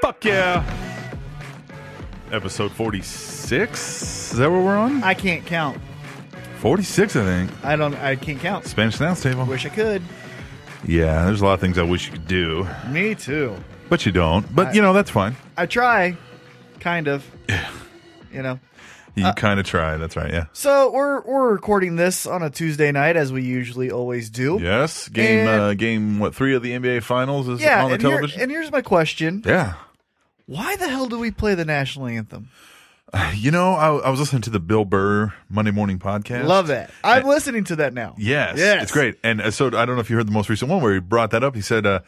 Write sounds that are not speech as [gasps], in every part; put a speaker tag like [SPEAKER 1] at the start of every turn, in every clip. [SPEAKER 1] Fuck yeah. Episode 46? Is that what we're on?
[SPEAKER 2] I can't count.
[SPEAKER 1] 46, I think.
[SPEAKER 2] I don't. I can't count.
[SPEAKER 1] Spanish Announce Table.
[SPEAKER 2] Wish I could.
[SPEAKER 1] Yeah, there's a lot of things I wish you could do,
[SPEAKER 2] Me too.
[SPEAKER 1] but you don't. But, you know, that's fine.
[SPEAKER 2] I try, kind
[SPEAKER 1] [sighs]
[SPEAKER 2] of. You know.
[SPEAKER 1] You
[SPEAKER 2] Uh,
[SPEAKER 1] kind of try. That's right, yeah.
[SPEAKER 2] So we're we're recording this on a Tuesday night as we usually always do.
[SPEAKER 1] Yes. Game,
[SPEAKER 2] And-
[SPEAKER 1] uh, game what, three of the NBA Finals is
[SPEAKER 2] Yeah.
[SPEAKER 1] on the
[SPEAKER 2] and, here-
[SPEAKER 1] television?
[SPEAKER 2] and here's my question:
[SPEAKER 1] yeah.
[SPEAKER 2] Why the hell do we play the national anthem?
[SPEAKER 1] You know, I, I was listening to the Bill Burr Monday Morning podcast.
[SPEAKER 2] Love that. I'm listening to that now.
[SPEAKER 1] Yes,
[SPEAKER 2] Yes.
[SPEAKER 1] it's great. And uh, so I don't know if you heard the most recent one where he brought that up. He said uh,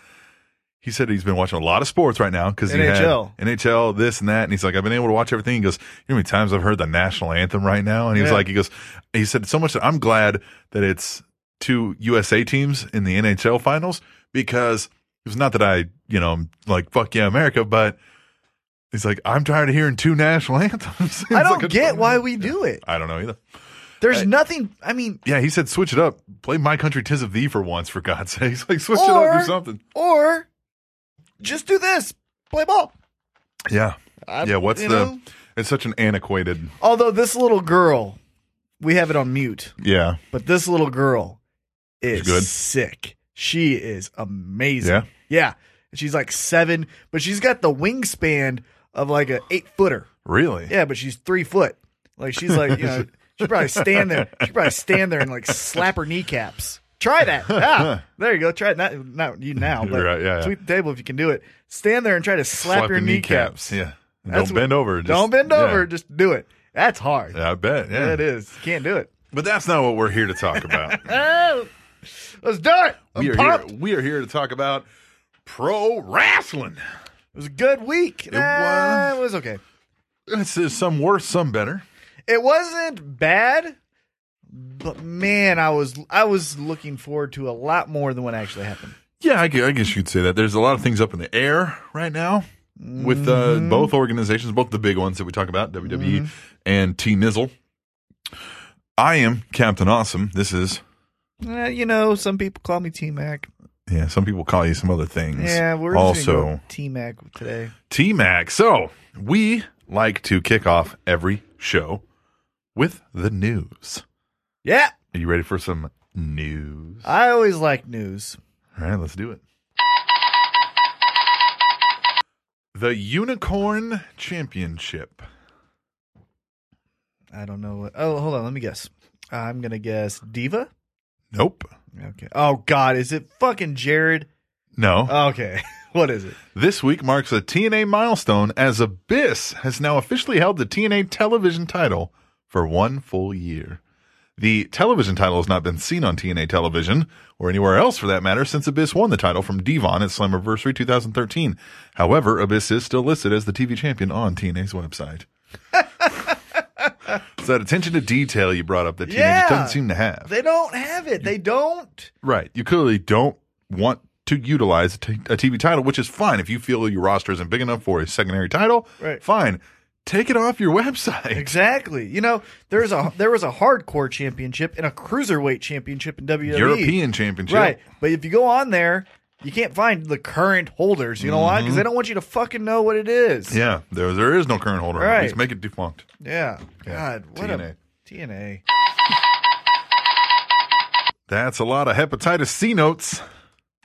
[SPEAKER 1] he said he's been watching a lot of sports right now because
[SPEAKER 2] NHL.
[SPEAKER 1] NHL, this and that. And he's like, I've been able to watch everything. He goes, you know how many times I've heard the national anthem right now? And he was
[SPEAKER 2] Yeah.
[SPEAKER 1] like, he goes, he said so much that I'm glad that it's two USA teams in the NHL finals because it was not that I, you know, I'm like fuck yeah America, but he's like, I'm tired of hearing two national [laughs] anthems. It's
[SPEAKER 2] I
[SPEAKER 1] like
[SPEAKER 2] don't
[SPEAKER 1] a- [laughs]
[SPEAKER 2] get why we do it.
[SPEAKER 1] I don't know either.
[SPEAKER 2] There's nothing. I mean,
[SPEAKER 1] Yeah, he said switch it up. Play My Country Tis of Thee for once, for God's [laughs] sake. He's like, switch it up,
[SPEAKER 2] or
[SPEAKER 1] do something.
[SPEAKER 2] or just do this. Play ball.
[SPEAKER 1] Yeah.
[SPEAKER 2] I-
[SPEAKER 1] yeah, what's the.
[SPEAKER 2] you know?
[SPEAKER 1] It's such an antiquated.
[SPEAKER 2] Although this little girl, we have it on mute.
[SPEAKER 1] Yeah.
[SPEAKER 2] But this little girl is
[SPEAKER 1] She's good.
[SPEAKER 2] sick. She is amazing.
[SPEAKER 1] Yeah?
[SPEAKER 2] Yeah. She's like seven, but she's got the wingspan of like an eight footer.
[SPEAKER 1] Really?
[SPEAKER 2] Yeah, but she's three foot. Like she's like,
[SPEAKER 1] [laughs]
[SPEAKER 2] you know, she probably stand there. She probably stand there and like slap her kneecaps. Try
[SPEAKER 1] [laughs]
[SPEAKER 2] that. Ah, there you go. Try it. Not, not you now, but
[SPEAKER 1] Right, yeah, yeah.
[SPEAKER 2] tweet the table if you can do it. Stand there and try to slap, your
[SPEAKER 1] the
[SPEAKER 2] kneecaps.
[SPEAKER 1] Yeah. And
[SPEAKER 2] That's
[SPEAKER 1] don't
[SPEAKER 2] what-
[SPEAKER 1] bend over. Just-
[SPEAKER 2] Don't bend
[SPEAKER 1] yeah.
[SPEAKER 2] over. Just do it. That's hard.
[SPEAKER 1] Yeah, I bet. Yeah.
[SPEAKER 2] That is. Can't do it.
[SPEAKER 1] But that's not what we're here to talk about.
[SPEAKER 2] Oh, let's do it. [laughs] I'm
[SPEAKER 1] we, are
[SPEAKER 2] pumped.
[SPEAKER 1] here, we are here to talk about pro wrestling.
[SPEAKER 2] It was a good week. It
[SPEAKER 1] was.
[SPEAKER 2] It was okay.
[SPEAKER 1] It's, uh, some worse, some better.
[SPEAKER 2] It wasn't bad, but man, I was I was looking forward to a lot more than what actually happened.
[SPEAKER 1] Yeah, I, gu- I guess you could say that. There's a lot of things up in the air right now with uh,
[SPEAKER 2] Mm-hmm.
[SPEAKER 1] both organizations, both the big ones that we talk about, WWE and T Nizzle. I am Captain Awesome. This is,
[SPEAKER 2] Eh, you know, some people call me T Mac.
[SPEAKER 1] yeah, some people call you some other things.
[SPEAKER 2] Yeah, we're
[SPEAKER 1] also
[SPEAKER 2] T Mac today.
[SPEAKER 1] T Mac. So we like to kick off every show with the news.
[SPEAKER 2] Yeah,
[SPEAKER 1] Are you ready for some news?
[SPEAKER 2] I always like news.
[SPEAKER 1] All right, let's do it. The Unicorn Championship.
[SPEAKER 2] I don't know what. Oh, hold on. Let me guess. I'm gonna guess Diva.
[SPEAKER 1] Nope.
[SPEAKER 2] Okay. Oh God, is it fucking Jared?
[SPEAKER 1] No.
[SPEAKER 2] Okay. [laughs] what is it?
[SPEAKER 1] this week marks a TNA milestone as Abyss has now officially held the TNA television title for one full year. The television title has not been seen on TNA television or anywhere else for that matter since Abyss won the title from Devon at Slammiversary 2013. However, Abyss is still listed as the TV champion on TNA's website. so that attention to detail you brought up that TNA just
[SPEAKER 2] Yeah.
[SPEAKER 1] doesn't seem to have.
[SPEAKER 2] They don't have it. They don't.
[SPEAKER 1] Right. You clearly don't want to utilize a, t- a TV title, which is fine. If you feel your roster isn't big enough for a secondary title,
[SPEAKER 2] Right.
[SPEAKER 1] fine. Take it off your [laughs] website.
[SPEAKER 2] Exactly. You know, there's a there was a hardcore championship and a cruiserweight championship in WWE.
[SPEAKER 1] European Championship.
[SPEAKER 2] right? But if you go on there, you can't find the current holders. You know why? Because they don't want you to fucking know what it is.
[SPEAKER 1] Mm-hmm. Yeah. There, there is no current holder.
[SPEAKER 2] Right.
[SPEAKER 1] Let's make it defunct.
[SPEAKER 2] Yeah. God, what
[SPEAKER 1] TNA.
[SPEAKER 2] a TNA.
[SPEAKER 1] That's a lot of hepatitis C notes.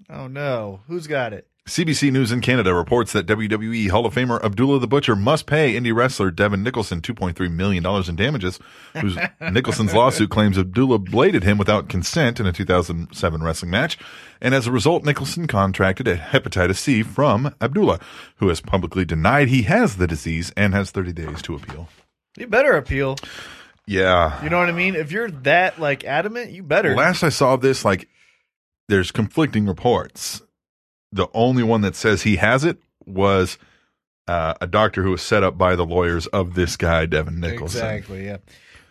[SPEAKER 2] Oh no, who's got it?
[SPEAKER 1] CBC News in Canada reports that WWE Hall of Famer Abdullah the Butcher must pay indie wrestler Devin Nicholson $2.3 million in damages. Whose Nicholson's lawsuit claims Abdullah bladed him without consent in a 2007 wrestling match. And as a result, Nicholson contracted a hepatitis C from Abdullah, who has publicly denied he has the disease and has 30 days to appeal.
[SPEAKER 2] You better appeal.
[SPEAKER 1] Yeah.
[SPEAKER 2] You know what I mean? If you're that like adamant, you better.
[SPEAKER 1] Last I saw this, like, there's conflicting reports. The only one that says he has it was uh, a doctor who was set up by the lawyers of this guy, Devin Nicholson.
[SPEAKER 2] Exactly. Yeah.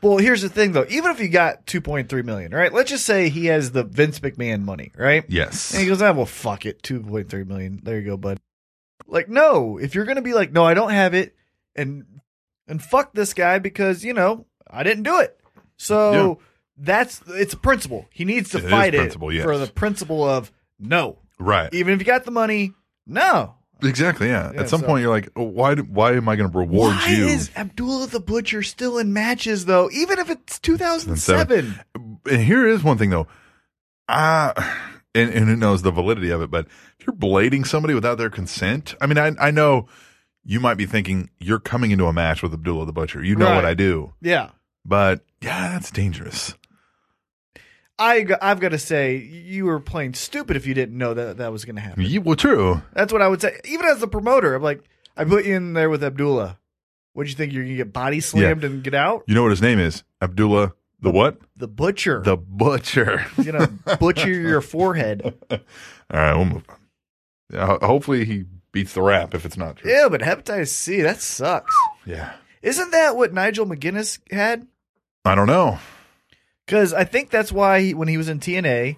[SPEAKER 2] Well, here's the thing though. Even if you got 2.3 million, right? Let's just say he has the Vince McMahon money, right?
[SPEAKER 1] Yes.
[SPEAKER 2] And he goes, "Ah, well, fuck it, 2.3 million. There you go, bud." Like, no. If you're gonna be like, "No, I don't have it," and and fuck this guy because you know I didn't do it. So that's it's a principle. He needs to
[SPEAKER 1] It is
[SPEAKER 2] fight it
[SPEAKER 1] principle, yes.
[SPEAKER 2] for the principle of no.
[SPEAKER 1] right.
[SPEAKER 2] Even if you got the money, no.
[SPEAKER 1] Exactly. Yeah.
[SPEAKER 2] Yeah,
[SPEAKER 1] At some
[SPEAKER 2] so-
[SPEAKER 1] point, you're like, oh, why? do- Why am I going to reward
[SPEAKER 2] Why
[SPEAKER 1] you?
[SPEAKER 2] is Abdullah the Butcher still in matches though? Even if it's 2007,
[SPEAKER 1] and here is one thing though. Ah, and, and who knows the validity of it? But if you're blading somebody without their consent, I mean, I I know you might be thinking you're coming into a match with Abdullah the Butcher. You know what
[SPEAKER 2] Right.
[SPEAKER 1] I do,
[SPEAKER 2] yeah.
[SPEAKER 1] but yeah, that's dangerous.
[SPEAKER 2] I g- I've got to say you were playing stupid if you didn't know that that was going to happen.
[SPEAKER 1] Ye- well, true.
[SPEAKER 2] That's what I would say. Even as the promoter, I'm like, I put you in there with Abdullah. What do you think you're going to get body slammed and get out?
[SPEAKER 1] You know what his name is? Abdullah the what?
[SPEAKER 2] The Butcher. [laughs]
[SPEAKER 1] The Butcher. [laughs]
[SPEAKER 2] He's going to butcher your forehead.
[SPEAKER 1] All right, we'll move on. Yeah, ho- hopefully he beats the rap if it's not true.
[SPEAKER 2] Yeah, but hepatitis C, that sucks.
[SPEAKER 1] yeah.
[SPEAKER 2] Isn't that what Nigel McGuinness had?
[SPEAKER 1] I don't know.
[SPEAKER 2] Because I think that's why he, when he was in TNA,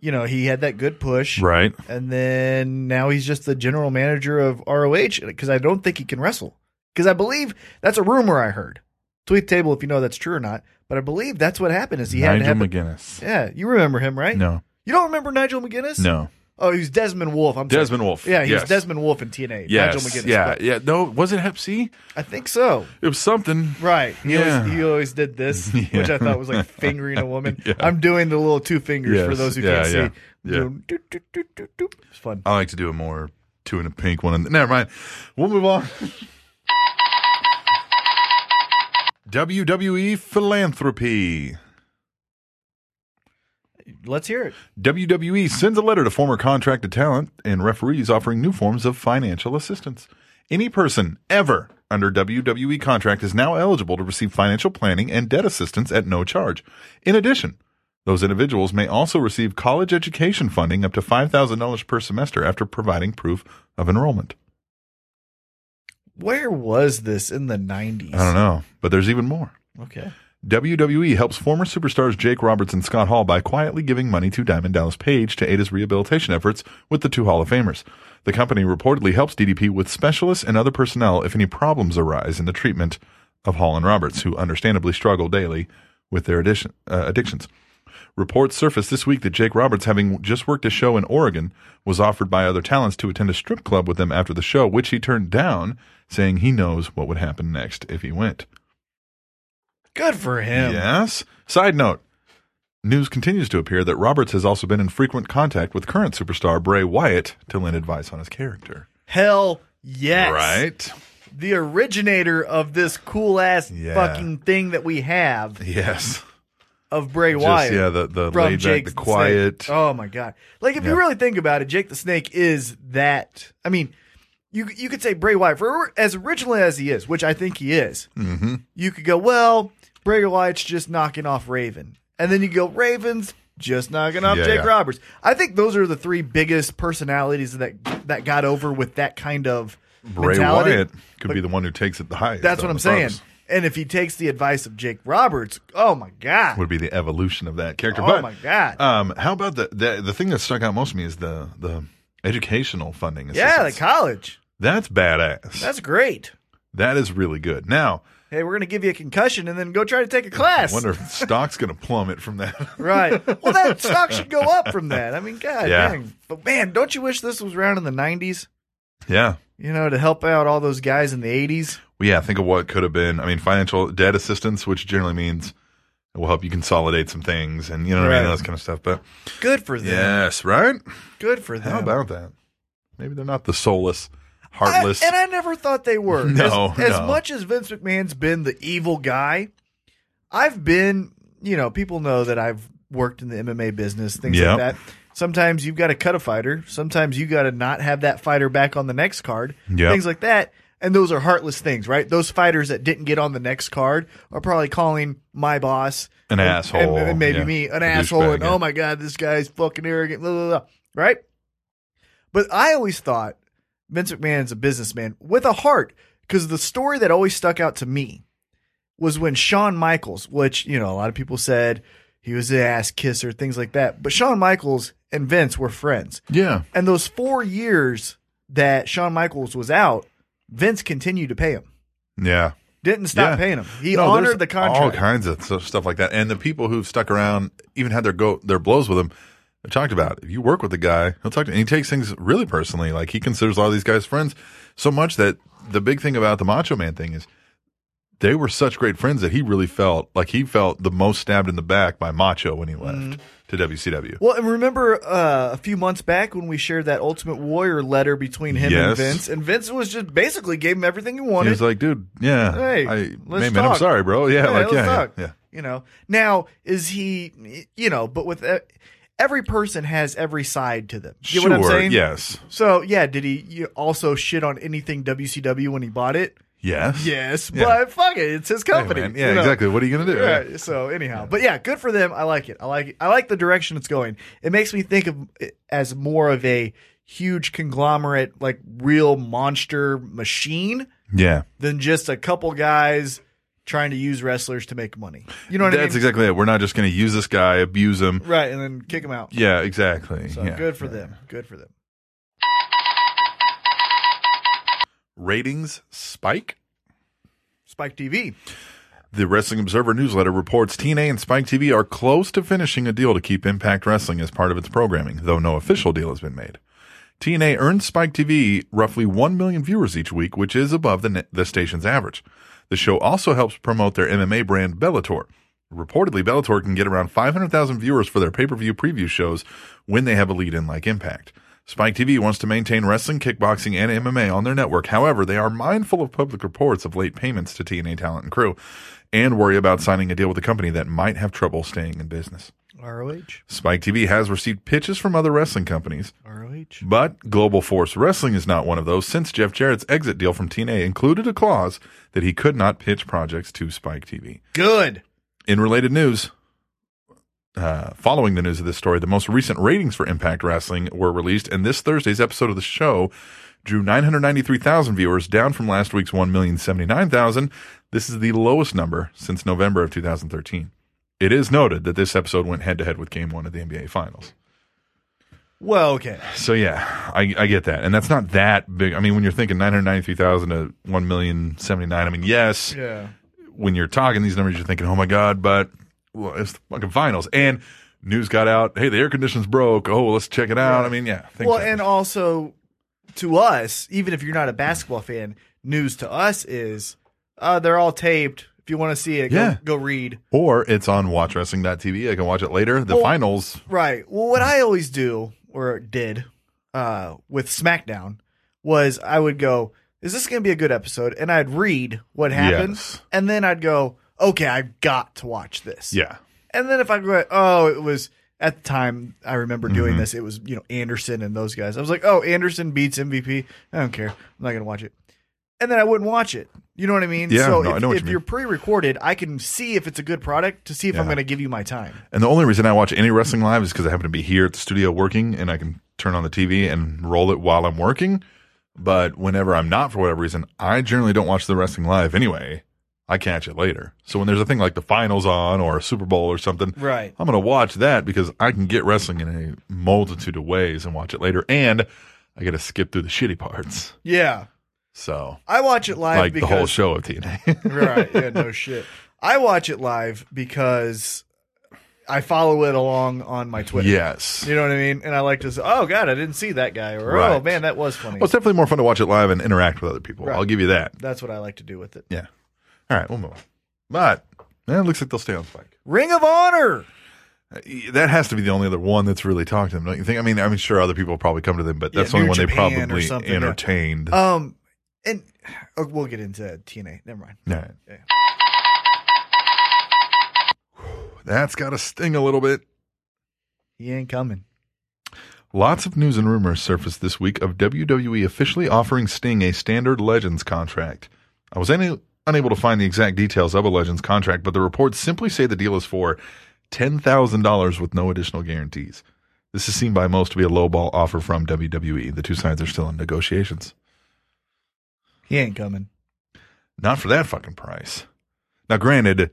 [SPEAKER 2] you know, he had that good push.
[SPEAKER 1] Right.
[SPEAKER 2] And then now he's just the general manager of ROH because I don't think he can wrestle. Because I believe that's a rumor I heard. Tweet table if you know that's true or not. But I believe that's what happened is he
[SPEAKER 1] Nigel
[SPEAKER 2] had to
[SPEAKER 1] McGuinness.
[SPEAKER 2] Yeah, you remember him, right?
[SPEAKER 1] No.
[SPEAKER 2] You don't remember Nigel McGuinness?
[SPEAKER 1] No.
[SPEAKER 2] Oh, he was Desmond Wolf. I'm sorry.
[SPEAKER 1] Desmond Wolf.
[SPEAKER 2] Yeah, he
[SPEAKER 1] Yes.
[SPEAKER 2] was Desmond Wolf in TNA.
[SPEAKER 1] Yes.
[SPEAKER 2] Nigel McGuinness.
[SPEAKER 1] yeah.
[SPEAKER 2] but
[SPEAKER 1] Yeah. No, was it Hep C?
[SPEAKER 2] I think so.
[SPEAKER 1] It was something.
[SPEAKER 2] Right. He,
[SPEAKER 1] Yeah.
[SPEAKER 2] always, he always
[SPEAKER 1] [laughs]
[SPEAKER 2] did this, which I thought was like fingering a woman.
[SPEAKER 1] Yeah.
[SPEAKER 2] I'm doing the little two fingers for
[SPEAKER 1] Yes.
[SPEAKER 2] those who
[SPEAKER 1] Yeah,
[SPEAKER 2] can't
[SPEAKER 1] yeah.
[SPEAKER 2] see.
[SPEAKER 1] Yeah.
[SPEAKER 2] Doing doot, doot, doot, doot, doot. It's fun.
[SPEAKER 1] I like to do a more two and a pink one. And never mind. We'll move on. [laughs] WWE E philanthropy.
[SPEAKER 2] Let's hear it.
[SPEAKER 1] WWE E sends a letter to former contracted talent and referees offering new forms of financial assistance. Any person ever under WWE contract is now eligible to receive financial planning and debt assistance at no charge. In addition, those individuals may also receive college education funding up to $5,000 per semester after providing proof of enrollment.
[SPEAKER 2] Where was this in the 90s?
[SPEAKER 1] I don't know, but there's even more.
[SPEAKER 2] Okay.
[SPEAKER 1] WWE E helps former superstars Jake Roberts and Scott Hall by quietly giving money to Diamond Dallas Page to aid his rehabilitation efforts with the two Hall of Famers. The company reportedly helps DDP with specialists and other personnel if any problems arise in the treatment of Hall and Roberts, who understandably struggle daily with their addition, uh, addictions. Reports surfaced this week that Jake Roberts, having just worked a show in Oregon, was offered by other talents to attend a strip club with them after the show, which he turned down, saying he knows what would happen next if he went.
[SPEAKER 2] Good for him.
[SPEAKER 1] Yes. Side note news continues to appear that Roberts has also been in frequent contact with current superstar Bray Wyatt to lend advice on his character.
[SPEAKER 2] Hell yes.
[SPEAKER 1] Right?
[SPEAKER 2] The originator of this cool ass
[SPEAKER 1] Yeah.
[SPEAKER 2] fucking thing that we have
[SPEAKER 1] Yes.
[SPEAKER 2] [laughs] of Bray
[SPEAKER 1] Just,
[SPEAKER 2] Wyatt.
[SPEAKER 1] yeah, the- the laid back, the
[SPEAKER 2] Snake.
[SPEAKER 1] quiet.
[SPEAKER 2] Oh my god! Like if you
[SPEAKER 1] Yeah.
[SPEAKER 2] really think about it, Jake the Snake is that. I mean, you you could say Bray Wyatt for as original as he is, which I think he is. Mm-hmm. You could go well, Bray Wyatt's just knocking off Raven, and then you go Ravens just knocking off
[SPEAKER 1] Yeah,
[SPEAKER 2] Jake
[SPEAKER 1] yeah.
[SPEAKER 2] Roberts. I think those are the three biggest personalities that that got over with that kind of
[SPEAKER 1] Bray
[SPEAKER 2] mentality.
[SPEAKER 1] Wyatt could be the one who takes it the highest.
[SPEAKER 2] That's
[SPEAKER 1] out of
[SPEAKER 2] what I'm
[SPEAKER 1] the
[SPEAKER 2] saying.
[SPEAKER 1] brothers.
[SPEAKER 2] And if he takes the advice of Jake Roberts, oh my god!
[SPEAKER 1] Would be the evolution of that character.
[SPEAKER 2] Oh
[SPEAKER 1] but,
[SPEAKER 2] my God.
[SPEAKER 1] Um, how about the, the the thing that stuck out most to me is the the educational funding.
[SPEAKER 2] yeah, the
[SPEAKER 1] assistance.
[SPEAKER 2] college.
[SPEAKER 1] that's badass.
[SPEAKER 2] That's great.
[SPEAKER 1] that is really good. Now,
[SPEAKER 2] hey, we're going to give you a concussion and then go try to take a class.
[SPEAKER 1] I wonder
[SPEAKER 2] [laughs]
[SPEAKER 1] if stock's going to plummet from that. [laughs]
[SPEAKER 2] Right. Well, that stock should go up from that. I mean, God
[SPEAKER 1] Yeah.
[SPEAKER 2] dang. But man, don't you wish this was around in the 90s,
[SPEAKER 1] yeah.
[SPEAKER 2] you know, to help out all those guys in the 80s?
[SPEAKER 1] Well, yeah, think of what could have been. I mean, financial debt assistance, which generally means it will help you consolidate some things and you know what I mean,
[SPEAKER 2] Right.
[SPEAKER 1] those kind of stuff. But
[SPEAKER 2] Good for them.
[SPEAKER 1] yes, right?
[SPEAKER 2] Good for them.
[SPEAKER 1] How about that? Maybe they're not the soulless, heartless.
[SPEAKER 2] I- and I never thought
[SPEAKER 1] [laughs]
[SPEAKER 2] they were.
[SPEAKER 1] No,
[SPEAKER 2] as, as
[SPEAKER 1] no.
[SPEAKER 2] much as Vince McMahon's been the evil guy, I've been, you know, people know that I've worked in the MMA business, things
[SPEAKER 1] Yeah.
[SPEAKER 2] like that. Sometimes you've got to cut a fighter. Sometimes you got to not have that fighter back on the next card.
[SPEAKER 1] Yeah.
[SPEAKER 2] Things like that. And those are heartless things, right? Those fighters that didn't get on the next card are probably calling my boss
[SPEAKER 1] An
[SPEAKER 2] and-
[SPEAKER 1] asshole.
[SPEAKER 2] and, and maybe
[SPEAKER 1] Yeah.
[SPEAKER 2] me an
[SPEAKER 1] A
[SPEAKER 2] asshole,
[SPEAKER 1] douchebag,
[SPEAKER 2] and
[SPEAKER 1] yeah.
[SPEAKER 2] oh my god, this guy's fucking arrogant, blah blah blah, right? But I always thought Vince McMahon's a businessman with a heart because the story that always stuck out to me was when Shawn Michaels, which, you know, a lot of people said he was an ass kisser, things like that. But Shawn Michaels and Vince were friends.
[SPEAKER 1] yeah.
[SPEAKER 2] And those four years that Shawn Michaels was out, Vince continued to pay him.
[SPEAKER 1] Yeah.
[SPEAKER 2] Didn't stop
[SPEAKER 1] Yeah.
[SPEAKER 2] paying him. He
[SPEAKER 1] No, there's
[SPEAKER 2] honored the
[SPEAKER 1] All
[SPEAKER 2] contract.
[SPEAKER 1] kinds of stuff, stuff like that. And the people who've stuck around, even had their go their blows with him, I talked about. If you work with the guy, he'll talk to and he takes things really personally. Like he considers a lot of these guys friends so much that the big thing about the Macho Man thing is they were such great friends that he really felt like he felt the most stabbed in the back by Macho when he left
[SPEAKER 2] Mm-hmm.
[SPEAKER 1] to WCW.
[SPEAKER 2] Well, and remember uh, a few months back when we shared that Ultimate Warrior letter between him
[SPEAKER 1] Yes.
[SPEAKER 2] and Vince, and Vince was just basically gave him everything he
[SPEAKER 1] He
[SPEAKER 2] wanted.
[SPEAKER 1] was like, dude, yeah,
[SPEAKER 2] Hey,
[SPEAKER 1] I,
[SPEAKER 2] let's
[SPEAKER 1] hey, man, I'm
[SPEAKER 2] talk.
[SPEAKER 1] sorry, bro. Yeah, like,
[SPEAKER 2] let's
[SPEAKER 1] yeah, yeah,
[SPEAKER 2] talk.
[SPEAKER 1] yeah.
[SPEAKER 2] You know, now is he? You know, but with uh, every person has every side to them. You
[SPEAKER 1] sure,
[SPEAKER 2] know what I'm saying?
[SPEAKER 1] yes,
[SPEAKER 2] So yeah, did he you also shit on anything WCW when he bought it?
[SPEAKER 1] yes,
[SPEAKER 2] Yes,
[SPEAKER 1] Yeah.
[SPEAKER 2] but fuck it, it's his
[SPEAKER 1] Hey,
[SPEAKER 2] company.
[SPEAKER 1] man, yeah,
[SPEAKER 2] you know?
[SPEAKER 1] exactly. What are you gonna do?
[SPEAKER 2] Yeah, so anyhow, but yeah, good for them. I like it. I like it. I like the direction it's going. It makes me think of it as more of a huge conglomerate, like real monster machine,
[SPEAKER 1] yeah.
[SPEAKER 2] than just a couple guys trying to use wrestlers to make money. You know what
[SPEAKER 1] That's
[SPEAKER 2] I mean?
[SPEAKER 1] exactly it. We're not just going to use this guy, abuse him.
[SPEAKER 2] right, and then kick them out.
[SPEAKER 1] Yeah, exactly.
[SPEAKER 2] So
[SPEAKER 1] yeah.
[SPEAKER 2] good for them. Good for them.
[SPEAKER 1] Ratings spike.
[SPEAKER 2] Spike TV.
[SPEAKER 1] The Wrestling Observer newsletter reports TNA and Spike TV are close to finishing a deal to keep Impact Wrestling as part of its programming, though no official deal has been made. TNA earns Spike TV roughly 1 million viewers each week, which is above the, ne- the station's average. The show also helps promote their MMA brand Bellator. Reportedly, Bellator can get around 500,000 viewers for their pay per view preview shows when they have a lead in like Impact. Spike TV wants to maintain wrestling, kickboxing, and MMA on their network. However, they are mindful of public reports of late payments to TNA talent and crew and worry about signing a deal with a company that might have trouble staying in business.
[SPEAKER 2] ROH.
[SPEAKER 1] Spike TV has received pitches from other wrestling companies,
[SPEAKER 2] ROH.
[SPEAKER 1] but Global Force Wrestling is not one of those since Jeff Jarrett's exit deal from TNA included a clause that he could not pitch projects to Spike TV.
[SPEAKER 2] Good.
[SPEAKER 1] In related news, uh, following the news of this story, the most recent ratings for Impact Wrestling were released, and this Thursday's episode of the show drew 993,000 viewers, down from last week's 1,079,000. This is the lowest number since November of 2013. It is noted that this episode went head to head with Game One of the NBA Finals.
[SPEAKER 2] Well, okay.
[SPEAKER 1] So yeah, I, I get that, and that's not that big. I mean, when you're thinking 993,000 to 1,079,000, I mean, yes,
[SPEAKER 2] Yeah.
[SPEAKER 1] when you're talking these numbers, you're thinking, oh my God, but well, it's the fucking finals. And news got out, hey, the air conditioning's broke. Oh, let's check it out. I mean, yeah. things
[SPEAKER 2] Well,
[SPEAKER 1] happen.
[SPEAKER 2] and also to us, even if you're not a basketball fan, news to us is uh, they're all taped. If you want to see it,
[SPEAKER 1] Yeah.
[SPEAKER 2] go, go read.
[SPEAKER 1] or it's on watchwrestling.tv. I can watch it later. The
[SPEAKER 2] Well-
[SPEAKER 1] finals.
[SPEAKER 2] Right. Well, what I always do or did uh, with SmackDown was I would go, "Is this going to be a good episode?" And I'd read what happened,
[SPEAKER 1] Yes.
[SPEAKER 2] and then I'd go, "Okay, I've got to watch this."
[SPEAKER 1] Yeah.
[SPEAKER 2] And then if I go, oh, it was at the time I remember doing
[SPEAKER 1] Mm-hmm.
[SPEAKER 2] this, it was, you know, Anderson and those guys. I was like, oh, Anderson beats MVP. I don't care. I'm not going to watch it. And then I wouldn't watch it. You know what I mean?
[SPEAKER 1] Yeah,
[SPEAKER 2] so
[SPEAKER 1] no,
[SPEAKER 2] if,
[SPEAKER 1] I know what
[SPEAKER 2] if
[SPEAKER 1] you mean.
[SPEAKER 2] are pre recorded, I can see if it's a good product to see if I'm
[SPEAKER 1] Yeah.
[SPEAKER 2] going to give you my time.
[SPEAKER 1] And the only reason I watch any wrestling live is because I happen to be here at the studio working and I can turn on the TV and roll it while I'm working. But whenever I'm not, for whatever reason, I generally don't watch the wrestling live anyway. I catch it later. So when there's a thing like the finals on or a Super Bowl or something,
[SPEAKER 2] Right.
[SPEAKER 1] I'm going to watch that because I can get wrestling in a multitude of ways and watch it later. And I got to skip through the shitty parts.
[SPEAKER 2] Yeah.
[SPEAKER 1] So,
[SPEAKER 2] I watch it live
[SPEAKER 1] like the
[SPEAKER 2] because.
[SPEAKER 1] whole show of TNA.
[SPEAKER 2] [laughs] right. Yeah, no shit. I watch it live because I follow it along on my Twitter.
[SPEAKER 1] yes.
[SPEAKER 2] You know what I mean? And I like to say, oh, God, I didn't see that guy. Or, oh,
[SPEAKER 1] Right.
[SPEAKER 2] man, that was funny.
[SPEAKER 1] Well, it's definitely more fun to watch it live and interact with other people.
[SPEAKER 2] Right.
[SPEAKER 1] I'll give you that.
[SPEAKER 2] That's what I like to do with it.
[SPEAKER 1] Yeah. All right, we'll move on. But eh, it looks like they'll stay on Spike. Eh,
[SPEAKER 2] Ring of Honor.
[SPEAKER 1] That has to be the only other one that's really talked to them, don't you think? I mean, I'm sure other people probably come to them, but
[SPEAKER 2] Yeah,
[SPEAKER 1] that's the only
[SPEAKER 2] New
[SPEAKER 1] one they
[SPEAKER 2] Japan or
[SPEAKER 1] probably
[SPEAKER 2] something, yeah.
[SPEAKER 1] entertained.
[SPEAKER 2] Um, and oh, we'll get into TNA. Never mind.
[SPEAKER 1] All right. That's got to sting a little bit.
[SPEAKER 2] He ain't coming.
[SPEAKER 1] Lots of news and rumors surfaced this week of WWE officially offering Sting a standard Legends contract. I was any, unable to find the exact details of a Legends contract, but the reports simply say the deal is for $10,000 with no additional guarantees. This is seen by most to be a lowball offer from WWE. The two sides are still in negotiations.
[SPEAKER 2] He ain't coming.
[SPEAKER 1] Not for that fucking price. Now, granted,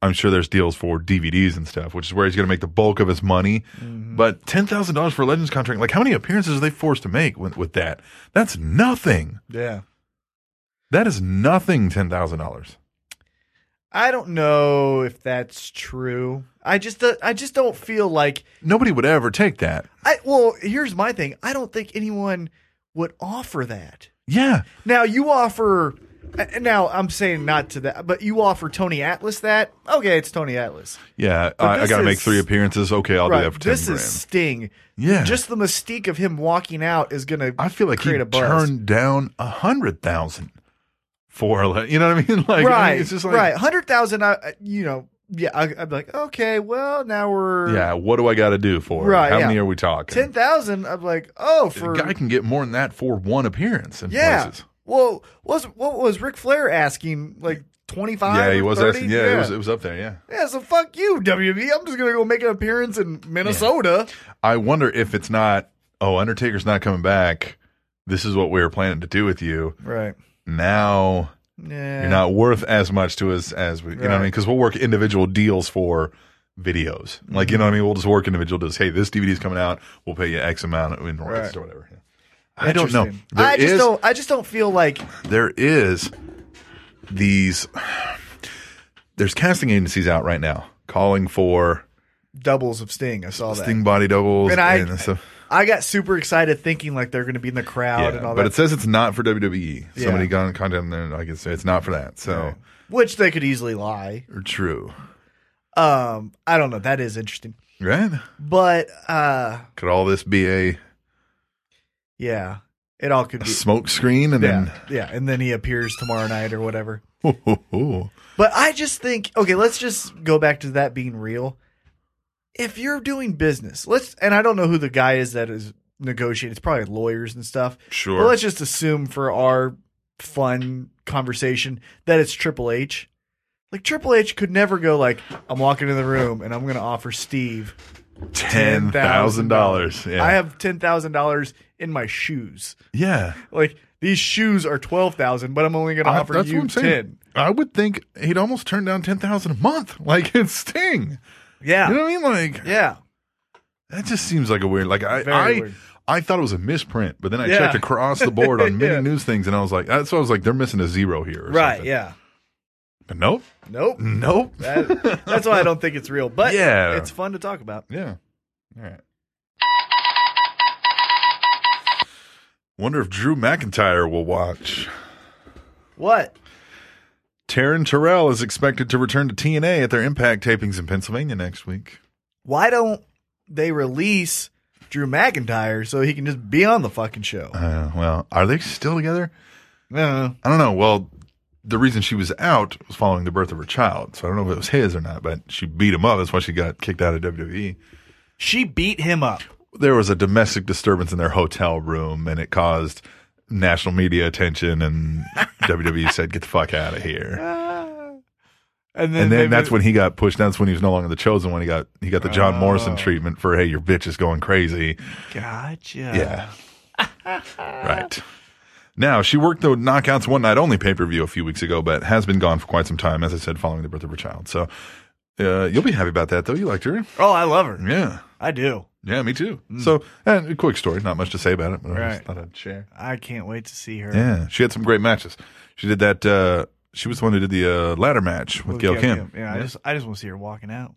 [SPEAKER 1] I'm sure there's deals for DVDs and stuff, which is where he's going to make the bulk of his money.
[SPEAKER 2] Mm-hmm.
[SPEAKER 1] But ten thousand dollars for a Legends contract, like how many appearances are they forced to make with, with that? That's nothing.
[SPEAKER 2] Yeah.
[SPEAKER 1] That is nothing. Ten thousand dollars.
[SPEAKER 2] I don't know if that's true. I just uh, I just don't feel like
[SPEAKER 1] Nobody would ever take that.
[SPEAKER 2] I well, here's my thing. I don't think anyone would offer that.
[SPEAKER 1] Yeah,
[SPEAKER 2] Now you offer uh, now I'm saying not to that, but you offer Tony Atlas that. Okay, it's Tony Atlas.
[SPEAKER 1] yeah.
[SPEAKER 2] But
[SPEAKER 1] I, I
[SPEAKER 2] this
[SPEAKER 1] got to make
[SPEAKER 2] is-
[SPEAKER 1] three appearances. Okay, I'll do that for ten
[SPEAKER 2] this
[SPEAKER 1] grand.
[SPEAKER 2] is Sting.
[SPEAKER 1] Yeah.
[SPEAKER 2] Just the mystique of him walking out is going to
[SPEAKER 1] I feel like he
[SPEAKER 2] create a buzz.
[SPEAKER 1] turned down a hundred thousand for a. le- You know what I mean? [laughs] Like I mean,
[SPEAKER 2] right.
[SPEAKER 1] It's just like
[SPEAKER 2] right. 100,000 I I- you know, yeah, I I'd be like, "Okay, well, now we're
[SPEAKER 1] Yeah. What do I got to do for? it?
[SPEAKER 2] Right,
[SPEAKER 1] How
[SPEAKER 2] yeah.
[SPEAKER 1] many are we talking?
[SPEAKER 2] 10,000." I'm like, "Oh,
[SPEAKER 1] The
[SPEAKER 2] for
[SPEAKER 1] guy can get more than that for one appearance in
[SPEAKER 2] Yeah.
[SPEAKER 1] places.
[SPEAKER 2] Well, was what was Ric Flair asking? Like twenty five?
[SPEAKER 1] Yeah, he was asking. Yeah, It, was, it was up there. Yeah.
[SPEAKER 2] Yeah, so fuck you, WWE. I'm just gonna go make an appearance in Minnesota.
[SPEAKER 1] I wonder if it's not, oh, Undertaker's not coming back. This is what we were planning to do with you.
[SPEAKER 2] Right.
[SPEAKER 1] Now
[SPEAKER 2] Yeah.
[SPEAKER 1] you're not worth as much to us as we, you know what I
[SPEAKER 2] Right.
[SPEAKER 1] mean? Because we'll work individual deals for videos. Like, you know what I mean? We'll just work individual deals. Hey, this DVD's coming out. We'll pay you X amount in royalties
[SPEAKER 2] Right.
[SPEAKER 1] or whatever. Yeah. I don't know.
[SPEAKER 2] Interesting.
[SPEAKER 1] There
[SPEAKER 2] I just
[SPEAKER 1] is-
[SPEAKER 2] don't. I just don't feel like.
[SPEAKER 1] there is these, there's casting agencies out right now calling for
[SPEAKER 2] Doubles of Sting. I saw that.
[SPEAKER 1] sting body doubles
[SPEAKER 2] And I-
[SPEAKER 1] and stuff.
[SPEAKER 2] I got super excited thinking like they're going to be in the crowd and all
[SPEAKER 1] but
[SPEAKER 2] that.
[SPEAKER 1] it says it's not for WWE. Somebody
[SPEAKER 2] Yeah.
[SPEAKER 1] got in contact and they're like, it's, it's not for that. So,
[SPEAKER 2] Which they could easily lie.
[SPEAKER 1] true.
[SPEAKER 2] Um, I don't know. That is interesting.
[SPEAKER 1] Right?
[SPEAKER 2] But uh,
[SPEAKER 1] Could all this be a,
[SPEAKER 2] yeah, it all could
[SPEAKER 1] a
[SPEAKER 2] be.
[SPEAKER 1] smoke screen and
[SPEAKER 2] Yeah,
[SPEAKER 1] [laughs]
[SPEAKER 2] yeah, and then he appears tomorrow night or whatever.
[SPEAKER 1] then, oh, oh,
[SPEAKER 2] But I just think okay, let's just go back to that being real. If you're doing business, let's and I don't know who the guy is that is negotiating. It's probably lawyers and stuff.
[SPEAKER 1] Sure.
[SPEAKER 2] But let's just assume for our fun conversation that it's Triple H. Like Triple H could never go like I'm walking in the room and I'm going to offer Steve
[SPEAKER 1] $10,000. Yeah.
[SPEAKER 2] I have ten thousand dollars in my shoes.
[SPEAKER 1] yeah.
[SPEAKER 2] Like these shoes are twelve thousand, but I'm only going to
[SPEAKER 1] I-
[SPEAKER 2] offer
[SPEAKER 1] that's
[SPEAKER 2] you
[SPEAKER 1] what I'm saying.
[SPEAKER 2] ten.
[SPEAKER 1] I would think he'd almost turn down 10000 a month. [laughs] Like, it's Sting.
[SPEAKER 2] Yeah,
[SPEAKER 1] You know what I mean? Like,
[SPEAKER 2] yeah.
[SPEAKER 1] that just seems like a weird, like, I,
[SPEAKER 2] Very
[SPEAKER 1] I,
[SPEAKER 2] weird.
[SPEAKER 1] I thought it was a misprint, but then I
[SPEAKER 2] Yeah.
[SPEAKER 1] checked across the board
[SPEAKER 2] [laughs]
[SPEAKER 1] on many
[SPEAKER 2] Yeah.
[SPEAKER 1] news things, and I was like, "That's why I was like, they're missing a zero here." or
[SPEAKER 2] Right.
[SPEAKER 1] something.
[SPEAKER 2] Yeah.
[SPEAKER 1] But Nope.
[SPEAKER 2] Nope.
[SPEAKER 1] Nope.
[SPEAKER 2] That- that's why I don't think it's real. But
[SPEAKER 1] Yeah.
[SPEAKER 2] it's fun to talk about.
[SPEAKER 1] Yeah. All right. Wonder if Drew McIntyre will watch.
[SPEAKER 2] What?
[SPEAKER 1] Taryn Terrell is expected to return to TNA at their Impact tapings in Pennsylvania next week.
[SPEAKER 2] Why don't they release Drew McIntyre so he can just be on the fucking show?
[SPEAKER 1] Uh, well, are they still together?
[SPEAKER 2] Uh,
[SPEAKER 1] I don't know. Well, the reason she was out was following the birth of her child, so I don't know if it was his or not. But she beat him up. That's why she got kicked out of WWE.
[SPEAKER 2] she beat him up.
[SPEAKER 1] there was a domestic disturbance in their hotel room and it caused national media attention and WWE said get the fuck out of here.
[SPEAKER 2] And then,
[SPEAKER 1] And
[SPEAKER 2] they-
[SPEAKER 1] then that's when he got pushed. That's when he was no longer the chosen one. He got he got the John Morrison treatment for hey your bitch is going crazy.
[SPEAKER 2] Gotcha. [laughs]
[SPEAKER 1] Yeah. right. Now, she worked the Knockouts One Night Only pay per view a few weeks ago, but has been gone for quite some time, as I said, following the birth of her child. So uh, you'll be happy about that, though. You liked her.
[SPEAKER 2] Oh, I love her.
[SPEAKER 1] Yeah.
[SPEAKER 2] I do.
[SPEAKER 1] Yeah, me too. So, and a quick story. Not much to say about it, but I just
[SPEAKER 2] Mm. Right.
[SPEAKER 1] thought I'd share.
[SPEAKER 2] I can't wait to see her.
[SPEAKER 1] Yeah, she had some great matches. She did that. Uh, she was the one who did the uh, ladder match with,
[SPEAKER 2] With
[SPEAKER 1] Gail,
[SPEAKER 2] Gail
[SPEAKER 1] Kim.
[SPEAKER 2] Kim. Yeah, I just I just want to see her walking out.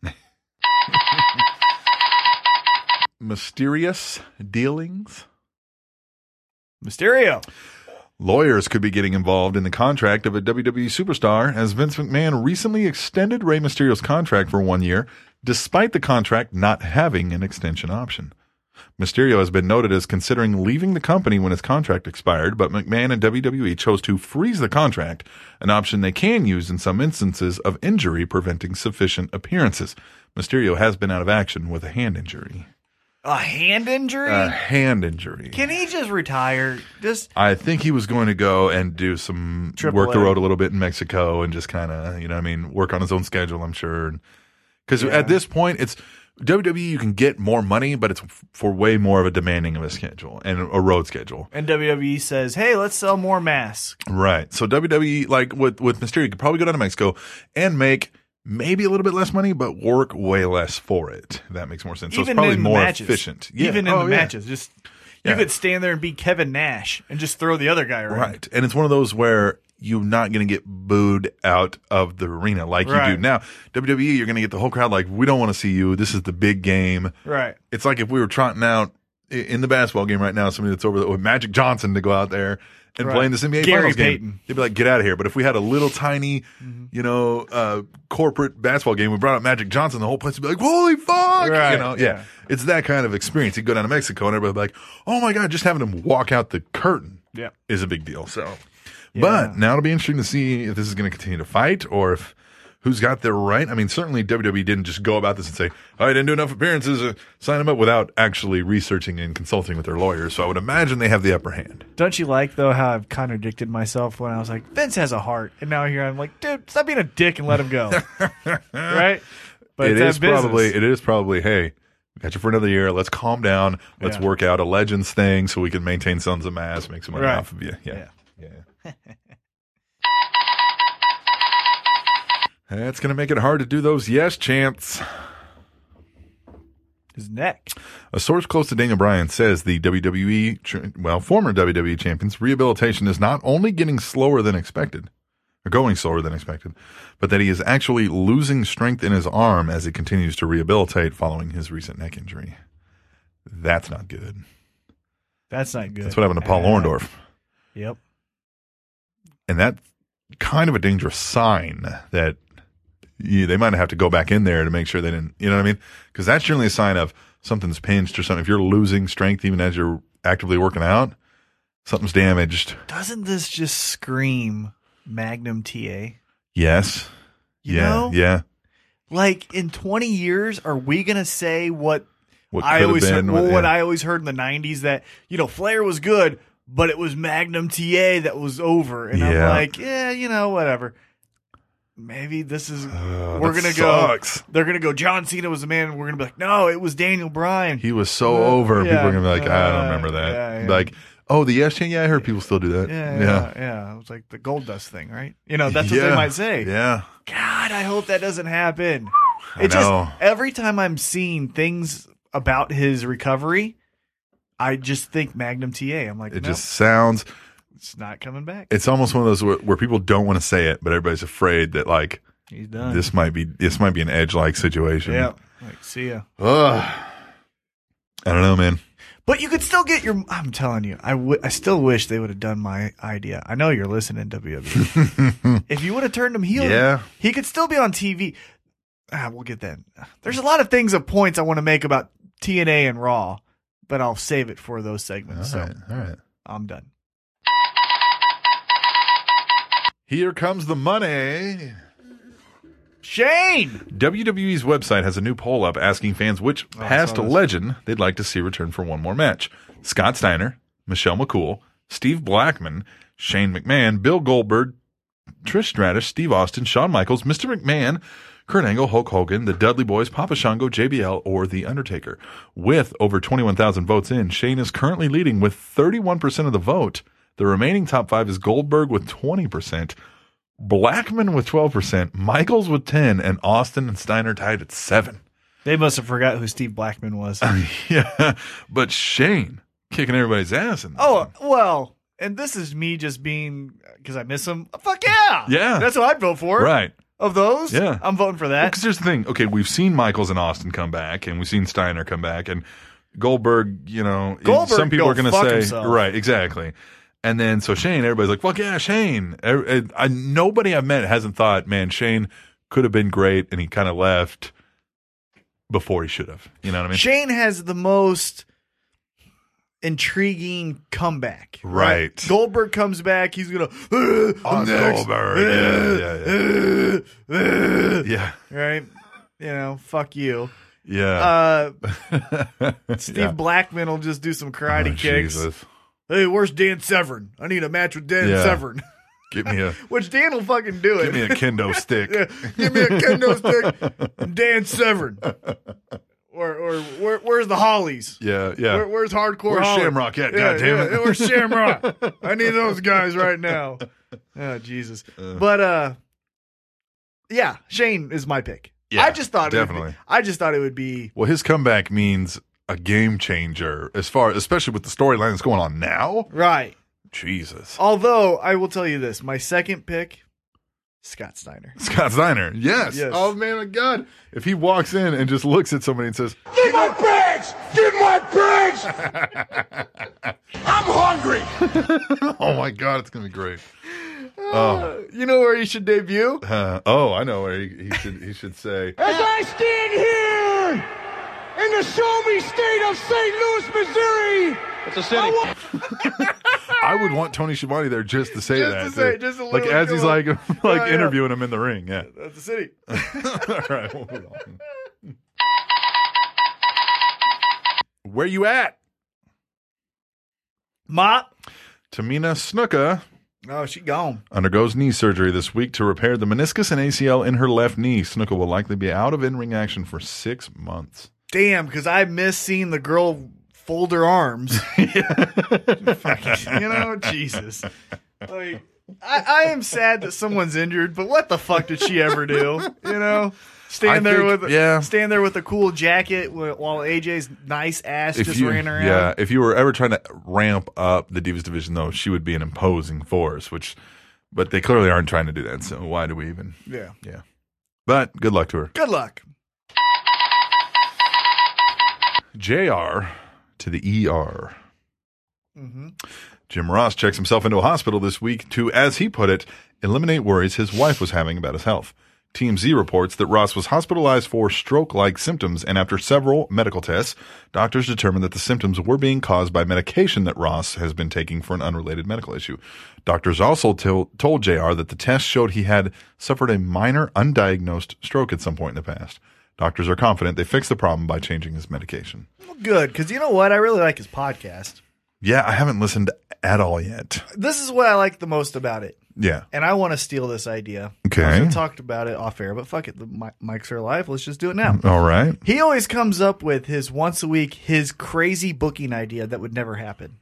[SPEAKER 1] Mysterious dealings.
[SPEAKER 2] Mysterio.
[SPEAKER 1] Lawyers could be getting involved in the contract E of a WWE superstar as Vince McMahon recently extended Rey Mysterio's contract for one year, despite the contract not having an extension option. Mysterio has been noted as considering leaving the company when his contract expired, but McMahon and WWE chose to freeze the contract, an option they can use in some instances of injury preventing sufficient appearances. Mysterio has been out of action with a hand injury.
[SPEAKER 2] A hand injury?
[SPEAKER 1] A hand injury.
[SPEAKER 2] Can he just retire? Just
[SPEAKER 1] I think he was going to go and do some
[SPEAKER 2] Triple
[SPEAKER 1] work the
[SPEAKER 2] A.
[SPEAKER 1] road a little bit in Mexico and just kind of, you know, what I mean, work on his own schedule. I'm sure, because
[SPEAKER 2] Yeah.
[SPEAKER 1] at this point, it's WWE. You can get more money, but it's f- for way more of a demanding of a schedule and a road schedule,
[SPEAKER 2] and WWE says, "Hey, let's sell more masks."
[SPEAKER 1] right? So WWE, like with with Mysterio, could probably go down to Mexico and make maybe a little bit less money, but work way less for it. That makes more sense. So it's probably
[SPEAKER 2] in the
[SPEAKER 1] more
[SPEAKER 2] matches.
[SPEAKER 1] efficient,
[SPEAKER 2] Even in
[SPEAKER 1] Oh,
[SPEAKER 2] the
[SPEAKER 1] yeah.
[SPEAKER 2] matches, just
[SPEAKER 1] Yeah.
[SPEAKER 2] you could stand there and be Kevin Nash and just throw the other guy around.
[SPEAKER 1] Right. And it's one of those where you're not going to get booed out of the arena like you
[SPEAKER 2] Right.
[SPEAKER 1] do now. WWE, you're going to get the whole crowd like, we don't want to see you. This is the big game.
[SPEAKER 2] Right.
[SPEAKER 1] It's like if we were trotting out i- in the basketball game right now, somebody that's over there with Magic Johnson to go out there and
[SPEAKER 2] Right.
[SPEAKER 1] play in this NBA
[SPEAKER 2] Gary
[SPEAKER 1] Finals game.
[SPEAKER 2] Payton. Mm-hmm.
[SPEAKER 1] They'd be like, get out of here. But if we had a little tiny, you know, uh, corporate basketball game, we brought up Magic Johnson, the whole place would be like, holy fuck. You
[SPEAKER 2] Right.
[SPEAKER 1] know, yeah.
[SPEAKER 2] Yeah.
[SPEAKER 1] It's that kind of experience. You go down to Mexico and everybody would be like, oh my God, just having him walk out the curtain
[SPEAKER 2] Yeah.
[SPEAKER 1] is a big deal. So,
[SPEAKER 2] Yeah.
[SPEAKER 1] but now it'll be interesting to see if this is going to continue to fight or if who's got the right. I mean, certainly WWE didn't just go about this and say, "Oh, "I didn't do enough appearances, uh, sign them up," without actually researching and consulting with their lawyers. So I would imagine they have the upper hand.
[SPEAKER 2] Don't you like though how I've contradicted myself when I was like Vince has a heart, and now here I'm like, dude, stop being a dick and let him
[SPEAKER 1] [laughs]
[SPEAKER 2] go, right?
[SPEAKER 1] it
[SPEAKER 2] that
[SPEAKER 1] is probably it is probably hey. Got you for another year. Let's calm down. Let's
[SPEAKER 2] Yeah.
[SPEAKER 1] work out a legends thing so we can maintain Sons of Mass, make some money
[SPEAKER 2] Right.
[SPEAKER 1] off of you. Yeah. Yeah. [laughs] That's going to make it hard to do those yes chants.
[SPEAKER 2] his neck.
[SPEAKER 1] A source close to Daniel Bryan says the WWE, tr- well, former WWE champions, rehabilitation is not only getting slower than expected, or going slower than expected, but that he is actually losing strength in his arm as he continues to rehabilitate following his recent neck injury. That's not good.
[SPEAKER 2] That's not good.
[SPEAKER 1] That's what happened to Paul
[SPEAKER 2] Uh,
[SPEAKER 1] Orndorff.
[SPEAKER 2] Yep.
[SPEAKER 1] And that's kind of a dangerous sign that yeah, they might have to go back in there to make sure they didn't, you know what I mean? Because that's generally a sign of something's pinched or something. If you're losing strength even as you're actively working out, something's damaged.
[SPEAKER 2] Doesn't this just scream Magnum TA? You
[SPEAKER 1] Yes. yeah.
[SPEAKER 2] know?
[SPEAKER 1] Yeah.
[SPEAKER 2] Like in 20 years, are we gonna say what
[SPEAKER 1] What could
[SPEAKER 2] I
[SPEAKER 1] have
[SPEAKER 2] always heard,
[SPEAKER 1] been,
[SPEAKER 2] well,
[SPEAKER 1] what-
[SPEAKER 2] what
[SPEAKER 1] yeah.
[SPEAKER 2] I always heard in the '90s that you know Flair was good, but it was Magnum TA that was over, and
[SPEAKER 1] Yeah.
[SPEAKER 2] I'm like, yeah, you know, whatever. Maybe this is
[SPEAKER 1] Ugh,
[SPEAKER 2] we're
[SPEAKER 1] Uh, that
[SPEAKER 2] gonna
[SPEAKER 1] sucks.
[SPEAKER 2] go. They're gonna go. John Cena was the man. And we're gonna be like, no, it was Daniel Bryan.
[SPEAKER 1] He was so
[SPEAKER 2] Uh,
[SPEAKER 1] over. and People
[SPEAKER 2] yeah,
[SPEAKER 1] are going to be like, I don't
[SPEAKER 2] uh,
[SPEAKER 1] remember that.
[SPEAKER 2] yeah, yeah.
[SPEAKER 1] Like, oh, the yes chain? Yeah, I heard people still do that.
[SPEAKER 2] yeah,
[SPEAKER 1] Yeah.
[SPEAKER 2] yeah, yeah. It was like the gold dust thing, right? You know, that's what
[SPEAKER 1] Yeah.
[SPEAKER 2] they might say.
[SPEAKER 1] Yeah.
[SPEAKER 2] God, I hope that doesn't happen.
[SPEAKER 1] I
[SPEAKER 2] It
[SPEAKER 1] know.
[SPEAKER 2] just every time I'm seeing things about his recovery, I just think Magnum TA. I'm like,
[SPEAKER 1] It
[SPEAKER 2] no,
[SPEAKER 1] just sounds.
[SPEAKER 2] it's not coming back.
[SPEAKER 1] It's almost one of those where, where people don't want to say it, but everybody's afraid that like
[SPEAKER 2] He's done.
[SPEAKER 1] this might be this might be an edge like situation.
[SPEAKER 2] yeah. Like, see ya.
[SPEAKER 1] Ugh. I don't know, man.
[SPEAKER 2] But you could still get your. I'm telling you, I wi- I still wish they would have done my idea. I know you're listening, WWE.
[SPEAKER 1] [laughs]
[SPEAKER 2] if you would have turned him heel,
[SPEAKER 1] Yeah.
[SPEAKER 2] he could still be on TV. Ah, we'll get that. There's a lot of things of points I want to make about TNA and Raw, but I'll save it for those
[SPEAKER 1] All
[SPEAKER 2] segments.
[SPEAKER 1] right,
[SPEAKER 2] so
[SPEAKER 1] all right.
[SPEAKER 2] I'm done.
[SPEAKER 1] Here comes the money.
[SPEAKER 2] Shane,
[SPEAKER 1] WWE's website has a new poll up asking fans which past
[SPEAKER 2] Oh, saw this.
[SPEAKER 1] legend they'd like to see return for one more match. Scott Steiner, Michelle McCool, Steve Blackman, Shane McMahon, Bill Goldberg, Trish Stratus, Steve Austin, Shawn Michaels, Mr. McMahon, Kurt Angle, Hulk Hogan, the Dudley Boys, Papa Shango, JBL, or The Undertaker. With over 21,000 votes in, Shane is currently leading with 31% of the vote. The remaining top five is Goldberg with 20%, Blackman with 12%, Michaels with 10 and Austin and Steiner tied at [laughs] 7
[SPEAKER 2] they must have forgot who Steve Blackman was.
[SPEAKER 1] Yeah, but Shane kicking everybody's ass in this
[SPEAKER 2] [laughs] Oh
[SPEAKER 1] one.
[SPEAKER 2] well, and this is me just being because I miss him. Fuck yeah,
[SPEAKER 1] Yeah.
[SPEAKER 2] That's what I'd vote for.
[SPEAKER 1] Right.
[SPEAKER 2] Of those,
[SPEAKER 1] Yeah.
[SPEAKER 2] I'm voting for that.
[SPEAKER 1] Because here's the thing. Okay, we've seen Michaels and Austin come back, and we've seen Steiner come back, and Goldberg. You know,
[SPEAKER 2] Goldberg
[SPEAKER 1] some people
[SPEAKER 2] go
[SPEAKER 1] are going to
[SPEAKER 2] fuck
[SPEAKER 1] say
[SPEAKER 2] himself.
[SPEAKER 1] right, exactly. And then so Shane, everybody's like, "Fuck yeah, Shane!" Er- er- I, nobody I've met hasn't thought, "Man, Shane could have been great," and he kind of left. before he should have. You know what I mean?
[SPEAKER 2] Shane has the most intriguing comeback.
[SPEAKER 1] Right.
[SPEAKER 2] Goldberg comes back. He's gonna "Uh,
[SPEAKER 1] On
[SPEAKER 2] I'm next.
[SPEAKER 1] Goldberg,
[SPEAKER 2] Uh, uh,
[SPEAKER 1] yeah,
[SPEAKER 2] uh." Right. You know, fuck you.
[SPEAKER 1] yeah.
[SPEAKER 2] Uh,
[SPEAKER 1] [laughs]
[SPEAKER 2] Steve
[SPEAKER 1] Yeah.
[SPEAKER 2] Blackman will just do some
[SPEAKER 1] Oh,
[SPEAKER 2] karate kicks.
[SPEAKER 1] Jesus.
[SPEAKER 2] Hey, where's Dan Severn? I need a match with Dan
[SPEAKER 1] Yeah.
[SPEAKER 2] Severn. [laughs]
[SPEAKER 1] Give me a
[SPEAKER 2] Which Dan will fucking do it.
[SPEAKER 1] give me a kendo stick.
[SPEAKER 2] [laughs] Yeah, give me
[SPEAKER 1] [laughs]
[SPEAKER 2] a kendo stick and Dan Severn. Or, or where, where's the Hollies?
[SPEAKER 1] Yeah, yeah.
[SPEAKER 2] Where, where's hardcore?
[SPEAKER 1] Where's
[SPEAKER 2] Holly?
[SPEAKER 1] Shamrock at, goddammit?
[SPEAKER 2] yeah,
[SPEAKER 1] [laughs]
[SPEAKER 2] Where's Shamrock? I need those guys right now. Oh Jesus! But uh, yeah, Shane is my pick.
[SPEAKER 1] Yeah,
[SPEAKER 2] I just thought it would be-
[SPEAKER 1] definitely.
[SPEAKER 2] I just thought it would be
[SPEAKER 1] well, his comeback means a game changer as far, especially with the storyline that's going on now.
[SPEAKER 2] right.
[SPEAKER 1] Jesus,
[SPEAKER 2] Oh. Although I will tell you this, my second pick, Scott Steiner.
[SPEAKER 1] Scott Steiner. Yes.
[SPEAKER 2] Yes.
[SPEAKER 1] Oh man, my God. If he walks in and just looks at somebody and says, [laughs]
[SPEAKER 3] Get my bags! Get my bags! I'm hungry!
[SPEAKER 1] "Oh my God, it's gonna be great." Oh.
[SPEAKER 2] Uh, you know where he should debut?
[SPEAKER 1] Uh, oh, I know where he, he should. He should say,
[SPEAKER 3] As I stand here in the show me state of St. Louis, Missouri,
[SPEAKER 4] It's a city.
[SPEAKER 1] "I would want Tony Schiavone there just to say
[SPEAKER 2] Just
[SPEAKER 1] that."
[SPEAKER 2] to say- just to
[SPEAKER 1] like
[SPEAKER 2] literally
[SPEAKER 1] as he's
[SPEAKER 2] go,
[SPEAKER 1] like like [laughs]
[SPEAKER 2] "Yeah, yeah."
[SPEAKER 1] interviewing him in the ring. Yeah.
[SPEAKER 2] That's
[SPEAKER 1] [laughs]
[SPEAKER 2] the city.
[SPEAKER 1] All right. we'll move on. Where you at?
[SPEAKER 2] Mop.
[SPEAKER 1] Tamina Snuka
[SPEAKER 2] No, she gone.
[SPEAKER 1] undergoes knee surgery this week to repair the meniscus and ACL in her left knee. Snuka will likely be out of in-ring action for six months.
[SPEAKER 2] Damn, because I miss seeing the girl fold her
[SPEAKER 1] [laughs]
[SPEAKER 2] arms. Fucking- you know, Jesus. Like, I, I am sad that someone's injured, but what the fuck did she ever do? You know, stand
[SPEAKER 1] I
[SPEAKER 2] there
[SPEAKER 1] think-
[SPEAKER 2] with
[SPEAKER 1] yeah.
[SPEAKER 2] stand there with a cool jacket wh- while AJ's nice ass just
[SPEAKER 1] you,
[SPEAKER 2] ran around.
[SPEAKER 1] yeah, if you were ever trying to ramp up the Divas division, though, she would be an imposing force. Which, but they clearly aren't trying to do that. So why do we even?
[SPEAKER 2] yeah.
[SPEAKER 1] Yeah. But good luck to her.
[SPEAKER 2] Good luck.
[SPEAKER 1] JR to the ER.
[SPEAKER 2] hmm
[SPEAKER 1] Jim Ross checks himself into a hospital this week to, as he put it, eliminate worries his wife was having about his health. Team Z reports that Ross was hospitalized for stroke like symptoms, and after several medical tests, doctors determined that the symptoms were being caused by medication that Ross has been taking for an unrelated medical issue. Doctors also tell told JR that the tests showed he had suffered a minor undiagnosed stroke at some point in the past. Doctors are confident they fixed the problem by changing his medication.
[SPEAKER 2] Good, because you know what? I really like his podcast.
[SPEAKER 1] Yeah, I haven't listened at all yet.
[SPEAKER 2] This is what I like the most about it.
[SPEAKER 1] Yeah.
[SPEAKER 2] and I want to steal this idea.
[SPEAKER 1] Okay.
[SPEAKER 2] I talked about it off air, but fuck it. The mi- mics are live. Let's just do it now.
[SPEAKER 1] All right.
[SPEAKER 2] He always comes up with his once a week, his crazy booking idea that would never happen.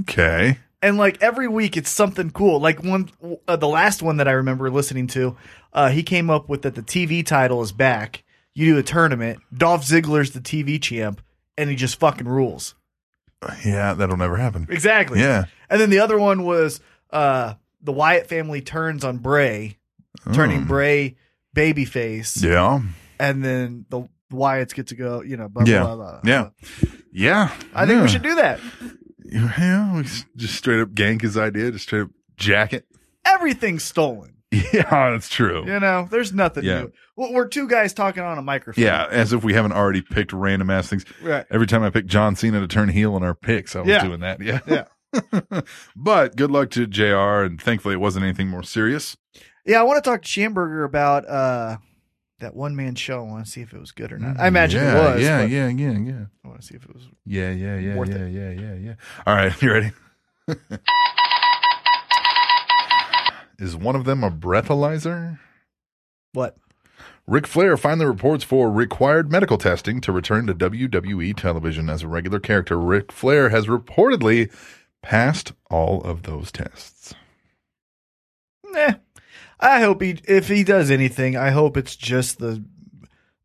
[SPEAKER 1] Okay.
[SPEAKER 2] And like every week, it's something cool. Like one, uh, the last one that I remember listening to, uh, he came up with that the TV title is back. You do a tournament. Dolph Ziggler's the TV champ, and he just fucking rules.
[SPEAKER 1] Yeah, that'll never happen.
[SPEAKER 2] Exactly.
[SPEAKER 1] Yeah.
[SPEAKER 2] And then the other one was uh, the Wyatt family turns on Bray, turning Bray babyface,
[SPEAKER 1] Hmm. Yeah.
[SPEAKER 2] and then the Wyatts get to go. You know, blah blah
[SPEAKER 1] Yeah.
[SPEAKER 2] blah. blah.
[SPEAKER 1] Yeah. Yeah.
[SPEAKER 2] I think we should do that.
[SPEAKER 1] Yeah, we s- just straight up gank his idea, just straight up jacket.
[SPEAKER 2] Everything's stolen.
[SPEAKER 1] [laughs] Yeah, that's true. Yeah.
[SPEAKER 2] You know, there's nothing
[SPEAKER 1] Yeah.
[SPEAKER 2] new. Well, we're two guys talking on a microphone.
[SPEAKER 1] as if we haven't already picked random ass things.
[SPEAKER 2] Right.
[SPEAKER 1] Every time I picked John Cena to turn heel in our picks, I was
[SPEAKER 2] Yeah.
[SPEAKER 1] doing that. Yeah.
[SPEAKER 2] Yeah.
[SPEAKER 1] [laughs] but good luck to JR, and thankfully it wasn't anything more serious.
[SPEAKER 2] Yeah, I want to talk to Schamberger about uh, that one man show. I want to see if it was good or not. I imagine
[SPEAKER 1] yeah,
[SPEAKER 2] it was.
[SPEAKER 1] Yeah,
[SPEAKER 2] but
[SPEAKER 1] yeah, yeah, yeah.
[SPEAKER 2] I want to see if it was.
[SPEAKER 1] Yeah, yeah, yeah,
[SPEAKER 2] Worth
[SPEAKER 1] yeah,
[SPEAKER 2] it.
[SPEAKER 1] yeah, yeah, yeah. All right, [laughs] you ready? Is one of them a breathalyzer?
[SPEAKER 2] What?
[SPEAKER 1] Ric Flair finally reports for required medical testing to return to WWE television as a regular character. Ric Flair has reportedly passed all of those tests.
[SPEAKER 2] Nah. I hope he if he does anything, I hope it's just the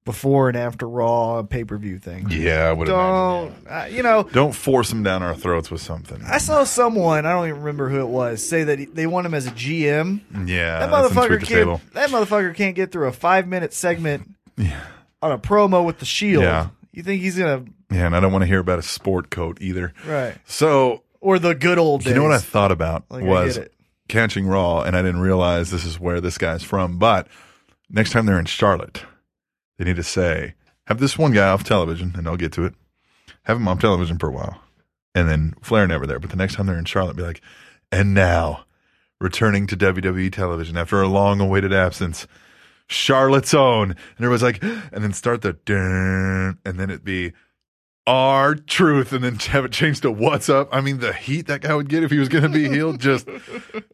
[SPEAKER 2] before and after Raw pay per view thing.
[SPEAKER 1] Yeah, I would imagine.
[SPEAKER 2] Don't uh, you know?
[SPEAKER 1] Don't force them down our throats with something.
[SPEAKER 2] I saw someone I don't even remember who it was say that he, they want him as a GM.
[SPEAKER 1] yeah,
[SPEAKER 2] That
[SPEAKER 1] that's
[SPEAKER 2] motherfucker
[SPEAKER 1] unsweet to
[SPEAKER 2] can't.
[SPEAKER 1] table.
[SPEAKER 2] That motherfucker can't get through a five minute segment on a promo with the Shield.
[SPEAKER 1] Yeah.
[SPEAKER 2] You think he's gonna
[SPEAKER 1] Yeah, and I don't want to hear about a sport coat either.
[SPEAKER 2] right
[SPEAKER 1] So
[SPEAKER 2] or the good old days?
[SPEAKER 1] You know what I thought about
[SPEAKER 2] Like, I
[SPEAKER 1] was
[SPEAKER 2] get it.
[SPEAKER 1] catching Raw, and I didn't realize this is where this guy's from. But next time they're in Charlotte, they need to say have this one guy off television, and I'll get to it. Have him off television for a while, and then Flair never there. But the next time they're in Charlotte, be like, and now returning to WWE television after a long-awaited absence, Charlotte's own, and everybody's like, [gasps] and then start the, dun, and then it'd be our truth, and then have it change to what's up. I mean, the heat that guy would get if he was going to be healed,
[SPEAKER 2] [laughs]
[SPEAKER 1] just,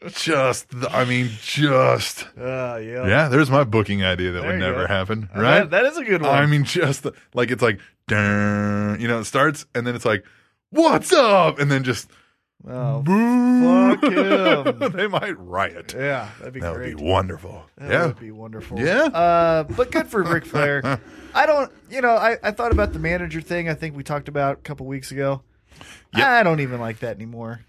[SPEAKER 1] just, the- I mean, just.
[SPEAKER 2] Uh, yeah.
[SPEAKER 1] Yeah, there's my booking idea that
[SPEAKER 2] There
[SPEAKER 1] would
[SPEAKER 2] you
[SPEAKER 1] never
[SPEAKER 2] go.
[SPEAKER 1] happen,
[SPEAKER 2] Uh,
[SPEAKER 1] right?
[SPEAKER 2] that- that is a good one.
[SPEAKER 1] I mean, just the, like it's like, dun, you know, it starts and then it's like, what's up? And then just,
[SPEAKER 2] oh,
[SPEAKER 1] boom. [laughs]
[SPEAKER 2] fuck him.
[SPEAKER 1] they might riot.
[SPEAKER 2] yeah, that'd be
[SPEAKER 1] That
[SPEAKER 2] great.
[SPEAKER 1] would be wonderful.
[SPEAKER 2] That
[SPEAKER 1] yeah.
[SPEAKER 2] would be wonderful.
[SPEAKER 1] Yeah.
[SPEAKER 2] Uh, but good for
[SPEAKER 1] [laughs]
[SPEAKER 2] Ric Flair. I don't, you know, I, I thought about the manager thing I think we talked about a couple weeks ago.
[SPEAKER 1] Yep.
[SPEAKER 2] I don't even like that anymore.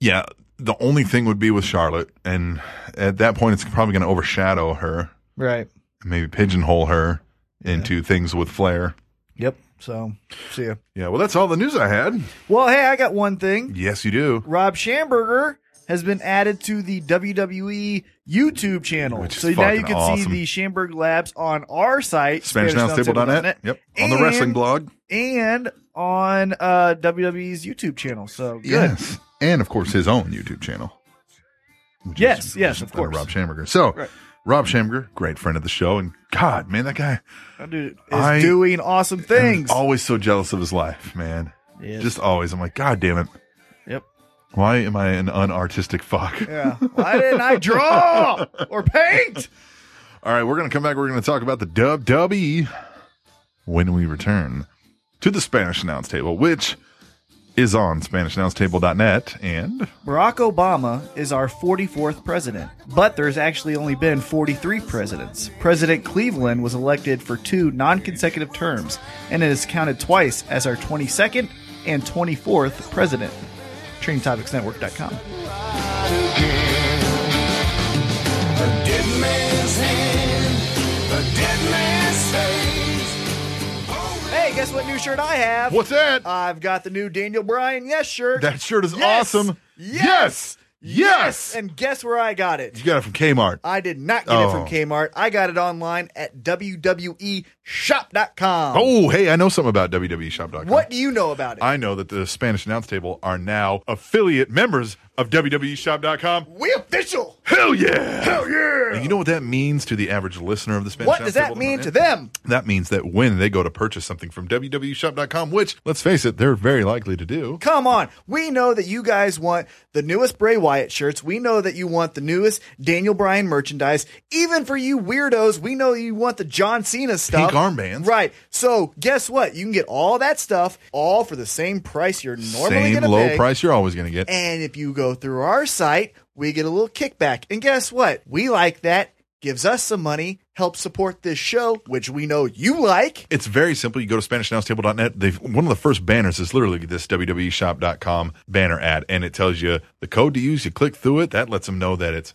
[SPEAKER 1] yeah. The only thing would be with Charlotte. And at that point, it's probably going to overshadow her,
[SPEAKER 2] Right.
[SPEAKER 1] maybe pigeonhole her into things with Flair.
[SPEAKER 2] Yep. So, see ya.
[SPEAKER 1] Yeah. Well, that's all the news I had.
[SPEAKER 2] Well, hey, I got one thing.
[SPEAKER 1] Yes, you do.
[SPEAKER 2] Rob Schamberger has been added to the WWE YouTube channel.
[SPEAKER 1] Which is
[SPEAKER 2] so now you
[SPEAKER 1] fucking
[SPEAKER 2] can
[SPEAKER 1] awesome.
[SPEAKER 2] see the Schamberg Labs on our site,
[SPEAKER 1] SpanishNowStable.net.
[SPEAKER 2] SpanishNowStable.net,
[SPEAKER 1] Yep. On the wrestling
[SPEAKER 2] And-
[SPEAKER 1] blog.
[SPEAKER 2] and on uh, WWE's YouTube channel. So good.
[SPEAKER 1] Yes. And of course, his own YouTube channel. which is-
[SPEAKER 2] Yes, yes,
[SPEAKER 1] which is
[SPEAKER 2] of course.
[SPEAKER 1] under Rob Schamberger. So,
[SPEAKER 2] Right.
[SPEAKER 1] Rob Schamberger, great friend of the show. And God, man, that guy
[SPEAKER 2] That dude is
[SPEAKER 1] I-
[SPEAKER 2] doing awesome things.
[SPEAKER 1] I'm always so jealous of his life, man.
[SPEAKER 2] Yes.
[SPEAKER 1] Just always. I'm like, God damn it.
[SPEAKER 2] Yep.
[SPEAKER 1] Why am I an unartistic fuck?
[SPEAKER 2] [laughs] Yeah. Why didn't I draw or paint?
[SPEAKER 1] All right, we're going to come back. We're going to talk about the WWE when we return to the Spanish Announce Table, which is on SpanishAnnounceTable.net. And
[SPEAKER 2] Barack Obama is our 44th president, but there's actually only been 43 presidents. President Cleveland was elected for two non consecutive terms, and it is counted twice as our 22nd and 24th president. TrainingTopicsNetwork.com. Hey, guess what new shirt I have?
[SPEAKER 1] what's that?
[SPEAKER 2] I've got the new Daniel Bryan Yes shirt.
[SPEAKER 1] that shirt is
[SPEAKER 2] Uh, Yes!
[SPEAKER 1] awesome.
[SPEAKER 2] Yes!
[SPEAKER 1] Yes. yes!
[SPEAKER 2] And Uh, guess where I got it?
[SPEAKER 1] You got it from Kmart.
[SPEAKER 2] I did not get
[SPEAKER 1] Oh.
[SPEAKER 2] it from Kmart. I got it online at E WWEshop.com.
[SPEAKER 1] Oh, hey, I know something about E WWEshop.com.
[SPEAKER 2] What do you know about it?
[SPEAKER 1] I know that the Spanish Announce Table are now affiliate members of E WWEshop.com.
[SPEAKER 2] we official.
[SPEAKER 1] Hell yeah! Hell yeah! you know what that means to the average listener of the Spanish
[SPEAKER 2] What
[SPEAKER 1] Announce
[SPEAKER 2] does that
[SPEAKER 1] Table?
[SPEAKER 2] mean to them?
[SPEAKER 1] That means that when they go to purchase something from E WWEshop.com, which, let's face it, they're very likely to do.
[SPEAKER 2] Come on. We know that you guys want the newest Bray Wyatt shirts. We know that you want the newest Daniel Bryan merchandise. Even for you weirdos, we know you want the John Cena stuff.
[SPEAKER 1] armbands.
[SPEAKER 2] Right. So guess what? You can get all that stuff all for the same price you're normally
[SPEAKER 1] Same
[SPEAKER 2] going to
[SPEAKER 1] low
[SPEAKER 2] pay.
[SPEAKER 1] price you're always going to get.
[SPEAKER 2] And if you go through our site, we get a little kickback. And guess what? We like that. Gives us some money, helps support this show, which we know you like.
[SPEAKER 1] It's very simple. You go to SpanishAnnounceTable.net. They've, one of the first banners is literally this E WWEshop.com banner ad, and it tells you the code to use. You click through it. That lets them know that it's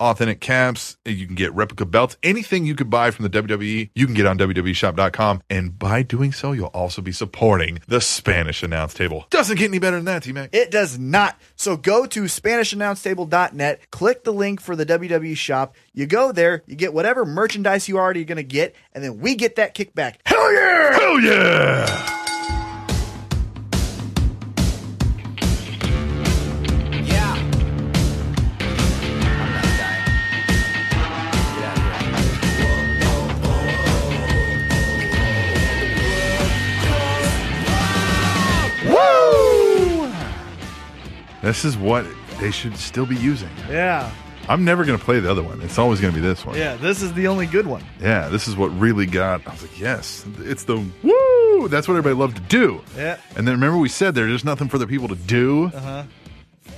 [SPEAKER 1] Authentic caps. You can get replica belts. Anything you could buy from the WWE, you can get on E WWEshop.com. And by doing so, you'll also be supporting the Spanish announce table. Doesn't get any better than that, T Mac.
[SPEAKER 2] It does not. So go to SpanishAnnounceTable.net, click the link for the WWE shop. You go there, you get whatever merchandise you already going to get, and then we get that kickback.
[SPEAKER 1] Hell yeah! Hell yeah!
[SPEAKER 4] Yeah. I'm not dying. Get out of here.
[SPEAKER 1] Woo! This is what they should still be using.
[SPEAKER 2] Yeah.
[SPEAKER 1] I'm never going to play the other one. It's always going to be this one.
[SPEAKER 2] Yeah, this is the only good one.
[SPEAKER 1] Yeah, this is what really got. I was like, yes, it's the woo. That's what everybody loved to do.
[SPEAKER 2] Yeah.
[SPEAKER 1] And then remember we said there, there's nothing for the people to do.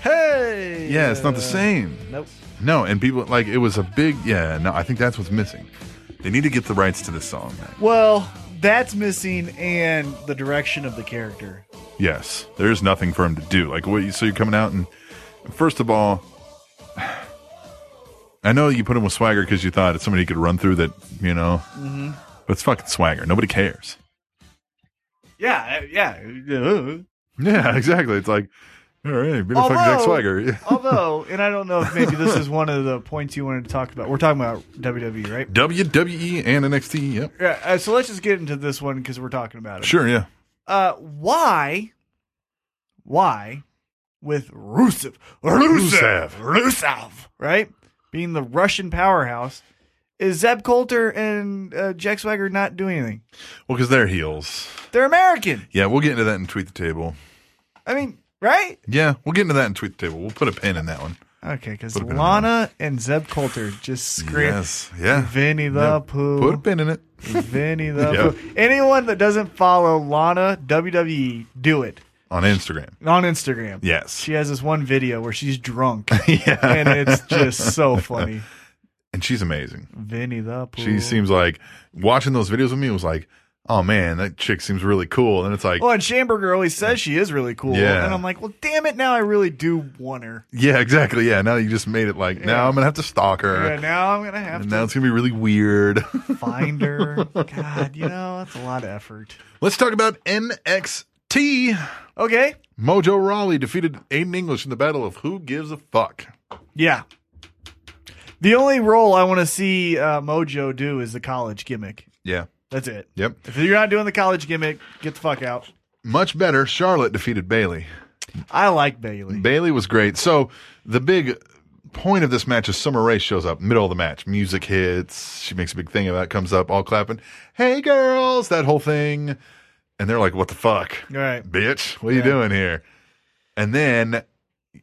[SPEAKER 2] Hey.
[SPEAKER 1] Yeah, it's not the same.
[SPEAKER 2] Nope.
[SPEAKER 1] No, and people like it was a big. Yeah, no, I think that's what's missing. They need to get the rights to this song. man.
[SPEAKER 2] Well, that's missing, and the direction of the character.
[SPEAKER 1] Yes, there's nothing for him to do. Like, what? So you're coming out and first of all, [sighs] I know you put him with Swagger because you thought it's somebody he could run through that you know. But it's fucking swagger. Nobody cares.
[SPEAKER 5] Yeah, uh, yeah. Uh,
[SPEAKER 1] [laughs] Yeah, exactly. It's like, all right, be the fucking Jack
[SPEAKER 2] [laughs] Although-
[SPEAKER 1] Swagger.
[SPEAKER 2] [laughs]
[SPEAKER 1] Yeah. [laughs]
[SPEAKER 2] Although, and I don't know if maybe this is one of the points you wanted to talk about. We're talking about WWE, right?
[SPEAKER 1] WWE E and NXT. Yep.
[SPEAKER 2] Yeah. Uh, so let's just get into this one because we're talking about it.
[SPEAKER 1] Sure. Yeah.
[SPEAKER 2] Uh, why? Why? With Rusev, Rusev, Rusev, right? Being the Russian powerhouse, is Zeb Coulter and uh, Jack Swagger not doing anything?
[SPEAKER 1] Well, because they're heels.
[SPEAKER 2] They're American.
[SPEAKER 1] Yeah, we'll get into that in tweet the table.
[SPEAKER 2] I mean, right?
[SPEAKER 1] Yeah, we'll get into that in tweet the table. We'll put a pin in that one.
[SPEAKER 2] Okay, because
[SPEAKER 1] Put a pin in
[SPEAKER 2] Lana and Zeb Coulter just scream.
[SPEAKER 1] Yes. Yeah.
[SPEAKER 2] Vinny the
[SPEAKER 1] Yeah.
[SPEAKER 2] Pooh.
[SPEAKER 1] Put a pin in it.
[SPEAKER 2] [laughs] Vinny the
[SPEAKER 1] Yeah.
[SPEAKER 2] Pooh. Anyone that doesn't follow Lana WWE, do it
[SPEAKER 1] on Instagram.
[SPEAKER 2] on Instagram.
[SPEAKER 1] Yes.
[SPEAKER 2] She has this one video where she's drunk,
[SPEAKER 1] [laughs] yeah.
[SPEAKER 2] and it's just so funny.
[SPEAKER 1] And she's amazing.
[SPEAKER 2] Vinny the Pooh.
[SPEAKER 1] She seems like watching those videos with me was like, oh man, that chick seems really cool. And it's like,
[SPEAKER 2] Well, and Schamberger always says she is really cool,
[SPEAKER 1] Yeah.
[SPEAKER 2] and I'm like, well, damn it! Now I really do want her.
[SPEAKER 1] yeah, exactly. Yeah. Now you just made it like, now I'm going to have to stalk her.
[SPEAKER 2] Yeah, now I'm gonna have
[SPEAKER 1] and now [laughs]
[SPEAKER 2] to
[SPEAKER 1] it's going to be really weird. [laughs]
[SPEAKER 2] find her. God, you know that's a lot of effort.
[SPEAKER 1] Let's talk about NXT.
[SPEAKER 2] Okay,
[SPEAKER 1] Mojo Rawley defeated Aiden English in the battle of Who Gives a Fuck.
[SPEAKER 2] yeah. The only role I want to see uh, Mojo do is the college gimmick.
[SPEAKER 1] Yeah.
[SPEAKER 2] That's it.
[SPEAKER 1] Yep.
[SPEAKER 2] If you're not doing the college gimmick, get the fuck out.
[SPEAKER 1] Much better. Charlotte defeated Bailey.
[SPEAKER 2] I like Bailey.
[SPEAKER 1] Bailey was great. So the big point of this match is Summer Rae shows up, middle of the match, music hits, she makes a big thing about it, comes up, all clapping, hey girls, that whole thing. And they're like, What the fuck?
[SPEAKER 2] All right.
[SPEAKER 1] Bitch, what are you
[SPEAKER 2] Yeah.
[SPEAKER 1] doing here? And then,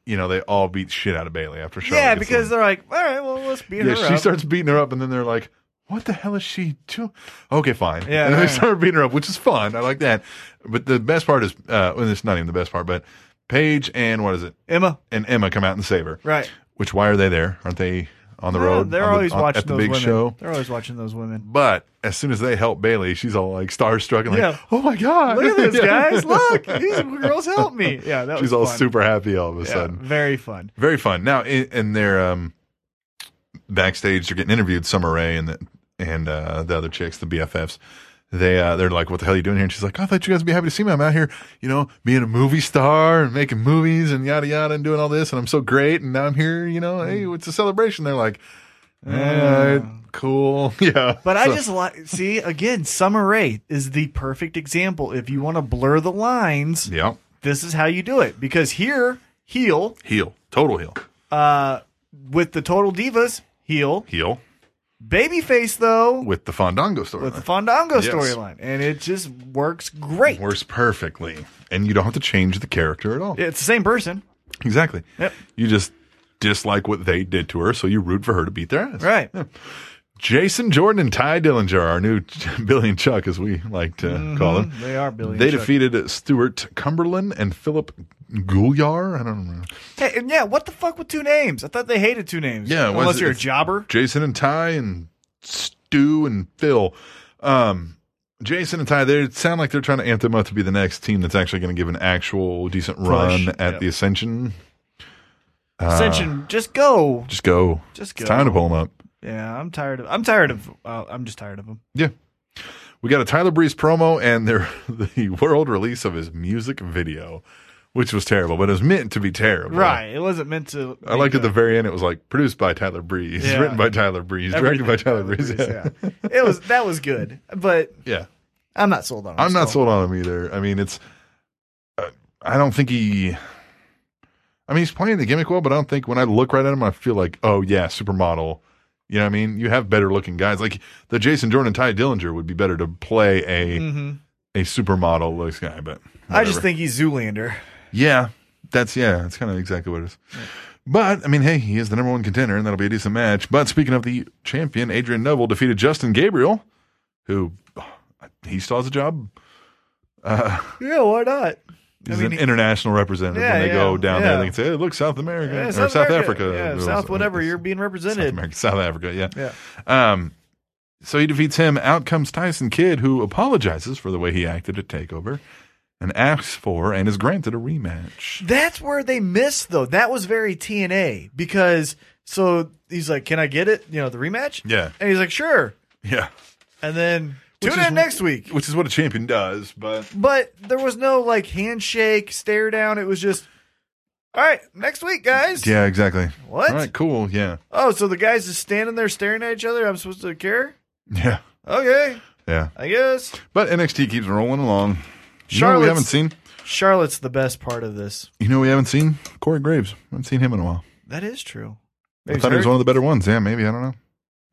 [SPEAKER 1] you know, they all beat shit out of Bailey after Charlotte.
[SPEAKER 2] yeah,
[SPEAKER 1] gets
[SPEAKER 2] because
[SPEAKER 1] in.
[SPEAKER 2] they're like, all right, well, let's beat
[SPEAKER 1] Yeah,
[SPEAKER 2] her
[SPEAKER 1] she
[SPEAKER 2] up.
[SPEAKER 1] starts beating her up, and then they're like, what the hell is she doing? Okay, fine.
[SPEAKER 2] Yeah,
[SPEAKER 1] And they
[SPEAKER 2] right.
[SPEAKER 1] start beating her up, which is fun. I like that. But the best part is, uh, well, it's not even the best part, but Paige and what is it?
[SPEAKER 2] Emma.
[SPEAKER 1] and Emma come out and save her.
[SPEAKER 2] Right.
[SPEAKER 1] Which why are they there? Aren't they on the road?
[SPEAKER 2] They're
[SPEAKER 1] on the-
[SPEAKER 2] always
[SPEAKER 1] on-
[SPEAKER 2] watching
[SPEAKER 1] at the
[SPEAKER 2] those
[SPEAKER 1] big
[SPEAKER 2] women.
[SPEAKER 1] show.
[SPEAKER 2] They're always watching those women.
[SPEAKER 1] But as soon as they help Bailey, she's all like starstruck and like,
[SPEAKER 2] Yeah.
[SPEAKER 1] "Oh my god,
[SPEAKER 2] Look at this,
[SPEAKER 1] [laughs] Yeah.
[SPEAKER 2] guys. Look, these girls help me. Yeah, that was
[SPEAKER 1] she's all
[SPEAKER 2] fun.
[SPEAKER 1] super happy all of a
[SPEAKER 2] Yeah,
[SPEAKER 1] sudden.
[SPEAKER 2] very fun.
[SPEAKER 1] Very fun. Now in, in their um, backstage, they're getting interviewed. Summer Rae and the, and uh, the other chicks, the BFFs. They uh, they're like, "What the hell are you doing here?" And she's like, "I thought you guys would be happy to see me. I'm out here, you know, being a movie star and making movies and yada yada and doing all this, and I'm so great. And now I'm here, you know. Hey,
[SPEAKER 2] Mm.
[SPEAKER 1] it's a celebration." They're like, eh, "Cool, [laughs] yeah."
[SPEAKER 2] But I
[SPEAKER 1] So-
[SPEAKER 2] just like see again. Summer Rae is the perfect example. If you want to blur the lines,
[SPEAKER 1] yeah,
[SPEAKER 2] this is how you do it. Because here, heel
[SPEAKER 1] heel, total heel,
[SPEAKER 2] uh, with the total divas, heel
[SPEAKER 1] heel
[SPEAKER 2] babyface though
[SPEAKER 1] with the Fandango story.
[SPEAKER 2] with the Fandango
[SPEAKER 1] Yes.
[SPEAKER 2] storyline, and it just works great.
[SPEAKER 1] works perfectly, and you don't have to change the character at all.
[SPEAKER 2] It's the same person,
[SPEAKER 1] Exactly.
[SPEAKER 2] Yep.
[SPEAKER 1] You just dislike what they did to her, so you root for her to beat their ass.
[SPEAKER 2] right?
[SPEAKER 1] [laughs] Jason Jordan and Ty Dillinger, our new [laughs] Billy and Chuck, as we like to call them.
[SPEAKER 2] They are Mm-hmm. Billy.
[SPEAKER 1] They
[SPEAKER 2] and Chuck.
[SPEAKER 1] defeated Stuart Cumberland and Philip Gouliar. I don't know.
[SPEAKER 2] Hey, and yeah, what the fuck with two names? I thought they hated two names.
[SPEAKER 1] Yeah, it was-
[SPEAKER 2] unless you're a
[SPEAKER 1] it's-
[SPEAKER 2] jobber.
[SPEAKER 1] Jason and Ty and Stu and Phil. Um, Jason and Ty, they sound like they're trying to amp them up to be the next team that's actually going to give an actual decent run
[SPEAKER 2] Push,
[SPEAKER 1] at
[SPEAKER 2] yep.
[SPEAKER 1] the Ascension. Ah.
[SPEAKER 2] Ascension, just go.
[SPEAKER 1] Just go.
[SPEAKER 2] Just
[SPEAKER 1] It's
[SPEAKER 2] go.
[SPEAKER 1] time to pull them up.
[SPEAKER 2] Yeah, I'm tired of. I'm tired of. Uh, I'm just tired of them.
[SPEAKER 1] Yeah. We got a Tyler Breeze promo and their [laughs] the world release of his music video, which was terrible, but it was meant to be terrible.
[SPEAKER 2] Right. It wasn't meant to.
[SPEAKER 1] I liked at the very end it was like produced by Tyler Breeze,
[SPEAKER 2] Yeah.
[SPEAKER 1] written by Tyler Breeze,
[SPEAKER 2] Everything
[SPEAKER 1] directed by Tyler, Breeze.
[SPEAKER 2] Yeah. it was that was good, but
[SPEAKER 1] [laughs] yeah.
[SPEAKER 2] I'm not sold on. it
[SPEAKER 1] I'm not
[SPEAKER 2] still.
[SPEAKER 1] sold on him either. I mean, it's uh, I don't think he I mean, he's playing the gimmick well, but I don't think when I look right at him I feel like, "Oh yeah, supermodel." You know what I mean? You have better looking guys. Like the Jason Jordan and Ty Dillinger would be better to play a a supermodel looks guy, but
[SPEAKER 2] I just
[SPEAKER 1] whatever.
[SPEAKER 2] think he's Zoolander.
[SPEAKER 1] Yeah, that's yeah, that's kind of exactly what it is. But I mean, hey, he is the number one contender, and that'll be a decent match. But speaking of the champion, Adrian Neville defeated Justin Gabriel, who he still has a job. Uh,
[SPEAKER 2] Yeah, why not?
[SPEAKER 1] He's
[SPEAKER 2] mean,
[SPEAKER 1] an
[SPEAKER 2] he-
[SPEAKER 1] international representative.
[SPEAKER 2] Yeah,
[SPEAKER 1] when they
[SPEAKER 2] yeah,
[SPEAKER 1] go down there,
[SPEAKER 2] yeah.
[SPEAKER 1] they can say, hey, "Look, South America
[SPEAKER 2] Yeah,
[SPEAKER 1] or South,
[SPEAKER 2] America.
[SPEAKER 1] Africa,
[SPEAKER 2] Yeah,
[SPEAKER 1] Or
[SPEAKER 2] South
[SPEAKER 1] something. [laughs]
[SPEAKER 2] whatever. You're being represented. [laughs]
[SPEAKER 1] America, South Africa, yeah.
[SPEAKER 2] Yeah.
[SPEAKER 1] Um, so he defeats him. Out comes Tyson Kidd, who apologizes for the way he acted at Takeover, and asks for and is granted a rematch.
[SPEAKER 2] That's where they missed though. That was very TNA because so he's like, "Can I get it? You know, the rematch?"
[SPEAKER 1] Yeah.
[SPEAKER 2] and he's like, "Sure."
[SPEAKER 1] Yeah.
[SPEAKER 2] And then
[SPEAKER 1] Which
[SPEAKER 2] Tune
[SPEAKER 1] is-
[SPEAKER 2] in next week.
[SPEAKER 1] which is what a champion does. But
[SPEAKER 2] But there was no like handshake, stare down. It was just, all right, next week, guys.
[SPEAKER 1] yeah, exactly.
[SPEAKER 2] What?
[SPEAKER 1] All right, cool. Yeah,
[SPEAKER 2] Oh, so the guys just standing there staring at each other. I'm supposed to care?
[SPEAKER 1] yeah,
[SPEAKER 2] Okay,
[SPEAKER 1] yeah.
[SPEAKER 2] I guess.
[SPEAKER 1] But NXT keeps rolling along. You know what we
[SPEAKER 2] Charlotte's-
[SPEAKER 1] haven't seen.
[SPEAKER 2] Charlotte's the best part of this.
[SPEAKER 1] You know what we haven't seen Corey Graves. I haven't seen him in a while.
[SPEAKER 2] That is true.
[SPEAKER 1] I thought he was
[SPEAKER 2] hurt.
[SPEAKER 1] one of the better ones. Yeah, maybe I don't know.